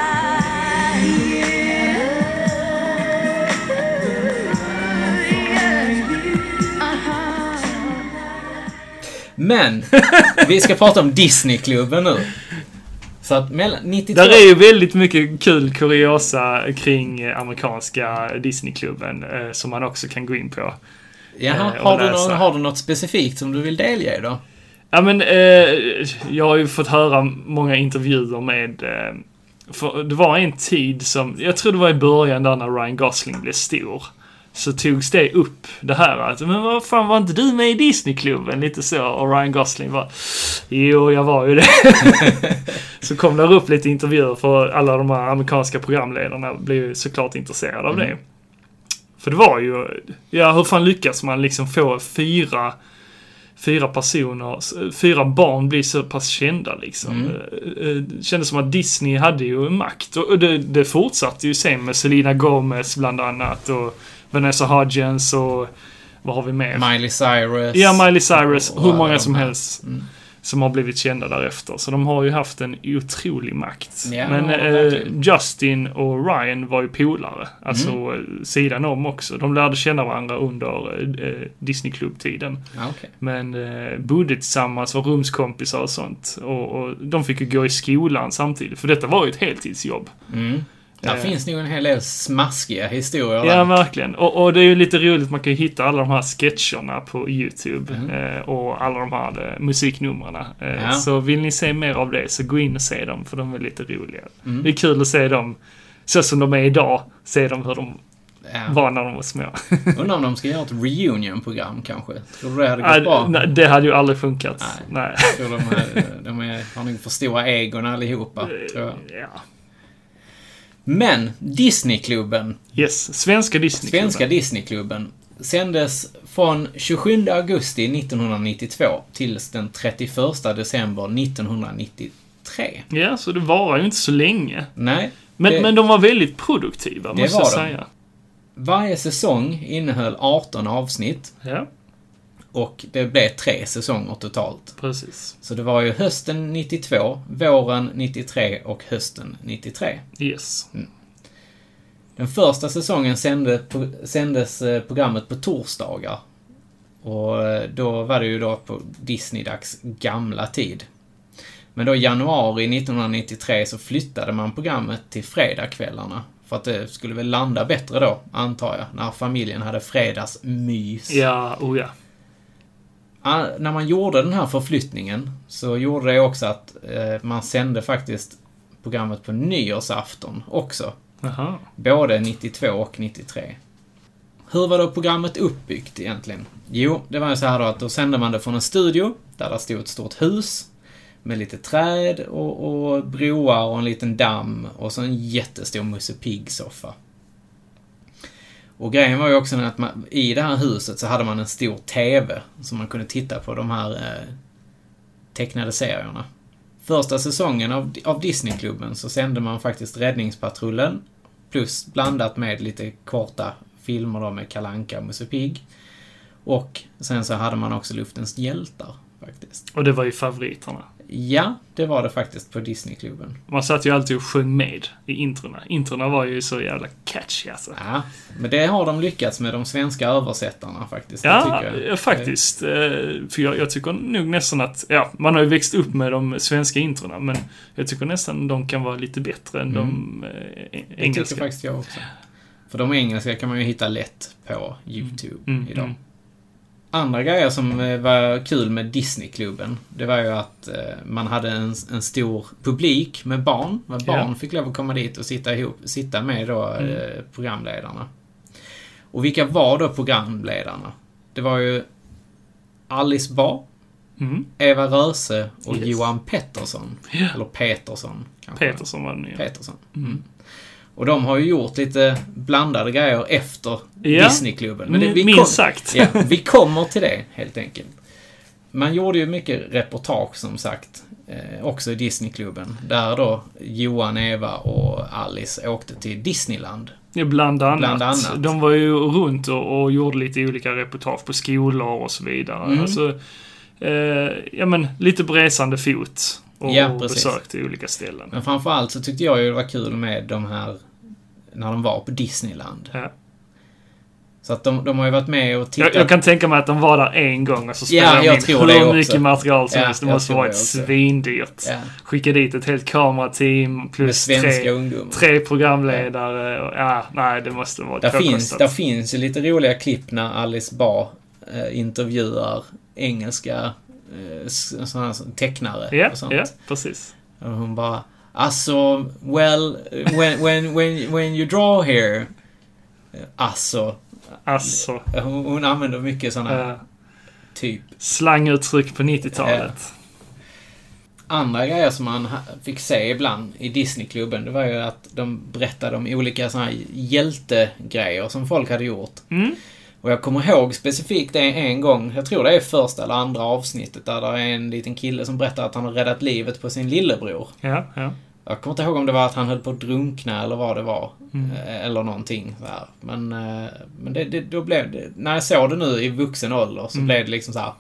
[SPEAKER 5] Yeah. Uh-huh.
[SPEAKER 1] Men! Vi ska prata om Disneyklubben nu. Så att mellan 92...
[SPEAKER 2] Där är ju väldigt mycket kul kuriosa kring eh, amerikanska Disneyklubben eh, som man också kan gå in på.
[SPEAKER 1] Jaha,
[SPEAKER 2] eh,
[SPEAKER 1] har
[SPEAKER 2] att
[SPEAKER 1] du, någon,
[SPEAKER 2] läsa.
[SPEAKER 1] har du något specifikt som du vill delge då?
[SPEAKER 2] Ja men, eh, jag har ju fått höra många intervjuer med... Eh, för det var en tid som, jag tror det var i början där när Ryan Gosling blev stor. Så togs det upp, det här att men vad fan var inte du med i Disneyklubben? Lite så. Och Ryan Gosling var Jo, jag var ju det. så kom det upp lite intervjuer för alla de här amerikanska programledarna blev ju såklart intresserade av det. För det var ju, ja hur fan lyckas man liksom få fyra fyra personer, s- fyra barn blir så pass kända liksom. Eh, eh, Det kändes som att Disney hade ju makt. Och och det, det fortsatte ju sen med Selena Gomez bland annat och Vanessa Hudgens och vad har vi mer?
[SPEAKER 1] Miley Cyrus.
[SPEAKER 2] Ja, Miley Cyrus.
[SPEAKER 1] Och
[SPEAKER 2] hur
[SPEAKER 1] alla
[SPEAKER 2] många
[SPEAKER 1] de
[SPEAKER 2] som
[SPEAKER 1] här.
[SPEAKER 2] helst. Som har blivit kända därefter. Så de har ju haft en otrolig makt.
[SPEAKER 1] Ja,
[SPEAKER 2] Men
[SPEAKER 1] ja,
[SPEAKER 2] eh,
[SPEAKER 1] verkligen. Mm.
[SPEAKER 2] Justin och Ryan var ju polare. Alltså eh, sidan om också. De lärde känna varandra under eh, Disneyklubbtiden.
[SPEAKER 1] Ja, okej.
[SPEAKER 2] Men eh, bodde tillsammans, var rumskompisar och sånt. Och, och de fick ju gå i skolan samtidigt. För detta var ju ett heltidsjobb.
[SPEAKER 1] Där
[SPEAKER 2] Eh.
[SPEAKER 1] finns nog en hel del smaskiga historier
[SPEAKER 2] Ja,
[SPEAKER 1] där.
[SPEAKER 2] verkligen. Och, och det är ju lite roligt, man kan ju hitta alla de här sketcherna på YouTube. Eh, och alla de här eh, musiknumren. Eh,
[SPEAKER 1] Mhm. Ja.
[SPEAKER 2] Så vill ni se mer av det, så gå in och se dem, för de är lite roliga.
[SPEAKER 1] Mm.
[SPEAKER 2] Det är kul att se dem, så som de är idag, se dem hur de
[SPEAKER 1] Ja.
[SPEAKER 2] var när de var små.
[SPEAKER 1] Eh, Undrar om de ska göra ett reunion-program kanske? Tror du det hade gått
[SPEAKER 2] Ah,
[SPEAKER 1] bra?
[SPEAKER 2] nej, det hade ju aldrig funkat.
[SPEAKER 1] Nej.
[SPEAKER 2] Nej.
[SPEAKER 1] Tror de, är, de är, har nog för stora egon allihopa,
[SPEAKER 2] Eh.
[SPEAKER 1] tror jag.
[SPEAKER 2] ja.
[SPEAKER 1] Men Disneyklubben,
[SPEAKER 2] Yes, svenska Disneyklubben.
[SPEAKER 1] svenska Disneyklubben, sändes från 27 augusti 1992 tills den 31 december 1993.
[SPEAKER 2] Ja, så det varar ju inte så länge.
[SPEAKER 1] Nej.
[SPEAKER 2] Men,
[SPEAKER 1] det-
[SPEAKER 2] men de var väldigt produktiva,
[SPEAKER 1] Det
[SPEAKER 2] måste jag
[SPEAKER 1] var de.
[SPEAKER 2] säga.
[SPEAKER 1] Varje säsong innehöll 18 avsnitt
[SPEAKER 2] Ja,
[SPEAKER 1] och det blev tre säsonger totalt.
[SPEAKER 2] precis.
[SPEAKER 1] Så det var ju hösten 92, våren 93 och hösten 93.
[SPEAKER 2] Yes.
[SPEAKER 1] Den första säsongen sände, pro, sändes eh, programmet på torsdagar. Och eh, då var det ju då på Disneydags gamla tid. Men då i januari 1993 så flyttade man programmet till fredagskvällarna. För att det skulle väl landa bättre då, antar jag, när familjen hade fredagsmys.
[SPEAKER 2] Ja, oh ja.
[SPEAKER 1] Ah, när man gjorde den här förflyttningen så gjorde det också att eh, man sände faktiskt programmet på nyårsafton också.
[SPEAKER 2] Jaha.
[SPEAKER 1] Både 92 och 93. Hur var då programmet uppbyggt egentligen? Jo, det var ju så här då att då sände man det från en studio där det stod ett stort hus med lite träd och, och broar och en liten damm och så en jättestor Musse Pigg-soffa. Och grejen var ju också den att man, i det här huset så hade man en stor TV som man kunde titta på de här eh, tecknade serierna. Första säsongen av, av Disneyklubben så sände man faktiskt Räddningspatrullen plus blandat med lite korta filmer då med Kalanka och Musse Pigg. Och sen så hade man också Luftens hjältar faktiskt.
[SPEAKER 2] Och det var ju favoriterna.
[SPEAKER 1] Ja, det var det faktiskt på Disneyklubben.
[SPEAKER 2] Man satt ju alltid och sjöng med i introna. Introna var ju så jävla catchy alltså.
[SPEAKER 1] Ja, men det har de lyckats med de svenska översättarna faktiskt. det
[SPEAKER 2] Ja,
[SPEAKER 1] tycker jag.
[SPEAKER 2] eh, faktiskt. Eh, För jag, jag tycker nog nästan att, ja, man har ju växt upp med de svenska introna, men jag tycker nästan de kan vara lite bättre än de eh, e-
[SPEAKER 1] Mm. Det tycker
[SPEAKER 2] engelska.
[SPEAKER 1] faktiskt jag också. För de engelska kan man ju hitta lätt på YouTube
[SPEAKER 2] Mm,
[SPEAKER 1] idag.
[SPEAKER 2] mm.
[SPEAKER 1] Andra grejer som eh, var kul med Disneyklubben, det var ju att eh, man hade en, en stor publik med barn. Men barn
[SPEAKER 2] Ja.
[SPEAKER 1] fick lov att komma dit och sitta ihop, sitta med då eh,
[SPEAKER 2] Mm.
[SPEAKER 1] programledarna. Och vilka var då programledarna? Det var ju Alice Bah,
[SPEAKER 2] Mm.
[SPEAKER 1] Eva Röse och
[SPEAKER 2] Yes.
[SPEAKER 1] Johan Pettersson.
[SPEAKER 2] Ja.
[SPEAKER 1] Eller Petersson, kanske.
[SPEAKER 2] Peterson var den nya.
[SPEAKER 1] Petersson. Och de har ju gjort lite blandade grejer efter
[SPEAKER 2] Ja.
[SPEAKER 1] Disneyklubben. det-
[SPEAKER 2] Mm, minst sagt.
[SPEAKER 1] ja, vi kommer till det, helt enkelt. Man gjorde ju mycket reportage, som sagt, eh, också i Disneyklubben. Där då Johan, Eva och Alice åkte till Disneyland.
[SPEAKER 2] Ja, Bland annat.
[SPEAKER 1] Bland annat.
[SPEAKER 2] De var ju runt och, och gjorde lite olika reportage på skolor och så vidare.
[SPEAKER 1] Mm.
[SPEAKER 2] Alltså, eh, ja men lite på resande fot. Och
[SPEAKER 1] Ja, precis.
[SPEAKER 2] besökte olika ställen.
[SPEAKER 1] Men framförallt så tyckte jag ju det var kul med de här, när de var på Disneyland.
[SPEAKER 2] Ja.
[SPEAKER 1] Så att de, de har ju varit med och tittat.
[SPEAKER 2] Jag, jag kan tänka mig att de var där en gång och så
[SPEAKER 1] Ja,
[SPEAKER 2] spelade
[SPEAKER 1] jag
[SPEAKER 2] de in
[SPEAKER 1] tror det
[SPEAKER 2] hur
[SPEAKER 1] också.
[SPEAKER 2] mycket material som
[SPEAKER 1] Ja,
[SPEAKER 2] helst. Det
[SPEAKER 1] jag
[SPEAKER 2] måste
[SPEAKER 1] tror
[SPEAKER 2] vara
[SPEAKER 1] det
[SPEAKER 2] ett
[SPEAKER 1] också.
[SPEAKER 2] svindyrt.
[SPEAKER 1] Ja.
[SPEAKER 2] Skicka dit ett helt kamerateam
[SPEAKER 1] med
[SPEAKER 2] plus
[SPEAKER 1] svenska
[SPEAKER 2] tre,
[SPEAKER 1] ungdomar.
[SPEAKER 2] tre programledare. och- Ja, nej, det måste vara
[SPEAKER 1] Där finns,
[SPEAKER 2] påkostat.
[SPEAKER 1] där finns ju lite roliga klipp när Alice Bah eh, intervjuar engelska eh, s- såna här som- tecknare
[SPEAKER 2] Ja,
[SPEAKER 1] och sånt.
[SPEAKER 2] ja, precis.
[SPEAKER 1] Och hon bara Alltså, well, when, when, when, when you draw here. Eh, Alltså.
[SPEAKER 2] Alltså,
[SPEAKER 1] Hon, hon använder mycket sådana
[SPEAKER 2] eh,
[SPEAKER 1] typ.
[SPEAKER 2] slanguttryck på 90-talet.
[SPEAKER 1] Andra grejer som man ha- fick se ibland i Disneyklubben, det var ju att de berättade om olika sådana här hjältegrejer som folk hade gjort.
[SPEAKER 2] Mm.
[SPEAKER 1] Och jag kommer ihåg specifikt det en gång, jag tror det är första eller andra avsnittet, där det är en liten kille som berättar att han har räddat livet på sin lillebror.
[SPEAKER 2] Ja, ja.
[SPEAKER 1] Jag kommer inte ihåg om det var att han höll på att drunkna eller vad det var.
[SPEAKER 2] Mm.
[SPEAKER 1] Eh, Eller någonting så här. Men, eh, men det, det, då blev det, när jag såg det nu i vuxen ålder så blev det liksom så här.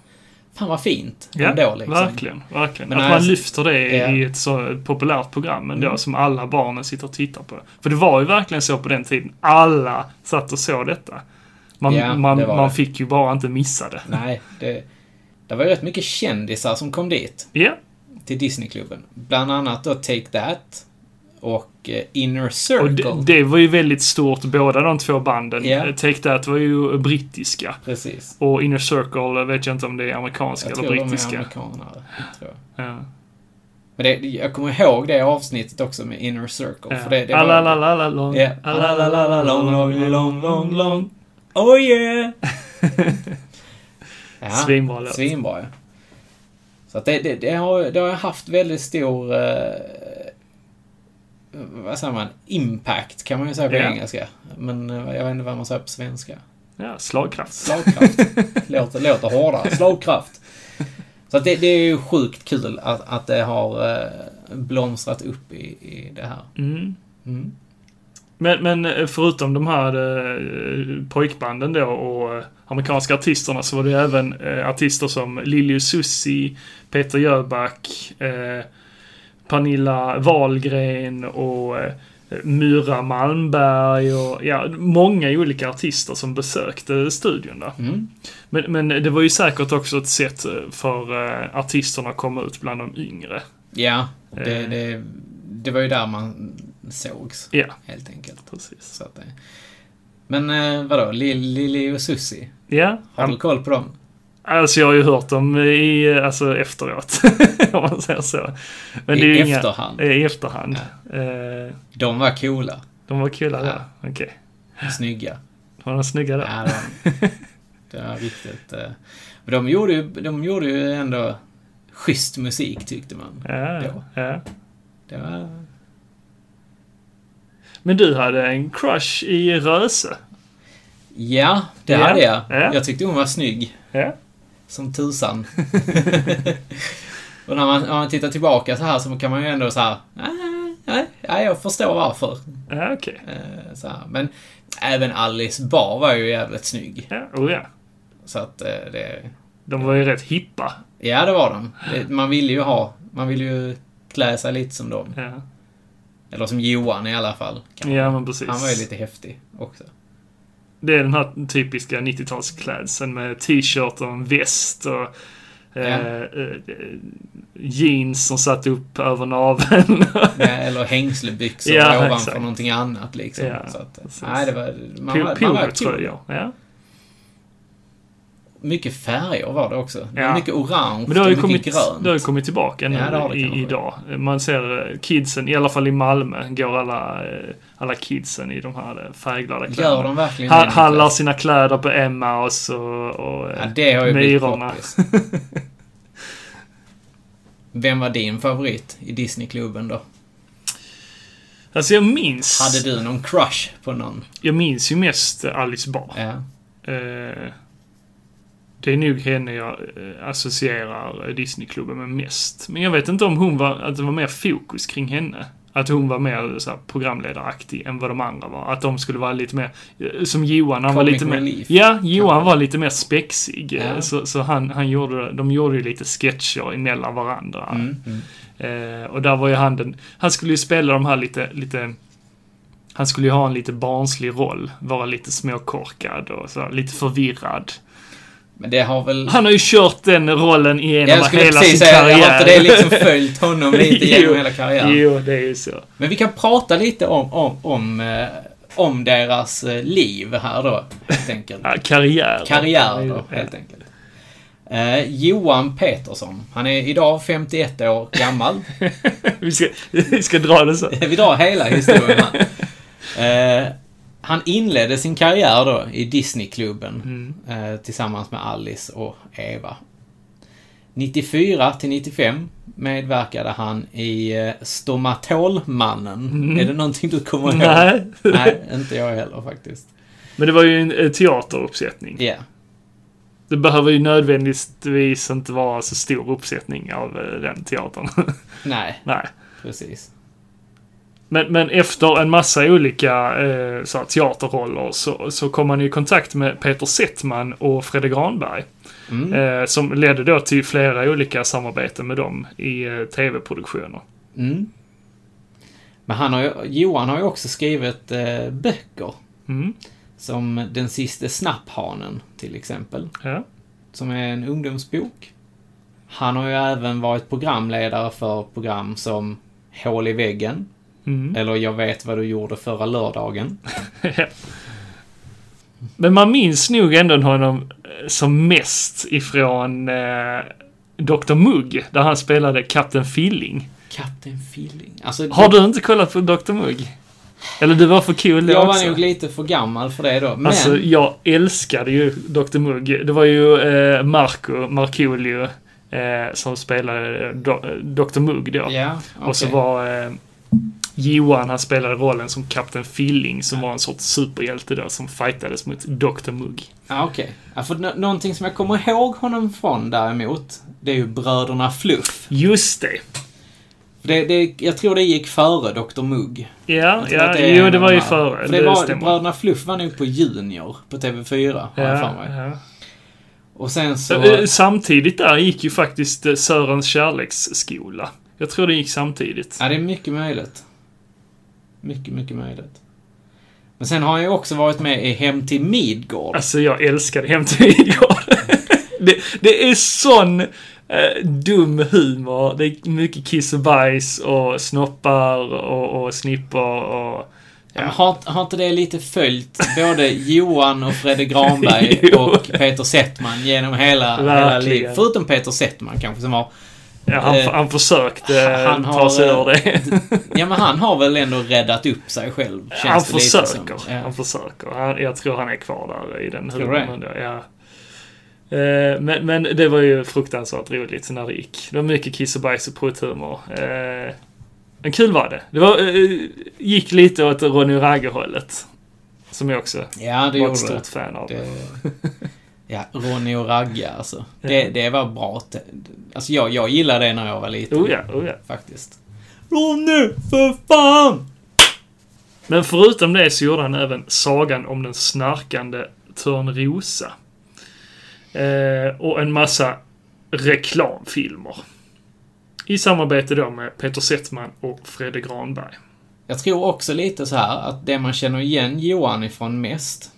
[SPEAKER 1] Fan vad fint
[SPEAKER 2] Mm. Ja,
[SPEAKER 1] ändå liksom.
[SPEAKER 2] verkligen. verkligen.
[SPEAKER 1] Men
[SPEAKER 2] att
[SPEAKER 1] när
[SPEAKER 2] man
[SPEAKER 1] jag-
[SPEAKER 2] lyfter det
[SPEAKER 1] Ja. Mm.
[SPEAKER 2] i ett så populärt program ändå, som alla barnen sitter och tittar på. För det var ju verkligen så på den tiden. Alla satt och såg detta. Man,
[SPEAKER 1] Ja,
[SPEAKER 2] man,
[SPEAKER 1] det var
[SPEAKER 2] man
[SPEAKER 1] det.
[SPEAKER 2] fick ju bara inte missa det.
[SPEAKER 1] Nej, det, det var ju rätt mycket kändisar som kom dit.
[SPEAKER 2] Ja,
[SPEAKER 1] Till Disneyklubben. Bland annat då Take That och eh, Inner
[SPEAKER 2] och
[SPEAKER 1] Circle.
[SPEAKER 2] det, det var ju väldigt stort, båda de två banden.
[SPEAKER 1] Ja.
[SPEAKER 2] Eh, Take That var ju brittiska.
[SPEAKER 1] Precis.
[SPEAKER 2] Och Inner Circle eh, vet jag inte om det är amerikanska
[SPEAKER 1] Jag
[SPEAKER 2] eller
[SPEAKER 1] tror de är
[SPEAKER 2] brittiska.
[SPEAKER 1] amerikanare. Tror jag.
[SPEAKER 2] Ja.
[SPEAKER 1] Men det, jag kommer ihåg det avsnittet också med Inner Circle. För det, det
[SPEAKER 2] Alla,
[SPEAKER 1] var,
[SPEAKER 2] Ah, la, la, la, lång.
[SPEAKER 1] Ja.
[SPEAKER 2] Alla, la, la, la, lång, lång, lång, lång, lång.
[SPEAKER 1] Oh yeah! ja,
[SPEAKER 2] Svinbra låt.
[SPEAKER 1] Svinbra, ja. Så att det, det, det, har, det har haft väldigt stor... Eh, vad säger man? Impact kan man ju säga på
[SPEAKER 2] Ja.
[SPEAKER 1] engelska. Men eh, jag vet inte vad man säger på svenska.
[SPEAKER 2] Ja, slagkraft.
[SPEAKER 1] Slagkraft. låter, låter hårdare. Slagkraft. Så att det, det är ju sjukt kul att, att det har eh, blomstrat upp i, i det här.
[SPEAKER 2] Mm.
[SPEAKER 1] Mm.
[SPEAKER 2] Men, men eh, förutom de här eh, pojkbanden då och eh, amerikanska artisterna så var det ju även eh, artister som Lili Susi, Peter Jöback, eh, Pernilla Wahlgren och eh, Myra Malmberg och ja, många olika artister som besökte studion där. Men, men det var ju säkert också ett sätt för eh, artisterna att komma ut bland de yngre.
[SPEAKER 1] Ja, det, det, det var ju där man sågs,
[SPEAKER 2] Eh. Ja,
[SPEAKER 1] helt enkelt.
[SPEAKER 2] precis.
[SPEAKER 1] Så att det... Men eh, vadå, Lill- Lili och Susi?
[SPEAKER 2] Ja,
[SPEAKER 1] Har du koll på dem?
[SPEAKER 2] Alltså jag har ju hört dem i, alltså efteråt. om man säger så. Men
[SPEAKER 1] I
[SPEAKER 2] det är ju
[SPEAKER 1] efterhand.
[SPEAKER 2] Inga, eh, I efterhand. Eh,
[SPEAKER 1] De var coola,
[SPEAKER 2] de var kul där. Okej.
[SPEAKER 1] snygga.
[SPEAKER 2] Var de snygga där?
[SPEAKER 1] Ja, de, det var riktigt... eh, Men de gjorde ju, de gjorde ju ändå schysst musik, tyckte man.
[SPEAKER 2] Ja,
[SPEAKER 1] Då.
[SPEAKER 2] ja.
[SPEAKER 1] Det var...
[SPEAKER 2] Men du hade en crush i Röse.
[SPEAKER 1] Ja, det
[SPEAKER 2] Ja,
[SPEAKER 1] hade jag.
[SPEAKER 2] ja.
[SPEAKER 1] Jag tyckte hon var snygg,
[SPEAKER 2] Ja.
[SPEAKER 1] som tusan. Och när man, när man tittar tillbaka så här så kan man ju ändå så här... "Nej, Nej, nej, jag förstår varför.
[SPEAKER 2] Ja, okej.
[SPEAKER 1] Eh, Så här. Men även Alice Bar var ju jävligt snygg.
[SPEAKER 2] Ja, oh ja.
[SPEAKER 1] Så att eh, det...
[SPEAKER 2] De var ju rätt hippa.
[SPEAKER 1] Ja, det var de. Det- Man ville ju ha... Man ville ju klä sig lite som dem.
[SPEAKER 2] Ja,
[SPEAKER 1] Eller som Johan i alla fall. Kan man-
[SPEAKER 2] ja men precis.
[SPEAKER 1] Han var ju lite häftig också.
[SPEAKER 2] Det är den här typiska 90-talsklädseln med t-shirt och en väst och eh, eh, jeans som satt upp över naveln.
[SPEAKER 1] Ja, Eller hängslebyxor
[SPEAKER 2] Ja,
[SPEAKER 1] ovanför
[SPEAKER 2] exakt.
[SPEAKER 1] någonting annat liksom.
[SPEAKER 2] Ja,
[SPEAKER 1] så att,
[SPEAKER 2] precis.
[SPEAKER 1] nej, det var... Man, var- man var cool.
[SPEAKER 2] Polotröjor. Ja.
[SPEAKER 1] Mycket färger var det också. Det var
[SPEAKER 2] Ja.
[SPEAKER 1] Mycket orange
[SPEAKER 2] Men det har,
[SPEAKER 1] och
[SPEAKER 2] ju
[SPEAKER 1] mycket
[SPEAKER 2] kommit,
[SPEAKER 1] grönt.
[SPEAKER 2] det har ju kommit tillbaka nu
[SPEAKER 1] Ja, det har det
[SPEAKER 2] i,
[SPEAKER 1] kanske.
[SPEAKER 2] idag. Man ser eh, kidsen, i alla fall i Malmö, går alla, eh, alla kidsen i de här eh, färgglada
[SPEAKER 1] Gör
[SPEAKER 2] kläderna.
[SPEAKER 1] de verkligen
[SPEAKER 2] Ha,
[SPEAKER 1] det,
[SPEAKER 2] handlar
[SPEAKER 1] Niklas?
[SPEAKER 2] sina kläder på Emmaus och, och eh,
[SPEAKER 1] Ja, det har ju blivit
[SPEAKER 2] Myrorna.
[SPEAKER 1] poppis. Vem var din favorit i Disneyklubben då?
[SPEAKER 2] Alltså jag minns,
[SPEAKER 1] Hade du någon crush på någon?
[SPEAKER 2] jag minns ju mest eh, Alice Bar.
[SPEAKER 1] Ja.
[SPEAKER 2] Eh, det är nog henne jag eh, associerar eh, Disneyklubben med mest. Men jag vet inte om hon var, att det var mer fokus kring henne. Att hon var mer så här, programledaraktig än vad de andra var. Att de skulle vara lite mer, eh, som Johan, han var
[SPEAKER 1] Comic
[SPEAKER 2] lite mer...
[SPEAKER 1] relief.
[SPEAKER 2] Ja, Johan var lite mer spexig. eh,
[SPEAKER 1] Ja.
[SPEAKER 2] Så, så han, han gjorde, de gjorde ju lite sketcher emellan varandra.
[SPEAKER 1] Mm,
[SPEAKER 2] Eh, och där var ju han den, han skulle ju spela de här lite, lite han skulle ju ha en lite barnslig roll, vara lite småkorkad och så, här, lite förvirrad.
[SPEAKER 1] Men det har väl...
[SPEAKER 2] Han har ju kört den rollen igenom
[SPEAKER 1] Jag skulle
[SPEAKER 2] hela
[SPEAKER 1] precis
[SPEAKER 2] sin
[SPEAKER 1] säga, jag
[SPEAKER 2] karriär.
[SPEAKER 1] har inte det liksom följt honom lite
[SPEAKER 2] Jo,
[SPEAKER 1] genom hela karriären.
[SPEAKER 2] Jo, det är ju så.
[SPEAKER 1] Men vi kan prata lite om, om, om, eh, om deras eh, liv här då, helt enkelt.
[SPEAKER 2] Ja, karriär.
[SPEAKER 1] Karriär
[SPEAKER 2] Ja.
[SPEAKER 1] då, helt enkelt. Eh, Johan Petersson. Han är idag 51 år gammal.
[SPEAKER 2] Vi ska, vi ska dra det så.
[SPEAKER 1] Vi drar hela historien här. Eh, han inledde sin karriär då i Disneyklubben
[SPEAKER 2] Mm.
[SPEAKER 1] eh, tillsammans med Alice och Eva. 94 till 95 medverkade han i eh, Stomatolmannen. Är det någonting du kommer ihåg?
[SPEAKER 2] Mm. Nej.
[SPEAKER 1] Nej, inte jag heller faktiskt.
[SPEAKER 2] Men det var ju en eh, teateruppsättning.
[SPEAKER 1] Ja.
[SPEAKER 2] Det behöver ju nödvändigtvis inte vara så stor uppsättning av eh, den teatern.
[SPEAKER 1] Nej,
[SPEAKER 2] Nej.
[SPEAKER 1] precis.
[SPEAKER 2] Men, men efter en massa olika eh, så här, teaterroller så, så kom han i kontakt med Peter Settman och Fredrik Granberg. Eh, som ledde då till flera olika samarbeten med dem i eh, tv-produktioner.
[SPEAKER 1] Mm. Men han har ju, Johan har ju också skrivit eh, böcker.
[SPEAKER 2] Mm.
[SPEAKER 1] Som Den siste snapphanen, till exempel.
[SPEAKER 2] Ja.
[SPEAKER 1] som är en ungdomsbok. Han har ju även varit programledare för program som Hål i väggen,
[SPEAKER 2] Mm.
[SPEAKER 1] eller Jag vet vad du gjorde förra lördagen.
[SPEAKER 2] Men man minns nog ändå honom eh, som mest ifrån eh, Dr. Mugg, där han spelade Kapten Filling.
[SPEAKER 1] Kapten Filling. Alltså,
[SPEAKER 2] Har du inte kollat på Dr. Mugg? Eller du var för cool då
[SPEAKER 1] jag
[SPEAKER 2] också?
[SPEAKER 1] var nog lite för gammal för det då, men...
[SPEAKER 2] Alltså, jag älskade ju Dr. Mugg. Det var ju eh, Marco, Markoolio, eh, som spelade do, Dr. Mugg då.
[SPEAKER 1] ja,
[SPEAKER 2] Och så
[SPEAKER 1] okej.
[SPEAKER 2] var eh, Johan, han spelade rollen som Kapten Filling, som var en sorts superhjälte då, som fightades mot Dr. Mugg.
[SPEAKER 1] Ja, okej. Ja, för nå- någonting som jag kommer ihåg honom från däremot, det är ju Bröderna Fluff.
[SPEAKER 2] Just det!
[SPEAKER 1] För Det, det, jag tror det gick före Dr Mugg.
[SPEAKER 2] Ja,
[SPEAKER 1] Jag tror
[SPEAKER 2] ja
[SPEAKER 1] att är
[SPEAKER 2] jo,
[SPEAKER 1] en
[SPEAKER 2] det
[SPEAKER 1] av
[SPEAKER 2] var
[SPEAKER 1] de
[SPEAKER 2] ju
[SPEAKER 1] här.
[SPEAKER 2] före.
[SPEAKER 1] För det
[SPEAKER 2] det
[SPEAKER 1] var,
[SPEAKER 2] stämmer.
[SPEAKER 1] Bröderna Fluff var nog på Junior, på TV4, har jag för mig.
[SPEAKER 2] Ja, ja.
[SPEAKER 1] Och sen så...
[SPEAKER 2] Eh, Samtidigt där gick ju faktiskt eh, Sörens kärleksskola. Jag tror det gick samtidigt.
[SPEAKER 1] Ja, det är mycket möjligt. Mycket, mycket möjligt. Men sen har han ju också varit med i Hem till Midgård.
[SPEAKER 2] Alltså jag älskar Hem till Midgård. det, det är sån eh, dum humor. Det är mycket kiss och bajs och snoppar och, och snipper och...
[SPEAKER 1] Men Har, har inte det lite följt både Johan och Fredrik Granberg
[SPEAKER 2] Jo.
[SPEAKER 1] och Peter Settman genom hela, hela
[SPEAKER 2] Verkligen.
[SPEAKER 1] livet? Förutom Peter Settman kanske som har...
[SPEAKER 2] Ja, han,
[SPEAKER 1] Eh,
[SPEAKER 2] han försökte
[SPEAKER 1] han
[SPEAKER 2] han
[SPEAKER 1] har,
[SPEAKER 2] ta sig
[SPEAKER 1] eh,
[SPEAKER 2] ur det.
[SPEAKER 1] Ja men han har väl ändå räddat upp sig själv. Känns
[SPEAKER 2] han,
[SPEAKER 1] det lite som.
[SPEAKER 2] försöker.
[SPEAKER 1] Ja.
[SPEAKER 2] han försöker. Han Jag tror han är kvar där i den
[SPEAKER 1] Tror du
[SPEAKER 2] humorn. då, Ja. Eh, Men, men det var ju fruktansvärt roligt när det gick. Det var mycket kiss och bajs och prutthumor. Eh, Men kul var det. Det var, eh, gick lite åt Ronny och Ragge-hållet. Som jag också
[SPEAKER 1] ja, det
[SPEAKER 2] var ett
[SPEAKER 1] gjorde det.
[SPEAKER 2] stort fan av.
[SPEAKER 1] det. Ja, Ronny och Ragga alltså. Det, det var bra. te- Alltså jag, jag gillade det när jag var liten.
[SPEAKER 2] Oh ja, oh ja.
[SPEAKER 1] Faktiskt. Ronny, för fan!
[SPEAKER 2] Men förutom det så gjorde han även Sagan om den snarkande Törnrosa. Eh, och en massa reklamfilmer. I samarbete då med Peter Settman och Fredrik Granberg.
[SPEAKER 1] Jag tror också lite så här att det man känner igen Johan ifrån mest,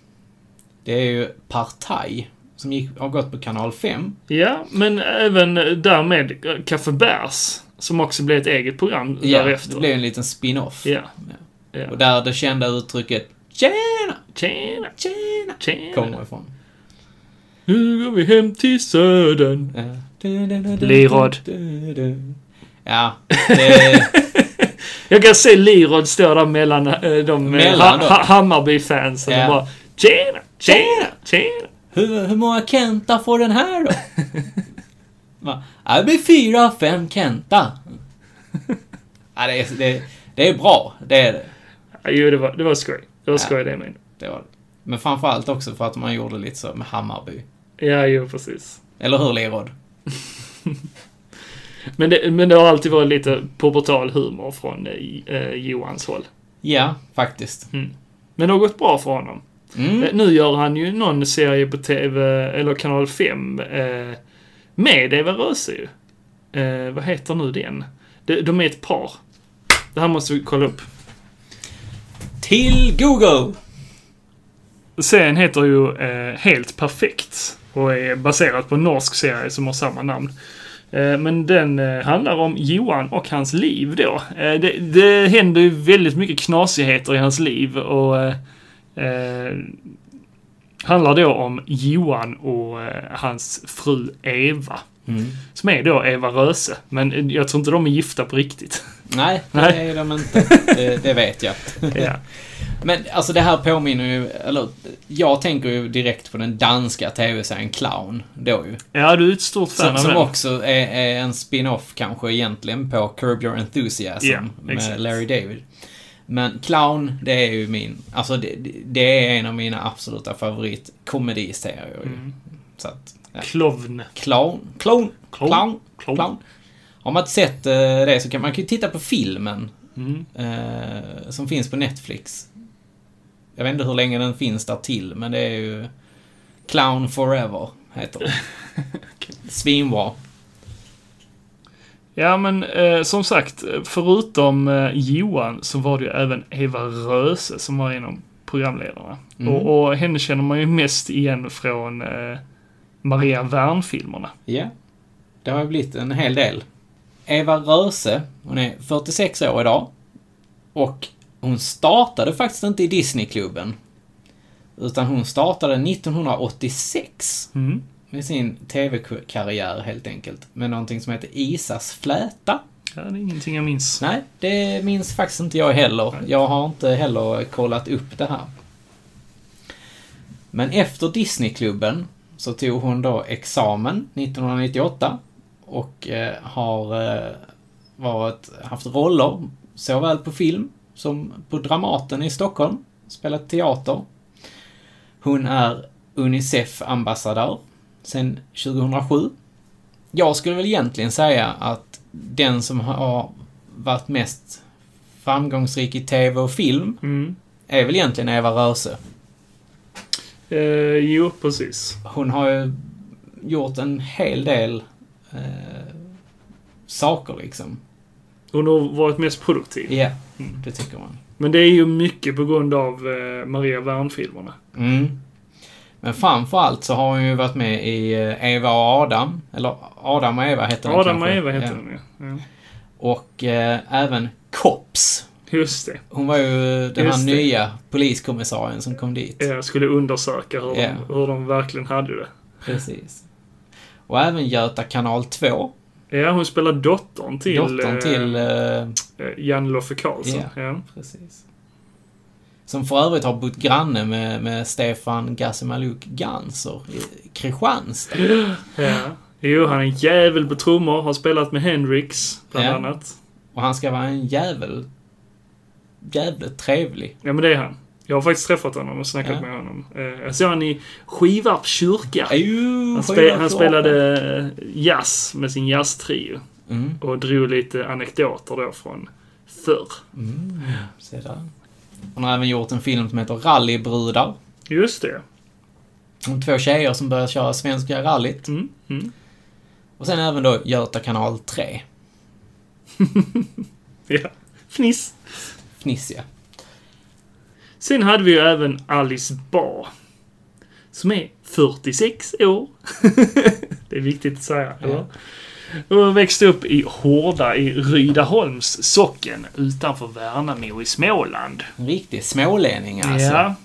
[SPEAKER 1] det är ju Partaj, som gick, har gått på kanal 5.
[SPEAKER 2] Ja, men även därmed eh, Café Bärs, som också blev ett eget program
[SPEAKER 1] det
[SPEAKER 2] därefter.
[SPEAKER 1] blev en liten spin-off.
[SPEAKER 2] Ja.
[SPEAKER 1] Och där det kända uttrycket Tjena,
[SPEAKER 2] Tjena,
[SPEAKER 1] tjena,
[SPEAKER 2] tjena.
[SPEAKER 1] kommer ifrån.
[SPEAKER 2] Nu går vi hem till Södern.
[SPEAKER 1] Ja. Du, du, du, du,
[SPEAKER 2] Lirod.
[SPEAKER 1] du, du. Ja, det,
[SPEAKER 2] Jag kan se Lirod stå där mellan eh, de eh,
[SPEAKER 1] Mellan
[SPEAKER 2] ha,
[SPEAKER 1] då?
[SPEAKER 2] ha, Hammarby-fansen
[SPEAKER 1] Ja.
[SPEAKER 2] och bara Tjena, tjena, tjena.
[SPEAKER 1] hur, hur många Kenta får den här då? Va? Ja, Det blir fyra, fem Kenta. Ja, det, är, det, det är bra, det är det.
[SPEAKER 2] Ja, Jo, det var, det var skoj. Det var skoj det med.
[SPEAKER 1] Det var det. Men framförallt också för att man gjorde lite så med Hammarby.
[SPEAKER 2] Ja, jo precis.
[SPEAKER 1] Eller hur, Lerod?
[SPEAKER 2] Men det, men det har alltid varit lite pubertal humor från eh, Johans håll.
[SPEAKER 1] Ja, faktiskt.
[SPEAKER 2] Men det har gått bra för honom.
[SPEAKER 1] Mm.
[SPEAKER 2] Eh, Nu gör han ju någon serie på TV, eller kanal 5, eh, med Eva Röse ju. Eh, vad heter nu den? De, de är ett par. Det här måste vi kolla upp.
[SPEAKER 1] Till Google!
[SPEAKER 2] Serien heter ju eh, Helt Perfekt och är baserad på en norsk serie som har samma namn. Eh, men den eh, handlar om Johan och hans liv då. Eh, det, det händer ju väldigt mycket knasigheter i hans liv och eh, eh, handlar då om Johan och eh, hans fru Eva.
[SPEAKER 1] Mm.
[SPEAKER 2] Som är då Eva Röse. Men eh, jag tror inte de är gifta på riktigt.
[SPEAKER 1] Nej,
[SPEAKER 2] Nej.
[SPEAKER 1] det är de inte. Det, det vet jag.
[SPEAKER 2] ja.
[SPEAKER 1] Men alltså det här påminner ju, eller jag tänker ju direkt på den danska tv-serien Clown då ju.
[SPEAKER 2] ja, du är ett stort fan
[SPEAKER 1] Som,
[SPEAKER 2] av
[SPEAKER 1] som
[SPEAKER 2] den.
[SPEAKER 1] också är, är en spin-off kanske egentligen på Curb Your Enthusiasm
[SPEAKER 2] Ja, exakt.
[SPEAKER 1] med Larry David. Men Clown, det är ju min, alltså det, det- det är en av mina absoluta favoritkomediserier ju.
[SPEAKER 2] Mm.
[SPEAKER 1] Så att, ja.
[SPEAKER 2] Klovn.
[SPEAKER 1] Clown. Clown.
[SPEAKER 2] Clown.
[SPEAKER 1] Clown.
[SPEAKER 2] Clown.
[SPEAKER 1] Clown. Har man inte sett eh, det så kan man kan ju titta på filmen.
[SPEAKER 2] Mm.
[SPEAKER 1] eh, som finns på Netflix. Jag vet inte hur länge den finns där till, men det är ju Clown Forever, heter den. Svinbra.
[SPEAKER 2] Ja, men eh, som sagt, förutom eh, Johan så var det ju även Eva Röse som var en av programledarna. Och, och henne känner man ju mest igen från eh, Maria Wern-filmerna.
[SPEAKER 1] Ja. Det har ju blivit en hel del. Eva Röse, hon är 46 år idag. Och hon startade faktiskt inte i Disneyklubben. Utan hon startade 1986. Med sin TV-karriär helt enkelt. Med någonting som heter Isas fläta.
[SPEAKER 2] Ja, det är ingenting jag minns.
[SPEAKER 1] Nej, det minns faktiskt inte jag heller. Jag har inte heller kollat upp det här. Men efter Disneyklubben så tog hon då examen 1998 och eh, har eh, varit, haft roller såväl på film som på Dramaten i Stockholm, spelat teater. Hon är Unicef-ambassadör sedan 2007. Jag skulle väl egentligen säga att den som har varit mest framgångsrik i TV och film
[SPEAKER 2] Mm.
[SPEAKER 1] är väl egentligen Eva Röse.
[SPEAKER 2] Eh, jo, precis.
[SPEAKER 1] Hon har ju gjort en hel del eh, saker liksom.
[SPEAKER 2] Hon har varit mest produktiv. Mm.
[SPEAKER 1] Ja, det tycker man.
[SPEAKER 2] Men det är ju mycket på grund av eh, Maria Wern-filmerna.
[SPEAKER 1] Mm. Men framförallt så har hon ju varit med i eh, Eva och Adam. Eller Adam och Eva heter den
[SPEAKER 2] Adam och
[SPEAKER 1] kanske.
[SPEAKER 2] Eva heter
[SPEAKER 1] Ja.
[SPEAKER 2] den ju. Ja.
[SPEAKER 1] Och eh, även Cops.
[SPEAKER 2] Just det.
[SPEAKER 1] Hon var ju eh, den
[SPEAKER 2] Just
[SPEAKER 1] här
[SPEAKER 2] det.
[SPEAKER 1] nya poliskommissarien som kom dit.
[SPEAKER 2] Jag skulle undersöka hur,
[SPEAKER 1] Ja.
[SPEAKER 2] de, hur de verkligen hade det.
[SPEAKER 1] Precis. Och även Göta kanal 2.
[SPEAKER 2] Ja, hon spelar dottern till,
[SPEAKER 1] dottern till...
[SPEAKER 2] eh,
[SPEAKER 1] Eh,
[SPEAKER 2] Jan-Loffe Karlsson. Ja.
[SPEAKER 1] precis. Som för övrigt har bott granne med, med Stefan Gassimaluk Ganser i Kristianstad.
[SPEAKER 2] Ja. Jo, han är en jävel på trummor. Har spelat med Hendrix, bland
[SPEAKER 1] Ja.
[SPEAKER 2] annat.
[SPEAKER 1] Och han ska vara en jävel... Jävligt trevlig.
[SPEAKER 2] Ja, men det är han. Jag har faktiskt träffat honom och snackat
[SPEAKER 1] Ja.
[SPEAKER 2] med honom. Eh, Jag såg han i Skivarps kyrka.
[SPEAKER 1] Ejo, sköna
[SPEAKER 2] Han, spe,
[SPEAKER 1] kroppen.
[SPEAKER 2] han spelade eh, jazz med sin jazztrio.
[SPEAKER 1] Mm,
[SPEAKER 2] Och drog lite anekdoter då från förr.
[SPEAKER 1] se där. Han har även gjort en film som heter Rallybrudar.
[SPEAKER 2] Just det.
[SPEAKER 1] Om två tjejer som börjar köra svenska rallyt.
[SPEAKER 2] Mm. Mm.
[SPEAKER 1] Och sen även då Göta kanal 3.
[SPEAKER 2] Ja. Fniss.
[SPEAKER 1] Fnissiga.
[SPEAKER 2] Sen hade vi ju även Alice Ba. Som är 46 år. det är viktigt att säga, eller? Och växte upp i Horda i Rydaholms socken utanför Värnamo i Småland.
[SPEAKER 1] En riktig smålänning alltså.
[SPEAKER 2] Ja.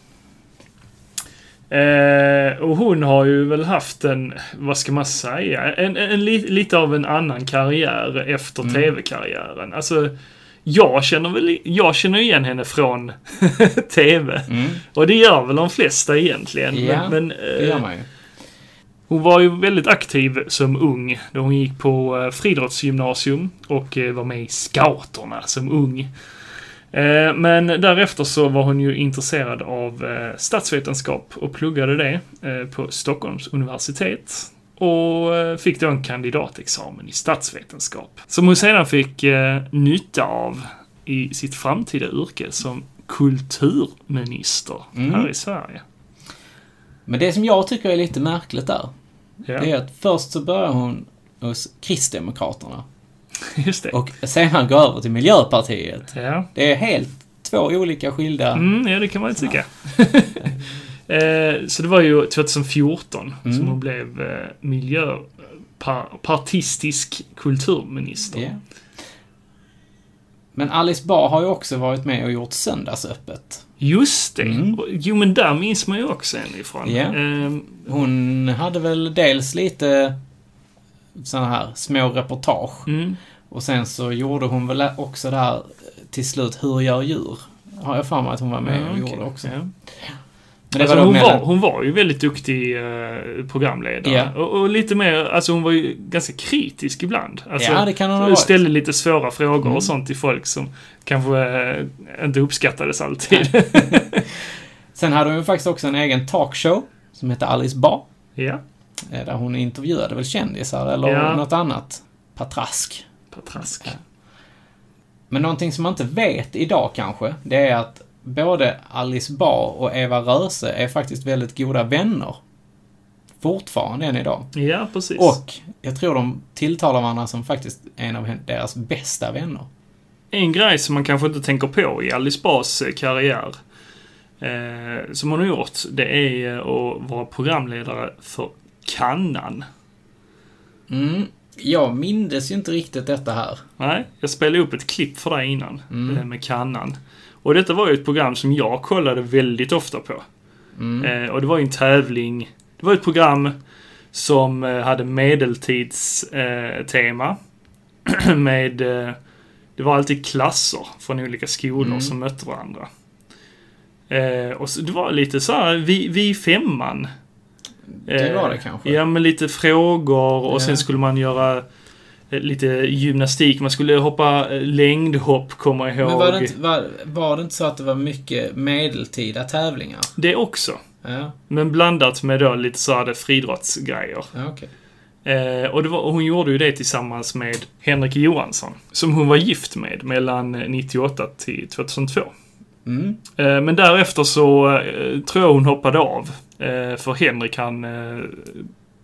[SPEAKER 2] Eh, och hon har ju väl haft en, vad ska man säga, en, en, en, li- lite av en annan karriär efter
[SPEAKER 1] Mm.
[SPEAKER 2] TV-karriären. Alltså, jag känner väl, jag känner igen henne från TV. Och det gör väl de flesta egentligen.
[SPEAKER 1] Mm. Ja,
[SPEAKER 2] men, men,
[SPEAKER 1] Det gör
[SPEAKER 2] eh,
[SPEAKER 1] man ju.
[SPEAKER 2] hon var ju väldigt aktiv som ung då hon gick på eh, friidrottsgymnasium och eh, var med i Scouterna som ung. Eh, Men därefter så var hon ju intresserad av eh, statsvetenskap och pluggade det eh, på Stockholms universitet. Och eh, fick då en kandidatexamen i statsvetenskap. Som hon sedan fick eh, nytta av i sitt framtida yrke som kulturminister
[SPEAKER 1] Mm.
[SPEAKER 2] här i Sverige.
[SPEAKER 1] Men det som jag tycker är lite märkligt där.
[SPEAKER 2] Ja,
[SPEAKER 1] Det är att först så börjar hon hos Kristdemokraterna.
[SPEAKER 2] just det.
[SPEAKER 1] Och senare går över till Miljöpartiet.
[SPEAKER 2] Ja.
[SPEAKER 1] Det är helt två olika skilda...
[SPEAKER 2] Mm, ja, det kan man ju tycka. Eh, Så det var ju 2014
[SPEAKER 1] Mm.
[SPEAKER 2] som hon blev eh, miljöpartistisk kulturminister.
[SPEAKER 1] Ja. Men Alice Bah har ju också varit med och gjort Söndagsöppet.
[SPEAKER 2] Just det!
[SPEAKER 1] Mm.
[SPEAKER 2] Och- Jo, men där minns man ju också henne ifrån.
[SPEAKER 1] Ja.
[SPEAKER 2] Eh,
[SPEAKER 1] Hon hade väl dels lite sådana här små reportage.
[SPEAKER 2] Mm.
[SPEAKER 1] Och sen så gjorde hon väl också det här till slut Hur gör djur? Har jag för mig att hon var med
[SPEAKER 2] Ja,
[SPEAKER 1] och
[SPEAKER 2] Mm, okej.
[SPEAKER 1] gjorde också.
[SPEAKER 2] Ja.
[SPEAKER 1] Men
[SPEAKER 2] Alltså,
[SPEAKER 1] då
[SPEAKER 2] hon,
[SPEAKER 1] mer
[SPEAKER 2] var,
[SPEAKER 1] den-
[SPEAKER 2] hon var ju väldigt duktig eh, programledare.
[SPEAKER 1] Ja.
[SPEAKER 2] Och, och lite mer, alltså hon var ju ganska kritisk ibland. Alltså,
[SPEAKER 1] Ja, det kan hon ha varit. Mm.
[SPEAKER 2] Ställde lite svåra frågor och sånt till folk som kanske eh, inte uppskattades alltid.
[SPEAKER 1] Sen hade hon ju faktiskt också en egen talkshow som hette Alice Bah.
[SPEAKER 2] ja.
[SPEAKER 1] eh, Där hon intervjuade väl kändisar eller
[SPEAKER 2] Ja.
[SPEAKER 1] något annat patrask.
[SPEAKER 2] Patrask.
[SPEAKER 1] Men någonting som man inte vet idag kanske, det är att både Alice Bah och Eva Röse är faktiskt väldigt goda vänner. Fortfarande än idag.
[SPEAKER 2] Ja, precis.
[SPEAKER 1] Och jag tror de tilltalar varandra som faktiskt en av hen- deras bästa vänner.
[SPEAKER 2] En grej som man kanske inte tänker på i Alice Bahs eh, karriär eh, som hon har gjort, det är eh, att vara programledare för Kannan.
[SPEAKER 1] Mm. Jag mindes ju inte riktigt detta här.
[SPEAKER 2] Nej, jag spelade upp ett klipp för dig innan
[SPEAKER 1] Mm.
[SPEAKER 2] eh, med Kannan. Och detta var ju ett program som jag kollade väldigt ofta på.
[SPEAKER 1] Mm.
[SPEAKER 2] Eh, och det var ju en tävling. Det var ett program som eh, hade medeltidstema. Eh, tema. med... Eh, det var alltid klasser från olika skolor
[SPEAKER 1] Mm.
[SPEAKER 2] som mötte varandra. Eh, och så, det var lite så här, vi, vi femman.
[SPEAKER 1] Det var det
[SPEAKER 2] Eh,
[SPEAKER 1] kanske.
[SPEAKER 2] Ja, men lite frågor och sen skulle man göra eh, lite gymnastik. Man skulle hoppa eh, längdhopp, kommer jag ihåg.
[SPEAKER 1] Men var det, inte, var, var det inte så att det var mycket medeltida tävlingar?
[SPEAKER 2] Det också.
[SPEAKER 1] Ja,
[SPEAKER 2] Men blandat med då lite så här det friidrottsgrejer.
[SPEAKER 1] ja, okej.
[SPEAKER 2] Eh, och, det var, och hon gjorde ju det tillsammans med Henrik Johansson. Som hon var gift med mellan 98 till 2002.
[SPEAKER 1] Mm.
[SPEAKER 2] Eh, men därefter så eh, tror jag hon hoppade av. Eh, för Henrik han eh,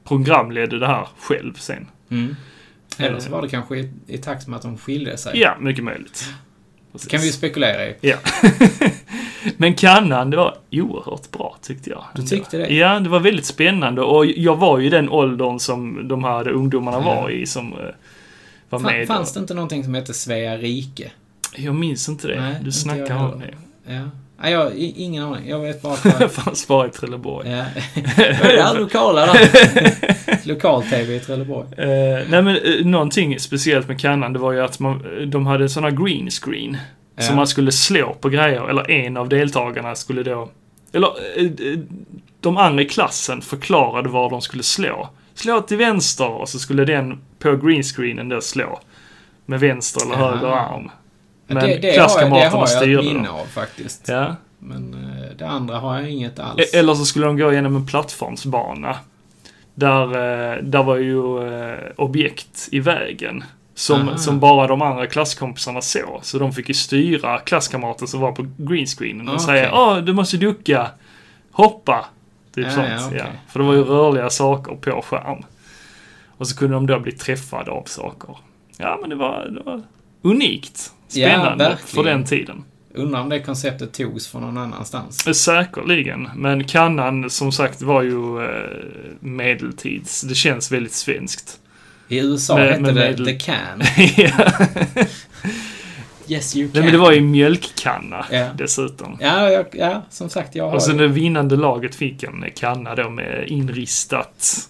[SPEAKER 2] programledde det här själv sen. Eh,
[SPEAKER 1] Eller så var det kanske i, i takt med att de skilde sig.
[SPEAKER 2] Ja, mycket möjligt. precis.
[SPEAKER 1] kan vi ju spekulera i.
[SPEAKER 2] Ja. Men kannan, det var oerhört bra tyckte jag. Du
[SPEAKER 1] tyckte det?
[SPEAKER 2] Ja, det var väldigt spännande och jag var ju i den åldern som de här ungdomarna var i som eh, var
[SPEAKER 1] Fan,
[SPEAKER 2] med.
[SPEAKER 1] fanns
[SPEAKER 2] då.
[SPEAKER 1] det inte någonting som hette Svea rike?
[SPEAKER 2] Jag minns inte det.
[SPEAKER 1] Nej, inte
[SPEAKER 2] du snackar
[SPEAKER 1] jag
[SPEAKER 2] om det.
[SPEAKER 1] Ja. Nej, jag har i- ingen aning. Jag vet bara att jag...
[SPEAKER 2] Det fanns bara i Trelleborg.
[SPEAKER 1] Ja. Vad är det här lokala där? Lokal-TV i Trelleborg.
[SPEAKER 2] Eh, nej men eh, någonting speciellt med kannan det var ju att man, eh, de hade såna green screen.
[SPEAKER 1] Ja.
[SPEAKER 2] Som man skulle slå på grejer, eller en av deltagarna skulle då... Eller eh, eh, de andra i klassen förklarade var de skulle slå. Slå till vänster och så skulle den på green screenen då slå. Med vänster eller
[SPEAKER 1] Ja.
[SPEAKER 2] höger arm. Men
[SPEAKER 1] det, det, har jag, det
[SPEAKER 2] klasskamraterna
[SPEAKER 1] har jag ett
[SPEAKER 2] styrde
[SPEAKER 1] minne
[SPEAKER 2] dem.
[SPEAKER 1] av faktiskt.
[SPEAKER 2] Ja.
[SPEAKER 1] Men eh, det andra har jag inget alls.
[SPEAKER 2] E- Eller så skulle de gå genom en plattformsbana. Där, eh, där var ju eh, objekt i vägen.
[SPEAKER 1] Aha.
[SPEAKER 2] Som, som bara de andra klasskompisarna såg. Så de fick ju styra klasskamrater som var på greenscreenen och
[SPEAKER 1] Okej.
[SPEAKER 2] säga Åh, du måste ducka! Hoppa! Typ
[SPEAKER 1] Ja,
[SPEAKER 2] sånt.
[SPEAKER 1] ja, okej.
[SPEAKER 2] Ja. För det var ju rörliga saker på skärm. Och så kunde de då bli träffade av saker. Ja, men det var, det var unikt.
[SPEAKER 1] Ja,
[SPEAKER 2] Spännande för
[SPEAKER 1] verkligen.
[SPEAKER 2] den tiden.
[SPEAKER 1] Undrar om det konceptet togs från någon annanstans.
[SPEAKER 2] Säkerligen, men kannan som sagt var ju eh, medeltids. Det känns väldigt svenskt.
[SPEAKER 1] I USA
[SPEAKER 2] Men-
[SPEAKER 1] hette
[SPEAKER 2] men
[SPEAKER 1] det
[SPEAKER 2] medel-
[SPEAKER 1] The Can.
[SPEAKER 2] ja.
[SPEAKER 1] Yes you can.
[SPEAKER 2] Nej, men det var ju mjölkkanna
[SPEAKER 1] Ja.
[SPEAKER 2] dessutom.
[SPEAKER 1] Ja, jag, ja, som sagt, jag har
[SPEAKER 2] Och sen
[SPEAKER 1] ju-
[SPEAKER 2] det vinnande laget fick en kanna då med inristat.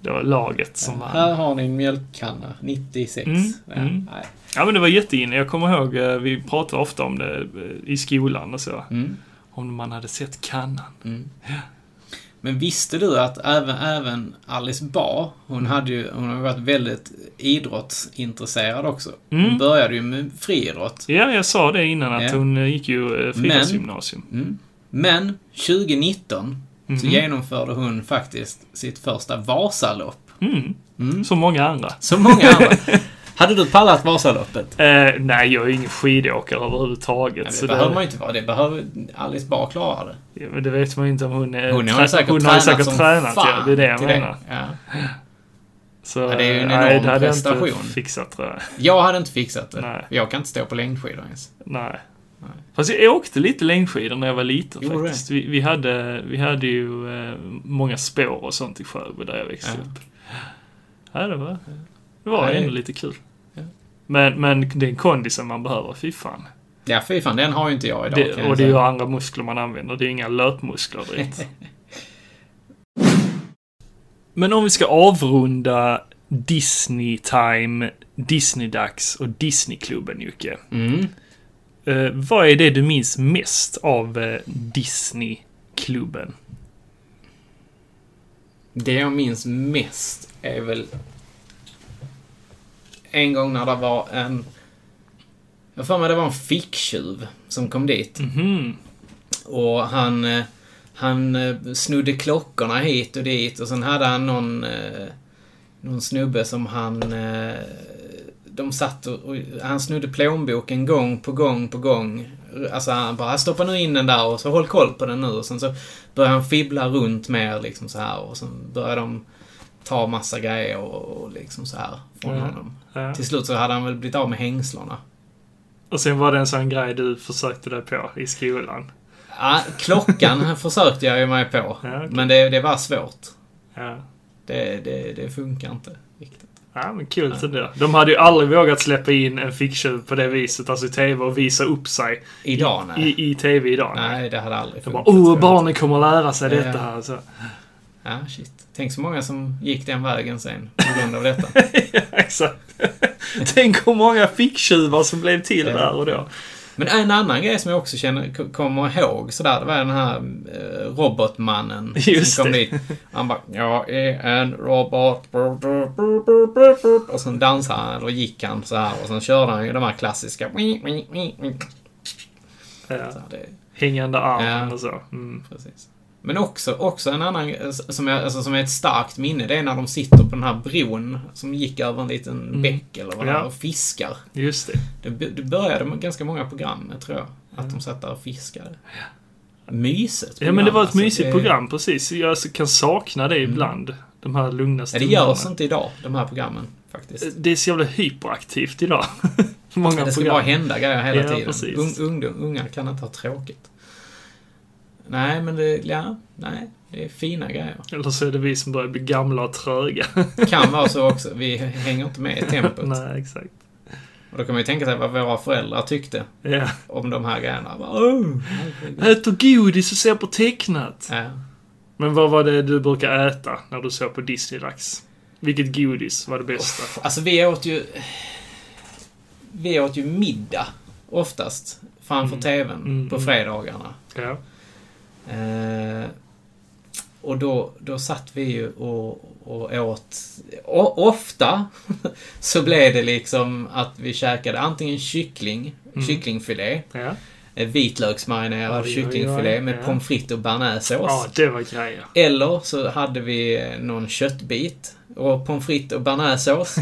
[SPEAKER 2] Det var laget som vann.
[SPEAKER 1] Här har ni en mjölkkanna, 96.
[SPEAKER 2] Mm,
[SPEAKER 1] Ja,
[SPEAKER 2] mm.
[SPEAKER 1] Nej.
[SPEAKER 2] Ja, men det var jätteinne. Jag kommer ihåg, eh, vi pratade ofta om det eh, i skolan och så.
[SPEAKER 1] Mm.
[SPEAKER 2] Om man hade sett kannan.
[SPEAKER 1] Men visste du att även, även Alice Bar, hon hade ju hon har ju varit väldigt idrottsintresserad också. Hon
[SPEAKER 2] Mm.
[SPEAKER 1] började ju med friidrott.
[SPEAKER 2] Ja, jag sa det innan att
[SPEAKER 1] Ja.
[SPEAKER 2] hon eh, gick ju eh, friidrottsgymnasium.
[SPEAKER 1] Mm. Men 2019
[SPEAKER 2] Mm.
[SPEAKER 1] så genomförde hon faktiskt sitt första Vasalopp.
[SPEAKER 2] Mm. Som många andra.
[SPEAKER 1] Som många andra. hade du pallat Vasaloppet?
[SPEAKER 2] Eh, nej, jag är ingen skidåkare överhuvudtaget.
[SPEAKER 1] Nej,
[SPEAKER 2] så
[SPEAKER 1] det behöver man ju inte vara. Det behöver Alice Bar klara det.
[SPEAKER 2] Ja, men det vet man ju inte om hon är...
[SPEAKER 1] Hon har ju säkert
[SPEAKER 2] hon har ju
[SPEAKER 1] tränat
[SPEAKER 2] säkert
[SPEAKER 1] som
[SPEAKER 2] tränat,
[SPEAKER 1] fan
[SPEAKER 2] ja, det är det jag
[SPEAKER 1] till
[SPEAKER 2] menar.
[SPEAKER 1] Ja.
[SPEAKER 2] Så,
[SPEAKER 1] Ja, det är ju en
[SPEAKER 2] eh,
[SPEAKER 1] enorm
[SPEAKER 2] det hade jag
[SPEAKER 1] prestation.
[SPEAKER 2] inte fixat tror jag.
[SPEAKER 1] Jag hade inte fixat det.
[SPEAKER 2] Nej.
[SPEAKER 1] Jag kan inte stå på längdskidor ens.
[SPEAKER 2] Nej. Fast jag åkte lite längdskidor när jag var liten
[SPEAKER 1] Gjorde du
[SPEAKER 2] faktiskt. Vi, vi, hade, vi hade ju eh, många spår och sånt i Sjöbo där jag växte
[SPEAKER 1] Ja.
[SPEAKER 2] upp. Ja, det var, det var
[SPEAKER 1] Ja, det-
[SPEAKER 2] ändå lite kul. Men, men den kondisen man behöver, fy fan.
[SPEAKER 1] Ja, fy fan, den har ju inte jag idag. kan
[SPEAKER 2] Det,
[SPEAKER 1] jag
[SPEAKER 2] och det är
[SPEAKER 1] säga.
[SPEAKER 2] ju andra muskler man använder. Det är ju inga löpmuskler direkt. Men om vi ska avrunda Disney-time, Disney-dags och Disneyklubben, Jocke. Eh, vad är det du minns mest av eh, Disneyklubben?
[SPEAKER 1] Det jag minns mest är väl en gång när det var en... Jag har för mig det var en ficktjuv som kom dit. Och han, eh, han eh, snodde klockorna hit och dit och sen hade han någon, eh, någon snubbe som han... eh, De satt och, och han snodde plånboken gång på gång på gång. Alltså han bara stoppa nu in den där och så håll koll på den nu och sen så började han fibbla runt med liksom så här och sen började de ta massa grejer och, och liksom så här från
[SPEAKER 2] Ja.
[SPEAKER 1] honom.
[SPEAKER 2] Ja.
[SPEAKER 1] Till slut så hade han väl blivit av med hängslorna.
[SPEAKER 2] Eh, Och sen var det en sån grej du försökte dig på i skolan.
[SPEAKER 1] Ja, klockan försökte jag ju mig på.
[SPEAKER 2] Ja, okej.
[SPEAKER 1] Men det, det var svårt.
[SPEAKER 2] Ja.
[SPEAKER 1] Det, det, det funkar inte riktigt.
[SPEAKER 2] Eh, Ja, men kul ändå. De hade ju aldrig vågat släppa in en ficktjuv på det viset, alltså i TV, och visa upp sig
[SPEAKER 1] Idag nej.
[SPEAKER 2] i, i TV idag.
[SPEAKER 1] nej, det hade aldrig
[SPEAKER 2] De bara
[SPEAKER 1] funkat. tror
[SPEAKER 2] oh,
[SPEAKER 1] jag.
[SPEAKER 2] barnen kommer lära sig
[SPEAKER 1] Ja.
[SPEAKER 2] detta Alltså, här. Så.
[SPEAKER 1] Ja, shit. Tänk så många som gick den vägen sen på grund av detta.
[SPEAKER 2] Ja, Exakt. Tänk hur många ficktjuvar som blev till där och då.
[SPEAKER 1] Men en annan grej som jag också känner, k- kommer ihåg sådär, det var den här eh, robotmannen
[SPEAKER 2] Just
[SPEAKER 1] som kom
[SPEAKER 2] det.
[SPEAKER 1] dit. Han bara “Jag är en robot” och sen dansade han, eller gick han så här och sen körde han ju de här klassiska
[SPEAKER 2] Ja.
[SPEAKER 1] så här, det,
[SPEAKER 2] Hängande armen
[SPEAKER 1] Ja.
[SPEAKER 2] och så. Mm.
[SPEAKER 1] Precis. Men också, också en annan eh, som, jag, alltså, som är ett starkt minne, det är när de sitter på den här bron som gick över en liten bäck eller vad det
[SPEAKER 2] Mm. Ja.
[SPEAKER 1] är och fiskar.
[SPEAKER 2] Just det.
[SPEAKER 1] Det, b- det började med ganska många program, jag tror jag, att de satt där och fiskade. Mysigt
[SPEAKER 2] Mm. Ja, men det var ett
[SPEAKER 1] alltså.
[SPEAKER 2] mysigt
[SPEAKER 1] Det- Mm.
[SPEAKER 2] program precis. Jag alltså kan sakna det ibland. De här lugna
[SPEAKER 1] Ja, det
[SPEAKER 2] stunderna. Eh,
[SPEAKER 1] görs inte idag, de här programmen, faktiskt.
[SPEAKER 2] Det är så jävla hyperaktivt idag. Många
[SPEAKER 1] Det ska
[SPEAKER 2] program.
[SPEAKER 1] bara hända grejer hela
[SPEAKER 2] Ja,
[SPEAKER 1] tiden.
[SPEAKER 2] precis.
[SPEAKER 1] Un, ungdom, unga kan inte ha tråkigt. Nej, men det, ja, nej, det är fina grejer.
[SPEAKER 2] Eller så är det vi som börjar bli gamla och tröga.
[SPEAKER 1] Kan vara så också. Vi hänger inte med i tempot.
[SPEAKER 2] Nej, exakt.
[SPEAKER 1] Och då kan man ju tänka sig vad våra föräldrar tyckte
[SPEAKER 2] Ja.
[SPEAKER 1] om de här grejerna. Bara, "Åh,
[SPEAKER 2] Äter godis och ser på tecknat.
[SPEAKER 1] ja.
[SPEAKER 2] Men vad var det du brukar äta när du såg på Disney-dags? Vilket godis var det bästa?
[SPEAKER 1] Alltså vi åt ju... Vi åt ju middag oftast framför TVn
[SPEAKER 2] Mm,
[SPEAKER 1] på
[SPEAKER 2] mm.
[SPEAKER 1] fredagarna.
[SPEAKER 2] Ja.
[SPEAKER 1] Eh, och då, då satt vi ju och, och åt... O, ofta så blev det liksom att vi käkade antingen kyckling,
[SPEAKER 2] Mm.
[SPEAKER 1] kycklingfilé,
[SPEAKER 2] Ja.
[SPEAKER 1] eh, vitlöksmarinerad
[SPEAKER 2] Oj, oj, oj,
[SPEAKER 1] kycklingfilé med
[SPEAKER 2] ja.
[SPEAKER 1] pommes frites och bearnaisesås.
[SPEAKER 2] Ja, det var grejer.
[SPEAKER 1] Eller så hade vi eh, någon köttbit och pommes frites och bearnaisesås.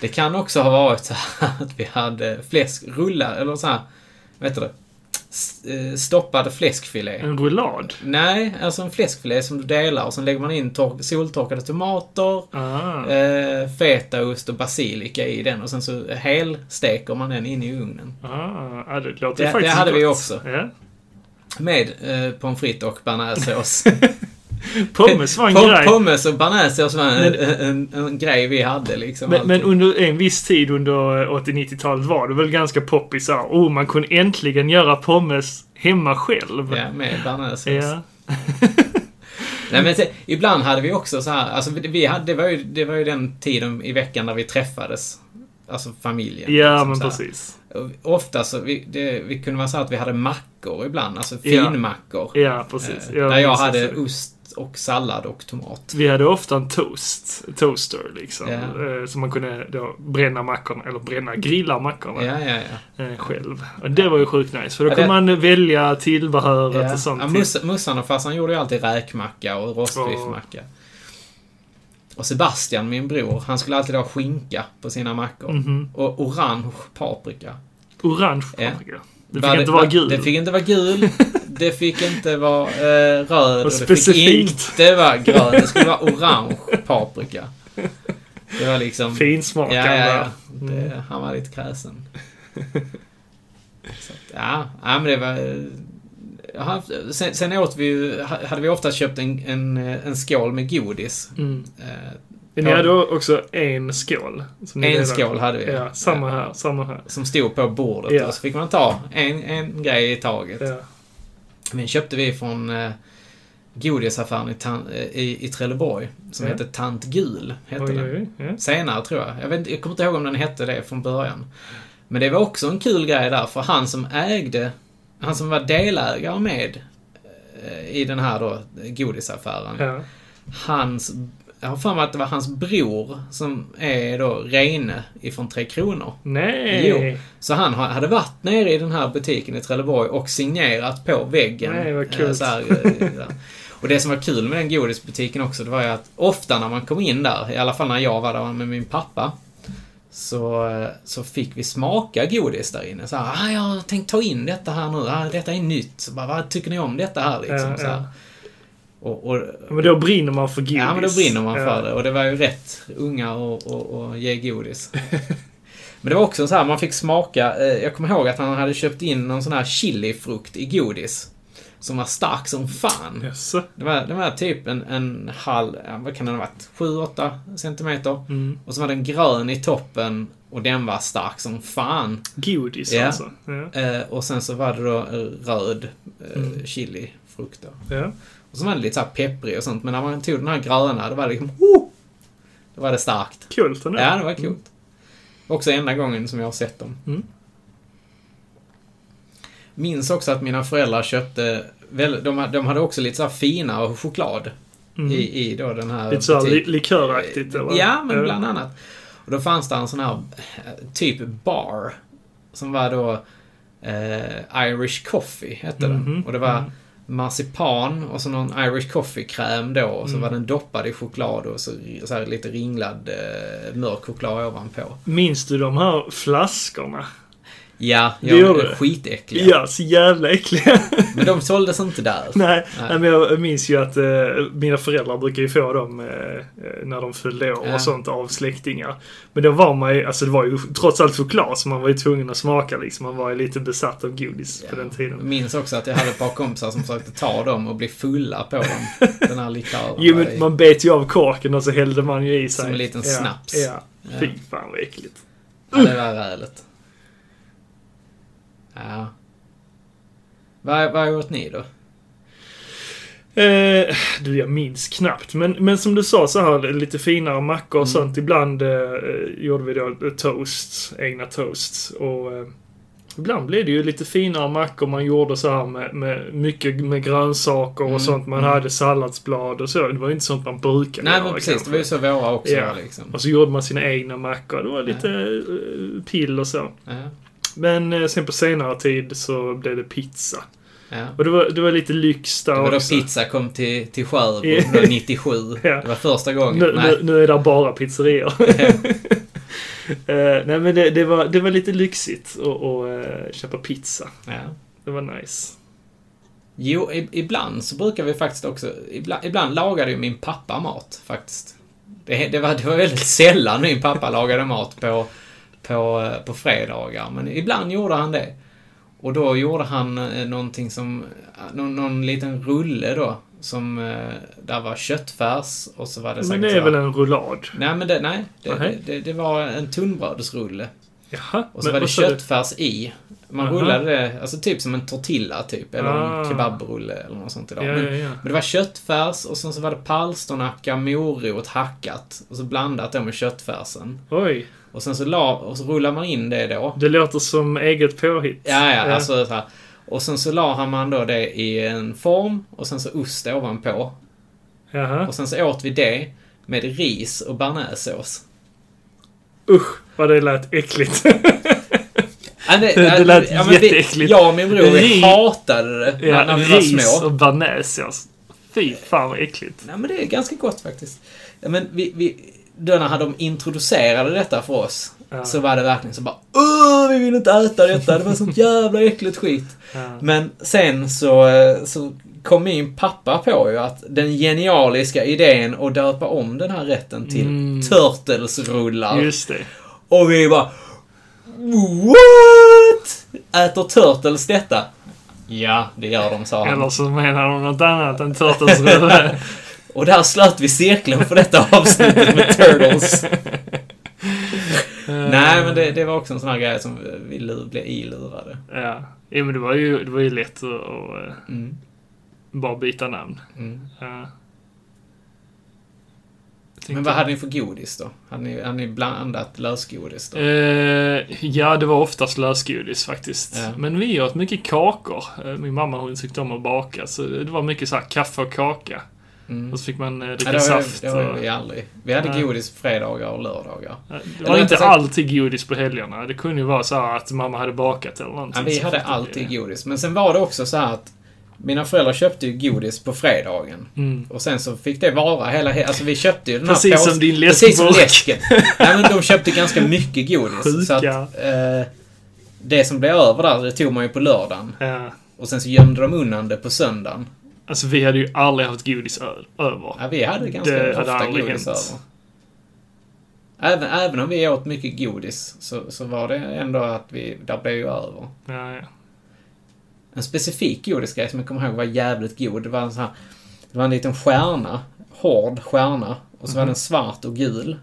[SPEAKER 1] Det kan också ha varit så här att vi hade fläskrullar eller så här, vad heter det? S- eh, Stoppad fläskfilé.
[SPEAKER 2] En rullad.
[SPEAKER 1] Nej, alltså en fläskfilé som du delar och sen lägger man in tor- soltorkade tomater,
[SPEAKER 2] Ah.
[SPEAKER 1] eh, fetaost och basilika i den och sen så helsteker man den in i ugnen.
[SPEAKER 2] Ah, ja, det låter
[SPEAKER 1] Det- det
[SPEAKER 2] faktiskt
[SPEAKER 1] hade
[SPEAKER 2] gott.
[SPEAKER 1] vi också.
[SPEAKER 2] Ja.
[SPEAKER 1] Med eh, pommes frites och bearnaisesås.
[SPEAKER 2] Pommes var en
[SPEAKER 1] Pom-
[SPEAKER 2] grej.
[SPEAKER 1] Pommes och bearnaisesås var en, en, en, en grej vi hade liksom.
[SPEAKER 2] Men,
[SPEAKER 1] alltid.
[SPEAKER 2] men under en viss tid under eh, 80-90-talet var det väl ganska poppis här. Oh, man kunde äntligen göra pommes hemma själv.
[SPEAKER 1] Ja, med bearnaisesås.
[SPEAKER 2] Ja.
[SPEAKER 1] Nej, men se, ibland hade vi också så här, alltså vi- vi hade, det, var ju, det var ju den tiden i veckan där vi träffades. Alltså familjen.
[SPEAKER 2] Ja,
[SPEAKER 1] liksom
[SPEAKER 2] men
[SPEAKER 1] så här.
[SPEAKER 2] precis.
[SPEAKER 1] Och Ofta så, vi, det, vi kunde vara så att vi hade mackor ibland, alltså
[SPEAKER 2] Ja.
[SPEAKER 1] finmackor.
[SPEAKER 2] Ja, precis.
[SPEAKER 1] Eh, där jag
[SPEAKER 2] minns
[SPEAKER 1] hade
[SPEAKER 2] också.
[SPEAKER 1] ost och sallad och tomat.
[SPEAKER 2] Vi hade ofta en toast, toaster liksom.
[SPEAKER 1] Ja.
[SPEAKER 2] eh, Så man kunde då bränna mackorna, eller bränna, grilla mackorna
[SPEAKER 1] Ja, ja, ja.
[SPEAKER 2] eh, själv. Och det var ju sjukt nice. För då
[SPEAKER 1] Ja,
[SPEAKER 2] kunde
[SPEAKER 1] det-
[SPEAKER 2] man välja tillbehöret
[SPEAKER 1] ja.
[SPEAKER 2] och sånt.
[SPEAKER 1] ja
[SPEAKER 2] till-
[SPEAKER 1] mus, mussan och farsan gjorde ju alltid räkmacka och rostbiffmacka. Och Sebastian, min bror, han skulle alltid ha skinka på sina mackor.
[SPEAKER 2] Mhm.
[SPEAKER 1] Och orange paprika.
[SPEAKER 2] Orange
[SPEAKER 1] Ja.
[SPEAKER 2] paprika. Det
[SPEAKER 1] Var
[SPEAKER 2] fick inte vara
[SPEAKER 1] var-
[SPEAKER 2] gul.
[SPEAKER 1] Det fick inte vara gul. Det fick inte vara eh, röd.
[SPEAKER 2] Och
[SPEAKER 1] Och
[SPEAKER 2] specifikt.
[SPEAKER 1] Det fick inte vara grön. Det skulle vara orange paprika. Det var liksom...
[SPEAKER 2] Finsmakande.
[SPEAKER 1] Ja, ja, ja.
[SPEAKER 2] Mm.
[SPEAKER 1] Det, han var lite kräsen. Så att, ja, ja, men det var... jag har haft- Sen, sen åt vi ju, ha- hade vi ofta köpt en, en, eh, en skål med godis.
[SPEAKER 2] Mm.
[SPEAKER 1] Eh,
[SPEAKER 2] Ni hade också en skål. som ni
[SPEAKER 1] En
[SPEAKER 2] delade.
[SPEAKER 1] skål hade vi.
[SPEAKER 2] Ja, samma här. Samma här.
[SPEAKER 1] som stod på bordet.
[SPEAKER 2] Ja.
[SPEAKER 1] Och så fick man ta en, en grej i taget.
[SPEAKER 2] Ja.
[SPEAKER 1] Den köpte vi från eh, godisaffären i, Tan- eh, i, i Trelleborg. Som
[SPEAKER 2] Ja.
[SPEAKER 1] hette Tant Gul. Hette
[SPEAKER 2] Oj,
[SPEAKER 1] den.
[SPEAKER 2] oj, oj. Ja.
[SPEAKER 1] Senare tror jag. Jag, vet, inte- jag kommer inte ihåg om den hette det från början. Men det var också en kul grej där, för han som ägde, han som var delägare med eh, i den här då godisaffären.
[SPEAKER 2] Ja.
[SPEAKER 1] Hans, jag har för mig att det var hans bror som är då Reine ifrån Tre Kronor.
[SPEAKER 2] Nej!
[SPEAKER 1] Jo. Så han ha- hade varit nere i den här butiken i Trelleborg och signerat på väggen.
[SPEAKER 2] Nej, vad kul.
[SPEAKER 1] Eh, Så här, eh, ja. och det som var kul med den godisbutiken också, det var ju att ofta när man kom in där, i alla fall när jag var där med min pappa, så, eh, så fick vi smaka godis där inne. Så här, ah, jag har tänkt ta in detta här nu, ah, detta är nytt. Så bara, Vad tycker ni om detta här liksom?
[SPEAKER 2] Ja,
[SPEAKER 1] så här.
[SPEAKER 2] ja.
[SPEAKER 1] Och, och,
[SPEAKER 2] Men då brinner man för godis.
[SPEAKER 1] Ja, men då brinner man
[SPEAKER 2] Ja.
[SPEAKER 1] för det. Och det var ju rätt unga och, och, och ge godis. men det var också så här, man fick smaka. eh, Jag kommer ihåg att han hade köpt in någon sån här chilifrukt i godis. Som var stark som fan.
[SPEAKER 2] Jaså?
[SPEAKER 1] Det var, det var typ en, en halv, ja, vad kan den ha varit, 7-8 centimeter.
[SPEAKER 2] Mm.
[SPEAKER 1] Och så var den grön i toppen och den var stark som fan.
[SPEAKER 2] Godis
[SPEAKER 1] Ja.
[SPEAKER 2] alltså. Ja.
[SPEAKER 1] Eh, och sen så var det då eh, röd eh,
[SPEAKER 2] Mm.
[SPEAKER 1] chilifrukt då.
[SPEAKER 2] Ja.
[SPEAKER 1] Och så var det lite så här pepprig och sånt. Men när man tog den här gröna, då var det liksom... Oh! Då var det starkt.
[SPEAKER 2] Kul ändå.
[SPEAKER 1] Ja, det var kul. Också enda gången som jag har sett dem.
[SPEAKER 2] Mm.
[SPEAKER 1] Minns också att mina föräldrar köpte... Väl, de, de hade också lite så här fina och choklad i, i då den här
[SPEAKER 2] Mm. Lite såhär li-
[SPEAKER 1] butiken.
[SPEAKER 2] liköraktigt eller? Eh,
[SPEAKER 1] Ja, men bland annat. Och då fanns det en sån här eh, typ bar. Som var då eh, Irish Coffee, hette den.
[SPEAKER 2] Mhm,
[SPEAKER 1] Och det var marsipan och så någon Irish Coffee-kräm då. Och så
[SPEAKER 2] Mm.
[SPEAKER 1] var den doppad i choklad och så, så här lite ringlad eh, mörk choklad ovanpå.
[SPEAKER 2] Minns du de här flaskorna?
[SPEAKER 1] Ja,
[SPEAKER 2] Det
[SPEAKER 1] jag
[SPEAKER 2] gör
[SPEAKER 1] är
[SPEAKER 2] det.
[SPEAKER 1] skitäckliga.
[SPEAKER 2] Ja, så jävla äckliga.
[SPEAKER 1] Men de såldes inte där.
[SPEAKER 2] Nej,
[SPEAKER 1] Nej.
[SPEAKER 2] nej, men jag minns ju att eh, mina föräldrar brukar ju få dem eh, eh, när de fyllde år
[SPEAKER 1] Ja.
[SPEAKER 2] och sånt av släktingar. Men då var man ju, alltså det var ju trots allt choklad så man var ju tvungen att smaka liksom. Man var ju lite besatt av godis på den
[SPEAKER 1] Jag
[SPEAKER 2] tiden.
[SPEAKER 1] minns också att jag hade ett par kompisar som försökte ta dem och bli fulla på dem. Den här likören.
[SPEAKER 2] Jo,
[SPEAKER 1] där i.
[SPEAKER 2] men man bet ju av korken och så hällde man ju i sig.
[SPEAKER 1] Som en liten
[SPEAKER 2] ja,
[SPEAKER 1] snaps.
[SPEAKER 2] Ja.
[SPEAKER 1] Ja.
[SPEAKER 2] Fy fan vad äckligt.
[SPEAKER 1] Ja, det var rälet. Ja. Vad, vad åt ni då?
[SPEAKER 2] Eh, du, jag minns knappt. Men, men som du sa så här, lite finare mackor
[SPEAKER 1] Mm.
[SPEAKER 2] och sånt. Ibland eh, gjorde vi då toasts, egna toasts. Och eh, ibland blev det ju lite finare mackor man gjorde så här med, med mycket med grönsaker och
[SPEAKER 1] Mm,
[SPEAKER 2] sånt. Man hade salladsblad och så. Det var ju inte sånt man brukade
[SPEAKER 1] Nej,
[SPEAKER 2] göra,
[SPEAKER 1] men precis. Det var ju
[SPEAKER 2] kanske.
[SPEAKER 1] så våra också
[SPEAKER 2] Ja.
[SPEAKER 1] liksom.
[SPEAKER 2] Och så gjorde man sina egna mackor. Det var lite
[SPEAKER 1] Mm.
[SPEAKER 2] eh, pill och så.
[SPEAKER 1] Ja.
[SPEAKER 2] Men eh, sen på senare tid så blev det pizza.
[SPEAKER 1] Ja.
[SPEAKER 2] Och det var, det var lite lyx där
[SPEAKER 1] Det var då
[SPEAKER 2] också.
[SPEAKER 1] pizza kom till, till Sjöbo
[SPEAKER 2] Ja.
[SPEAKER 1] då 97.
[SPEAKER 2] Ja.
[SPEAKER 1] Det var första gången.
[SPEAKER 2] Nu,
[SPEAKER 1] Nej.
[SPEAKER 2] nu, nu är det bara pizzerior. Eh, nej men det, det, var, det var lite lyxigt att att, eh, köpa pizza.
[SPEAKER 1] Ja.
[SPEAKER 2] Det var nice.
[SPEAKER 1] Jo, i, ibland så brukar vi faktiskt också... Ibland, ibland lagade ju min pappa mat, faktiskt. Det, det, var, det var väldigt sällan min pappa lagade mat på, på, eh, på fredagar, men ibland gjorde han det. Och då gjorde han eh, någonting som... eh, Någon, någon liten rulle då, som... eh, Där var köttfärs och så var det
[SPEAKER 2] Men
[SPEAKER 1] säkert
[SPEAKER 2] det
[SPEAKER 1] så
[SPEAKER 2] är
[SPEAKER 1] här-
[SPEAKER 2] väl en rullad?
[SPEAKER 1] Nej, men det, nej, det,
[SPEAKER 2] Nej.
[SPEAKER 1] det, det var en tunnbrödsrulle.
[SPEAKER 2] Jaha.
[SPEAKER 1] Och så
[SPEAKER 2] men
[SPEAKER 1] var det
[SPEAKER 2] vad sa du?
[SPEAKER 1] köttfärs i. Man
[SPEAKER 2] Aha.
[SPEAKER 1] rullade det, alltså typ som en tortilla typ, eller en
[SPEAKER 2] Ah.
[SPEAKER 1] kebabrulle eller något sånt idag.
[SPEAKER 2] Ja,
[SPEAKER 1] men,
[SPEAKER 2] ja, ja.
[SPEAKER 1] men det var köttfärs och sen så var det palsternacka, morot hackat. Och så blandat det med köttfärsen.
[SPEAKER 2] Oj.
[SPEAKER 1] Och sen så, la, och så rullade man in det då.
[SPEAKER 2] Det låter som eget påhitt.
[SPEAKER 1] Ja, ja, alltså så här. Och sen så la han man då det i en form och sen så ost ovanpå.
[SPEAKER 2] Jaha.
[SPEAKER 1] Och sen så åt vi det med ris och bearnaisesås.
[SPEAKER 2] Usch, vad det lät äckligt.
[SPEAKER 1] Ja, det,
[SPEAKER 2] Det lät
[SPEAKER 1] ja, men vi-
[SPEAKER 2] jätteäckligt.
[SPEAKER 1] Jag och min bror vi
[SPEAKER 2] Ri-
[SPEAKER 1] hatade det när, när
[SPEAKER 2] ja,
[SPEAKER 1] vi var små.
[SPEAKER 2] ris och bearnaisesås. Fy fan vad äckligt.
[SPEAKER 1] Nej, men det är ganska gott faktiskt. Ja, men vi, vi, då när de introducerade detta för oss
[SPEAKER 2] Ja.
[SPEAKER 1] så var det verkligen så bara Åh, vi vill inte äta detta. Det var sånt jävla äckligt skit.
[SPEAKER 2] Ja.
[SPEAKER 1] Men sen så, eh, så kom min pappa på ju att den genialiska idén att döpa om den här rätten till
[SPEAKER 2] Mm.
[SPEAKER 1] Turtles-rullar.
[SPEAKER 2] Just det.
[SPEAKER 1] Och vi bara What? Äter Turtles detta? Ja, det gör de, sa han.
[SPEAKER 2] Eller så menar de något annat än turtles
[SPEAKER 1] Och där slöt vi cirkeln för detta avsnittet med Turtles. Nej, men det, det var också en sån här grej som vi lu- blev ilurade.
[SPEAKER 2] Ja, ja men det var ju, det var ju lätt att, att eh,
[SPEAKER 1] Mm.
[SPEAKER 2] bara byta namn.
[SPEAKER 1] Mm.
[SPEAKER 2] Ja. Tänkte-
[SPEAKER 1] Men vad hade ni för godis då? Hade ni, hade ni blandat lösgodis då?
[SPEAKER 2] Eh, ja, det var oftast lösgodis faktiskt.
[SPEAKER 1] Ja.
[SPEAKER 2] Men vi åt mycket kakor. Eh, Min mamma hon tyckte om att baka, så det var mycket så här kaffe och kaka.
[SPEAKER 1] Mm.
[SPEAKER 2] Och så fick man eh,
[SPEAKER 1] Ja,
[SPEAKER 2] dricka
[SPEAKER 1] det, har vi,
[SPEAKER 2] saft.
[SPEAKER 1] det
[SPEAKER 2] och,
[SPEAKER 1] har vi aldrig. Vi hade
[SPEAKER 2] Nej.
[SPEAKER 1] godis på fredagar och lördagar.
[SPEAKER 2] Eh, det
[SPEAKER 1] Eller
[SPEAKER 2] var inte
[SPEAKER 1] rättare sagt-
[SPEAKER 2] alltid godis på helgerna. Det kunde ju vara så här att mamma hade bakat eller
[SPEAKER 1] Ja,
[SPEAKER 2] någonting.
[SPEAKER 1] Alltså, vi
[SPEAKER 2] så
[SPEAKER 1] hade
[SPEAKER 2] fick Alltså, det
[SPEAKER 1] alltid
[SPEAKER 2] bli-
[SPEAKER 1] godis. Men sen var det också så här att mina föräldrar köpte ju godis på fredagen.
[SPEAKER 2] Mm.
[SPEAKER 1] Och sen så fick det vara hela... he- Alltså vi köpte ju den här
[SPEAKER 2] Precis
[SPEAKER 1] påsen-
[SPEAKER 2] som din
[SPEAKER 1] Precis som
[SPEAKER 2] läskburk.
[SPEAKER 1] läsken. Nej men de köpte ganska mycket godis.
[SPEAKER 2] Sjuka.
[SPEAKER 1] Så att, eh, det som blev över där, det tog man ju på lördagen.
[SPEAKER 2] Ja.
[SPEAKER 1] Och sen så gömde de undan det på söndagen.
[SPEAKER 2] Alltså vi hade ju aldrig haft godis ö- över.
[SPEAKER 1] Ja, vi hade ganska
[SPEAKER 2] Det hade
[SPEAKER 1] ofta
[SPEAKER 2] aldrig
[SPEAKER 1] godis
[SPEAKER 2] hänt.
[SPEAKER 1] över. Även, även om vi åt mycket godis så, så var det ändå att vi... Där blev ju över.
[SPEAKER 2] Ja, ja.
[SPEAKER 1] En specifik godisgrej som jag kommer ihåg var jävligt god. Det var en sån här... Det var en liten stjärna. Hård stjärna. Och så var
[SPEAKER 2] Mhm.
[SPEAKER 1] den svart och gul.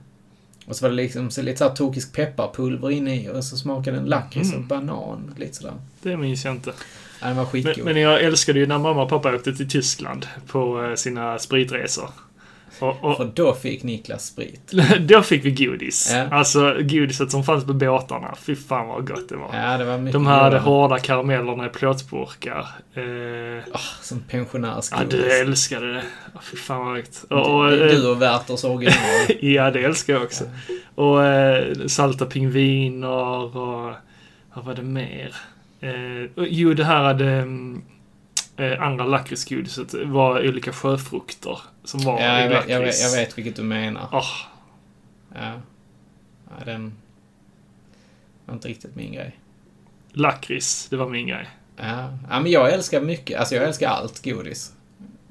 [SPEAKER 1] Och så var det liksom så lite så här tokisk pepparpulver inne i. Och så smakade den lakrits
[SPEAKER 2] Mm.
[SPEAKER 1] och banan. Lite sådär.
[SPEAKER 2] Det minns jag inte.
[SPEAKER 1] Ja, den var skitgod.
[SPEAKER 2] Men, men jag älskade ju när mamma och pappa åkte till Tyskland på eh, sina spritresor. Och, och
[SPEAKER 1] För då fick Niklas sprit.
[SPEAKER 2] då fick vi godis.
[SPEAKER 1] Ja.
[SPEAKER 2] Alltså godiset som fanns på båtarna. Fy fan vad gott det var.
[SPEAKER 1] Ja, det var mycket
[SPEAKER 2] De här hade
[SPEAKER 1] godare.
[SPEAKER 2] hårda karamellerna i plåtburkar. Eh,
[SPEAKER 1] Ah, Som
[SPEAKER 2] ja, du
[SPEAKER 1] pensionärsgodis.
[SPEAKER 2] älskade det. Oh, fy fan vad gött. Och, och,
[SPEAKER 1] Ja,
[SPEAKER 2] eh,
[SPEAKER 1] du och Werthers original.
[SPEAKER 2] ja, det älskar jag också. Och eh, salta pingviner och... Vad var det mer? Eh, och, jo, det här hade... mm, Eh, andra lakritsgodiset var olika sjöfrukter som var
[SPEAKER 1] Ja, jag,
[SPEAKER 2] i
[SPEAKER 1] vet, jag, vet, jag
[SPEAKER 2] lakrits.
[SPEAKER 1] vet vilket du menar.
[SPEAKER 2] Ah,
[SPEAKER 1] Ja. ja den... var inte riktigt min grej.
[SPEAKER 2] Lakrits, det var min grej.
[SPEAKER 1] Ja. ja, men jag älskar mycket. Alltså jag älskar allt godis.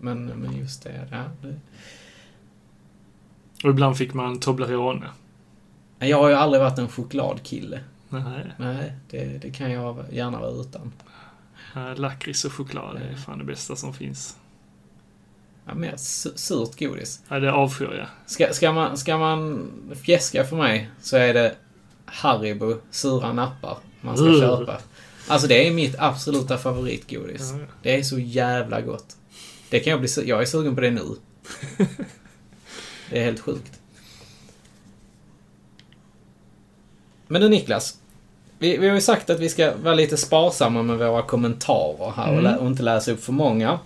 [SPEAKER 1] Men, men just det, ja. Det.
[SPEAKER 2] Och ibland fick man Toblerone.
[SPEAKER 1] Nej, Jag har ju aldrig varit en chokladkille.
[SPEAKER 2] Nej,
[SPEAKER 1] Nej, det, det kan jag gärna vara utan.
[SPEAKER 2] eh, lakrits och choklad det är fan det bästa som finns.
[SPEAKER 1] Ja, mer su- surt godis.
[SPEAKER 2] Ja, det avskyr jag.
[SPEAKER 1] Ska, ska, man, ska man fjäska för mig så är det Haribo sura nappar man ska
[SPEAKER 2] Ugh.
[SPEAKER 1] köpa. Alltså det är mitt absoluta favoritgodis.
[SPEAKER 2] Ja, ja.
[SPEAKER 1] Det är så jävla gott. Det kan jag bli su- Jag är sugen på det nu. Det är helt sjukt. Men du Niklas. Vi, vi har ju sagt att vi ska vara lite sparsamma med våra kommentarer här
[SPEAKER 2] Mm.
[SPEAKER 1] och, lä- och inte läsa upp för många.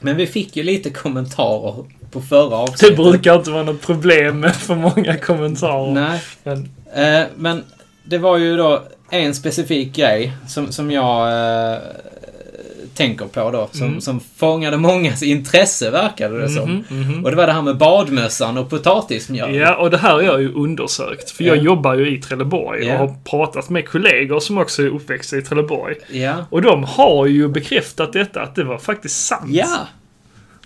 [SPEAKER 1] Men vi fick ju lite kommentarer på förra
[SPEAKER 2] Det
[SPEAKER 1] avsnittet.
[SPEAKER 2] brukar inte vara något problem med för många kommentarer.
[SPEAKER 1] Nej.
[SPEAKER 2] Men,
[SPEAKER 1] Eh, men det var ju då en specifik grej som, som jag eh, tänker på då. Som,
[SPEAKER 2] Mm.
[SPEAKER 1] som fångade mångas intresse verkade det som. Och det var det här med badmössan och potatismjöl.
[SPEAKER 2] Mm-hmm, ja, och det här har jag ju undersökt. För jag
[SPEAKER 1] Ja.
[SPEAKER 2] jobbar ju i Trelleborg
[SPEAKER 1] Ja.
[SPEAKER 2] och har pratat med kollegor som också är uppväxta i Trelleborg.
[SPEAKER 1] Ja.
[SPEAKER 2] Och de har ju bekräftat detta, att det var faktiskt sant.
[SPEAKER 1] Ja.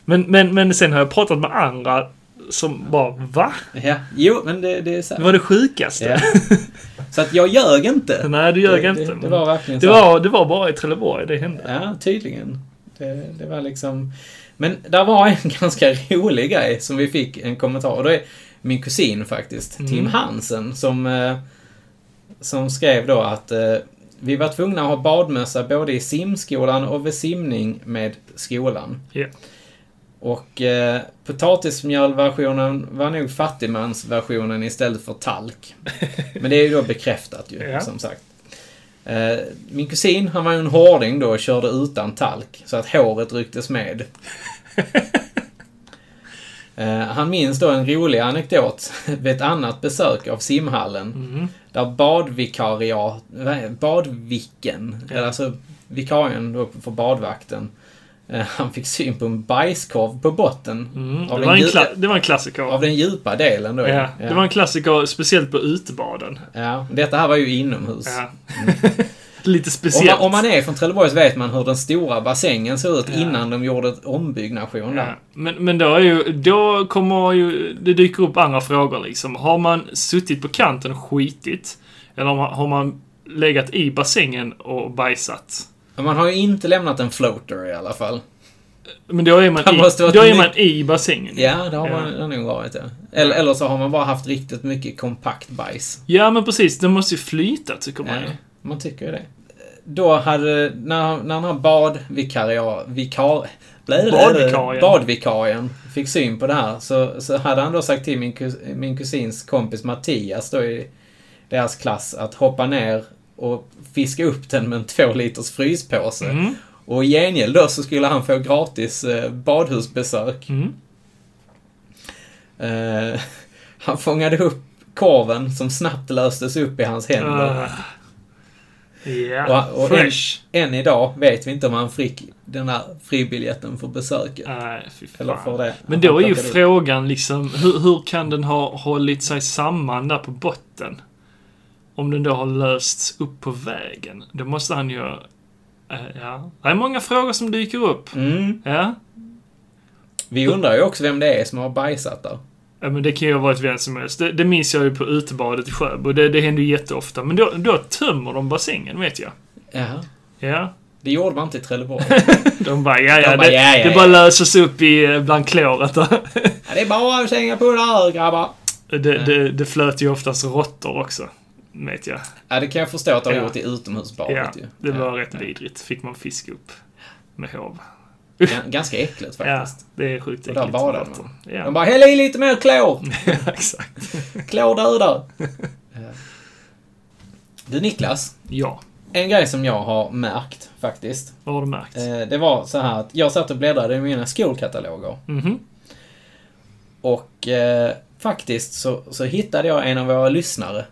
[SPEAKER 2] Men, men, men sen har jag pratat med andra som bara va?
[SPEAKER 1] ja. Jo, men det, det är
[SPEAKER 2] Det
[SPEAKER 1] sant.
[SPEAKER 2] var det sjukaste.
[SPEAKER 1] Ja. Så att jag ljög inte.
[SPEAKER 2] Nej, du ljög
[SPEAKER 1] Det-
[SPEAKER 2] inte.
[SPEAKER 1] det- det
[SPEAKER 2] men
[SPEAKER 1] var verkligen
[SPEAKER 2] det
[SPEAKER 1] sant.
[SPEAKER 2] var, det var bara i Trelleborg det hände.
[SPEAKER 1] Ja, tydligen. Det, det var liksom... Men där var en ganska rolig grej som vi fick en kommentar. Och det är min kusin faktiskt, Tim Hansen, som, eh, som skrev då att eh, vi var tvungna att ha badmössa både i simskolan och vid simning med skolan.
[SPEAKER 2] Ja.
[SPEAKER 1] Och eh, potatismjölversionen var nog fattigmansversionen istället för talk. Men det är ju då bekräftat ju,
[SPEAKER 2] Ja.
[SPEAKER 1] som sagt. Eh, min kusin, han var ju en hårding då och körde utan talk. Så att håret rycktes med. Eh, han minns då en rolig anekdot vid ett annat besök av simhallen.
[SPEAKER 2] Mm.
[SPEAKER 1] Där badvikariat, vad- badviken, eller alltså vikarien då för badvakten, eh, han fick syn på en bajskorv på botten.
[SPEAKER 2] Mm.
[SPEAKER 1] av,
[SPEAKER 2] Det,
[SPEAKER 1] den
[SPEAKER 2] var en
[SPEAKER 1] dju-
[SPEAKER 2] kla- det var en klassiker.
[SPEAKER 1] av den djupa delen då.
[SPEAKER 2] ja. Det var en klassiker, speciellt på utebaden.
[SPEAKER 1] ja. Detta här var ju inomhus.
[SPEAKER 2] Ja. Lite
[SPEAKER 1] Mm. Om
[SPEAKER 2] speciellt.
[SPEAKER 1] man, om man är från Trelleborg så vet man hur den stora bassängen såg ut innan de gjorde ett ombyggnation
[SPEAKER 2] Ja.
[SPEAKER 1] där.
[SPEAKER 2] Men, men då, är ju, då kommer ju, det dyker upp andra frågor liksom. Har man suttit på kanten och skitit? Eller har man, har man legat i bassängen och bajsat?
[SPEAKER 1] Men Man har ju inte lämnat en floater i alla fall.
[SPEAKER 2] Men då är man,
[SPEAKER 1] Det
[SPEAKER 2] i,
[SPEAKER 1] måste vara
[SPEAKER 2] då
[SPEAKER 1] ett
[SPEAKER 2] är
[SPEAKER 1] nytt-
[SPEAKER 2] man i bassängen.
[SPEAKER 1] Ja, det har
[SPEAKER 2] Ja.
[SPEAKER 1] man det har nog varit. Ja. Eller, eller så har man bara haft riktigt mycket kompakt bajs.
[SPEAKER 2] Ja, men precis. Den måste ju flyta, tycker man ju.
[SPEAKER 1] Ja, man tycker ju det. Då hade, när, när den här badvikaria, vikar, blä-
[SPEAKER 2] Badvikarien.
[SPEAKER 1] badvikarien fick syn på det här så, så hade han då sagt till min, kus, min kusins kompis Mattias då i deras klass att hoppa ner och fiska upp den med en två liters fryspåse. Och i gengäld då så skulle han få gratis eh, badhusbesök. Eh, han fångade upp korven som snabbt löstes upp i hans händer.
[SPEAKER 2] Ah. Ja,
[SPEAKER 1] Och, och än,
[SPEAKER 2] Ah. fresh.
[SPEAKER 1] än idag vet vi inte om han fick den här fribiljetten för besöket.
[SPEAKER 2] Nej, fy Ah, fan.
[SPEAKER 1] Eller för det.
[SPEAKER 2] Men då är ju
[SPEAKER 1] Han plockade upp-
[SPEAKER 2] frågan liksom, hur, hur kan den ha hållit sig samman där på botten? Om den då har lösts upp på vägen. Då måste han ju... eh, ja. Det är många frågor som dyker upp.
[SPEAKER 1] Mm.
[SPEAKER 2] Ja.
[SPEAKER 1] Vi undrar ju också vem det är som har bajsat där.
[SPEAKER 2] Ja, men det kan ju ha varit vem som helst. Det, det minns jag ju på utebadet i Sjöbo. Det, det händer ju jätteofta. Men då, då tömmer de bassängen, vet jag.
[SPEAKER 1] Jaha.
[SPEAKER 2] Ja.
[SPEAKER 1] Det gjorde man inte i Trelleborg.
[SPEAKER 2] De bara, ja, ja,
[SPEAKER 1] De bara,
[SPEAKER 2] det,
[SPEAKER 1] ja, ja,
[SPEAKER 2] det
[SPEAKER 1] ja.
[SPEAKER 2] bara löses upp i, eh, bland kloret. där.
[SPEAKER 1] ja, det är bara att slänga på där grabbar.
[SPEAKER 2] Det, det, det flöt ju oftast råttor också. Vet jag.
[SPEAKER 1] Ja, det kan jag förstå att de har
[SPEAKER 2] Ja.
[SPEAKER 1] gjort i utomhusbadet
[SPEAKER 2] Ja,
[SPEAKER 1] ju.
[SPEAKER 2] det var
[SPEAKER 1] Ja.
[SPEAKER 2] rätt vidrigt. Fick man fiska upp med hov.
[SPEAKER 1] Gan- Ganska äckligt
[SPEAKER 2] Ja,
[SPEAKER 1] faktiskt.
[SPEAKER 2] det är sjukt
[SPEAKER 1] Och där
[SPEAKER 2] äckligt.
[SPEAKER 1] badade
[SPEAKER 2] råttor.
[SPEAKER 1] man.
[SPEAKER 2] Ja, Mm.
[SPEAKER 1] De bara häll i lite mer klor.
[SPEAKER 2] exakt.
[SPEAKER 1] Klor dödar. Ja. Du Niklas,
[SPEAKER 2] Ja,
[SPEAKER 1] en grej som jag har märkt faktiskt.
[SPEAKER 2] vad har du märkt?
[SPEAKER 1] Eh, Det var så här att jag satt och bläddrade i mina skolkataloger.
[SPEAKER 2] Mhm.
[SPEAKER 1] Och eh, faktiskt så, så hittade jag en av våra lyssnare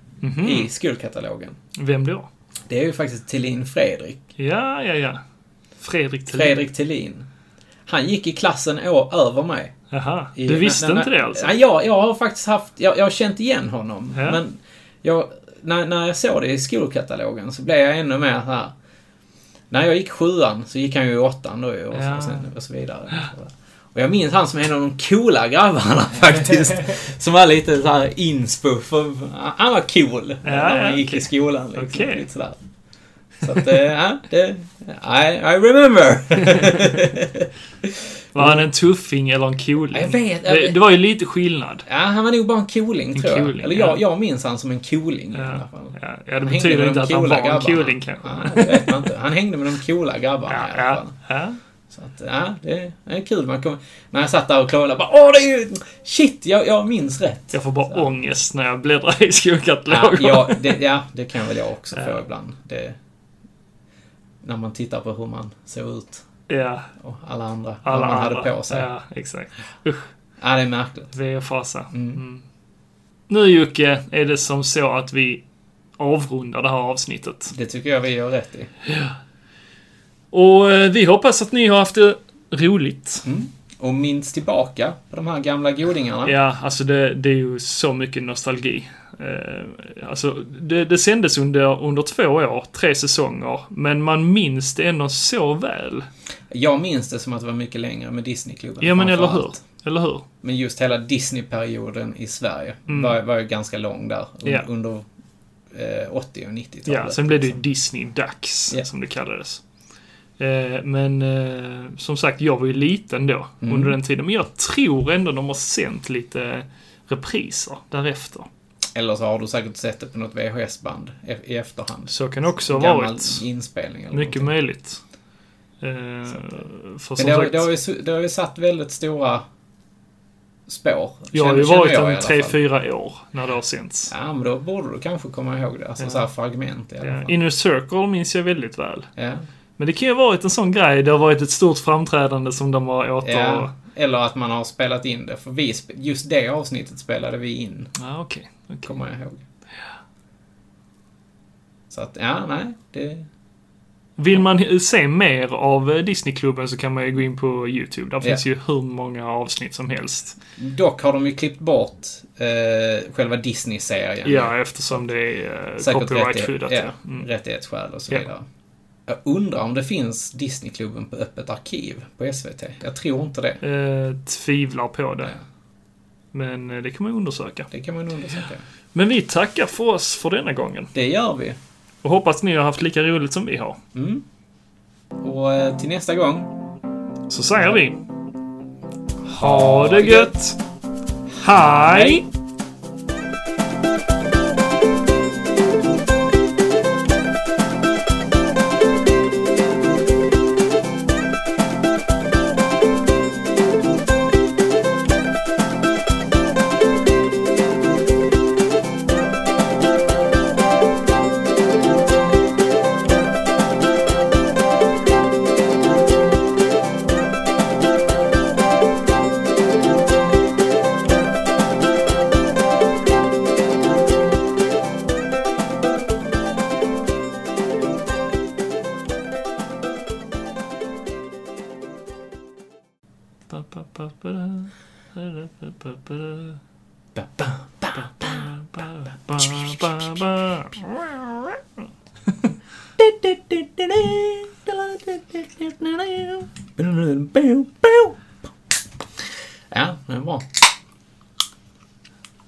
[SPEAKER 1] i skolkatalogen.
[SPEAKER 2] Vem då?
[SPEAKER 1] Det är ju faktiskt Tillin Fredrik.
[SPEAKER 2] Ja, ja, ja. Fredrik Thulin.
[SPEAKER 1] Fredrik Tillin. Han gick i klassen år över mig.
[SPEAKER 2] Aha,
[SPEAKER 1] I-
[SPEAKER 2] du visste
[SPEAKER 1] men-
[SPEAKER 2] inte det alltså?
[SPEAKER 1] Nej, jag, jag har faktiskt haft... Jag, jag har känt igen honom.
[SPEAKER 2] Ja.
[SPEAKER 1] Men jag när, när jag såg det i skolkatalogen så blev jag ännu mer här. När jag gick sjuan så gick han ju i åttan då ju och,
[SPEAKER 2] Ja.
[SPEAKER 1] och, sen, och så vidare. Och jag minns han som en av de coola grabbarna faktiskt. som var lite så här inspo. För, han var cool när
[SPEAKER 2] ja,
[SPEAKER 1] han gick
[SPEAKER 2] okej.
[SPEAKER 1] i skolan. Liksom,
[SPEAKER 2] Okej.
[SPEAKER 1] lite sådär. Så att, eh, ja, det... I, I remember!
[SPEAKER 2] Var han en tuffing eller en cooling?
[SPEAKER 1] Ja, jag vet, jag
[SPEAKER 2] det,
[SPEAKER 1] vet.
[SPEAKER 2] det var ju lite skillnad.
[SPEAKER 1] ja, han var nog bara en cooling
[SPEAKER 2] En
[SPEAKER 1] tror jag.
[SPEAKER 2] cooling,
[SPEAKER 1] Eller jag,
[SPEAKER 2] ja.
[SPEAKER 1] jag minns han som en cooling i alla
[SPEAKER 2] Ja,
[SPEAKER 1] fall.
[SPEAKER 2] ja, ja det
[SPEAKER 1] Han hängde
[SPEAKER 2] betyder
[SPEAKER 1] med
[SPEAKER 2] inte
[SPEAKER 1] de
[SPEAKER 2] att han
[SPEAKER 1] coola
[SPEAKER 2] var en
[SPEAKER 1] grabbarna.
[SPEAKER 2] cooling kanske.
[SPEAKER 1] Ja, det vet man inte. Han hängde med de coola grabbarna i alla
[SPEAKER 2] ja,
[SPEAKER 1] fall.
[SPEAKER 2] ja.
[SPEAKER 1] Så att, ja, det är kul. Man kom, när jag satt där och kollade bara Åh, det är ju... Shit, jag, jag minns rätt.
[SPEAKER 2] Jag får bara ångest när jag bläddrar i
[SPEAKER 1] Ja,
[SPEAKER 2] skolkatalogen.
[SPEAKER 1] ja, det, ja, det kan väl jag också få
[SPEAKER 2] Ja.
[SPEAKER 1] ibland. Det, när man tittar på hur man såg ut
[SPEAKER 2] Ja,
[SPEAKER 1] och alla andra.
[SPEAKER 2] alla
[SPEAKER 1] vad man
[SPEAKER 2] andra.
[SPEAKER 1] hade på sig. Ja.
[SPEAKER 2] Ja, exakt. Usch,
[SPEAKER 1] det är märkligt.
[SPEAKER 2] det är fasa. Mm. Nu Jocke, är det som så att vi avrundar det här avsnittet.
[SPEAKER 1] Det tycker jag vi gör rätt i.
[SPEAKER 2] Och eh, vi hoppas att ni har haft det roligt.
[SPEAKER 1] Och minns tillbaka på de här gamla godingarna.
[SPEAKER 2] Ja, alltså det, det är ju så mycket nostalgi. Eh, alltså, det, det sändes under, under två år, tre säsonger, men man minns det ändå så väl.
[SPEAKER 1] Jag minns det som att det var mycket längre med Disneyklubben.
[SPEAKER 2] Ja, men eller
[SPEAKER 1] framförallt.
[SPEAKER 2] hur? Eller hur? Mm.
[SPEAKER 1] Men just hela Disney-perioden i Sverige var, var ju ganska lång där. Un,
[SPEAKER 2] Ja.
[SPEAKER 1] Under eh, 80 och 90-talet.
[SPEAKER 2] Ja, sen blev det
[SPEAKER 1] liksom.
[SPEAKER 2] ju Disney-dags,
[SPEAKER 1] Ja.
[SPEAKER 2] som det kallades. Eh, Men eh, som sagt, jag var ju liten då,
[SPEAKER 1] Mm.
[SPEAKER 2] under den tiden. Men jag tror ändå de har sänt lite repriser därefter.
[SPEAKER 1] Eller så har du säkert sett det på något VHS-band e- i efterhand.
[SPEAKER 2] Så kan det också ha
[SPEAKER 1] Gammal
[SPEAKER 2] varit.
[SPEAKER 1] inspelning eller
[SPEAKER 2] Mycket
[SPEAKER 1] någonting.
[SPEAKER 2] möjligt. Eh, För som
[SPEAKER 1] Men det, har,
[SPEAKER 2] sagt,
[SPEAKER 1] det, har ju, su- det har ju satt väldigt stora spår.
[SPEAKER 2] jag har
[SPEAKER 1] Känner-
[SPEAKER 2] ju
[SPEAKER 1] känner
[SPEAKER 2] varit
[SPEAKER 1] jag i alla
[SPEAKER 2] en
[SPEAKER 1] fall.
[SPEAKER 2] tre fyra år när det har sänts.
[SPEAKER 1] Ja, men då borde du kanske komma ihåg det. Alltså
[SPEAKER 2] Ja.
[SPEAKER 1] så här fragment i alla
[SPEAKER 2] Ja,
[SPEAKER 1] fall.
[SPEAKER 2] Eh, Inner Circle minns jag väldigt väl.
[SPEAKER 1] Ja.
[SPEAKER 2] Men det kan ju ha varit en sån grej. Det har varit ett stort framträdande som de har åter...
[SPEAKER 1] Ja. Eller att man har spelat in det. För vi, sp- just det avsnittet spelade vi in.
[SPEAKER 2] Ah, okej. okej.
[SPEAKER 1] kommer jag ihåg. Så att, ja, nej. Det,
[SPEAKER 2] Vill man se mer av eh, Disneyklubben så kan man ju gå in på YouTube. Där finns ju hur många avsnitt som helst.
[SPEAKER 1] dock har de ju klippt bort eh, själva Disney-serien.
[SPEAKER 2] Ja, eftersom det är eh,
[SPEAKER 1] Säkert
[SPEAKER 2] copyrightskyddat.
[SPEAKER 1] rättighet,
[SPEAKER 2] Ja.
[SPEAKER 1] ja,
[SPEAKER 2] Mm.
[SPEAKER 1] rättighetsskäl och så
[SPEAKER 2] Ja.
[SPEAKER 1] vidare. Jag undrar om det finns Disneyklubben på Öppet Arkiv på SVT. Jag tror inte det.
[SPEAKER 2] Eh, tvivlar på det. Men eh, det kan man ju undersöka.
[SPEAKER 1] Det kan man undersöka.
[SPEAKER 2] Men vi tackar för oss för denna gången.
[SPEAKER 1] Det gör vi.
[SPEAKER 2] Och hoppas ni har haft lika roligt som vi har.
[SPEAKER 1] Och eh, till nästa gång,
[SPEAKER 2] Så säger vi... Ha det gött! Hej!
[SPEAKER 1] ja, det är bra.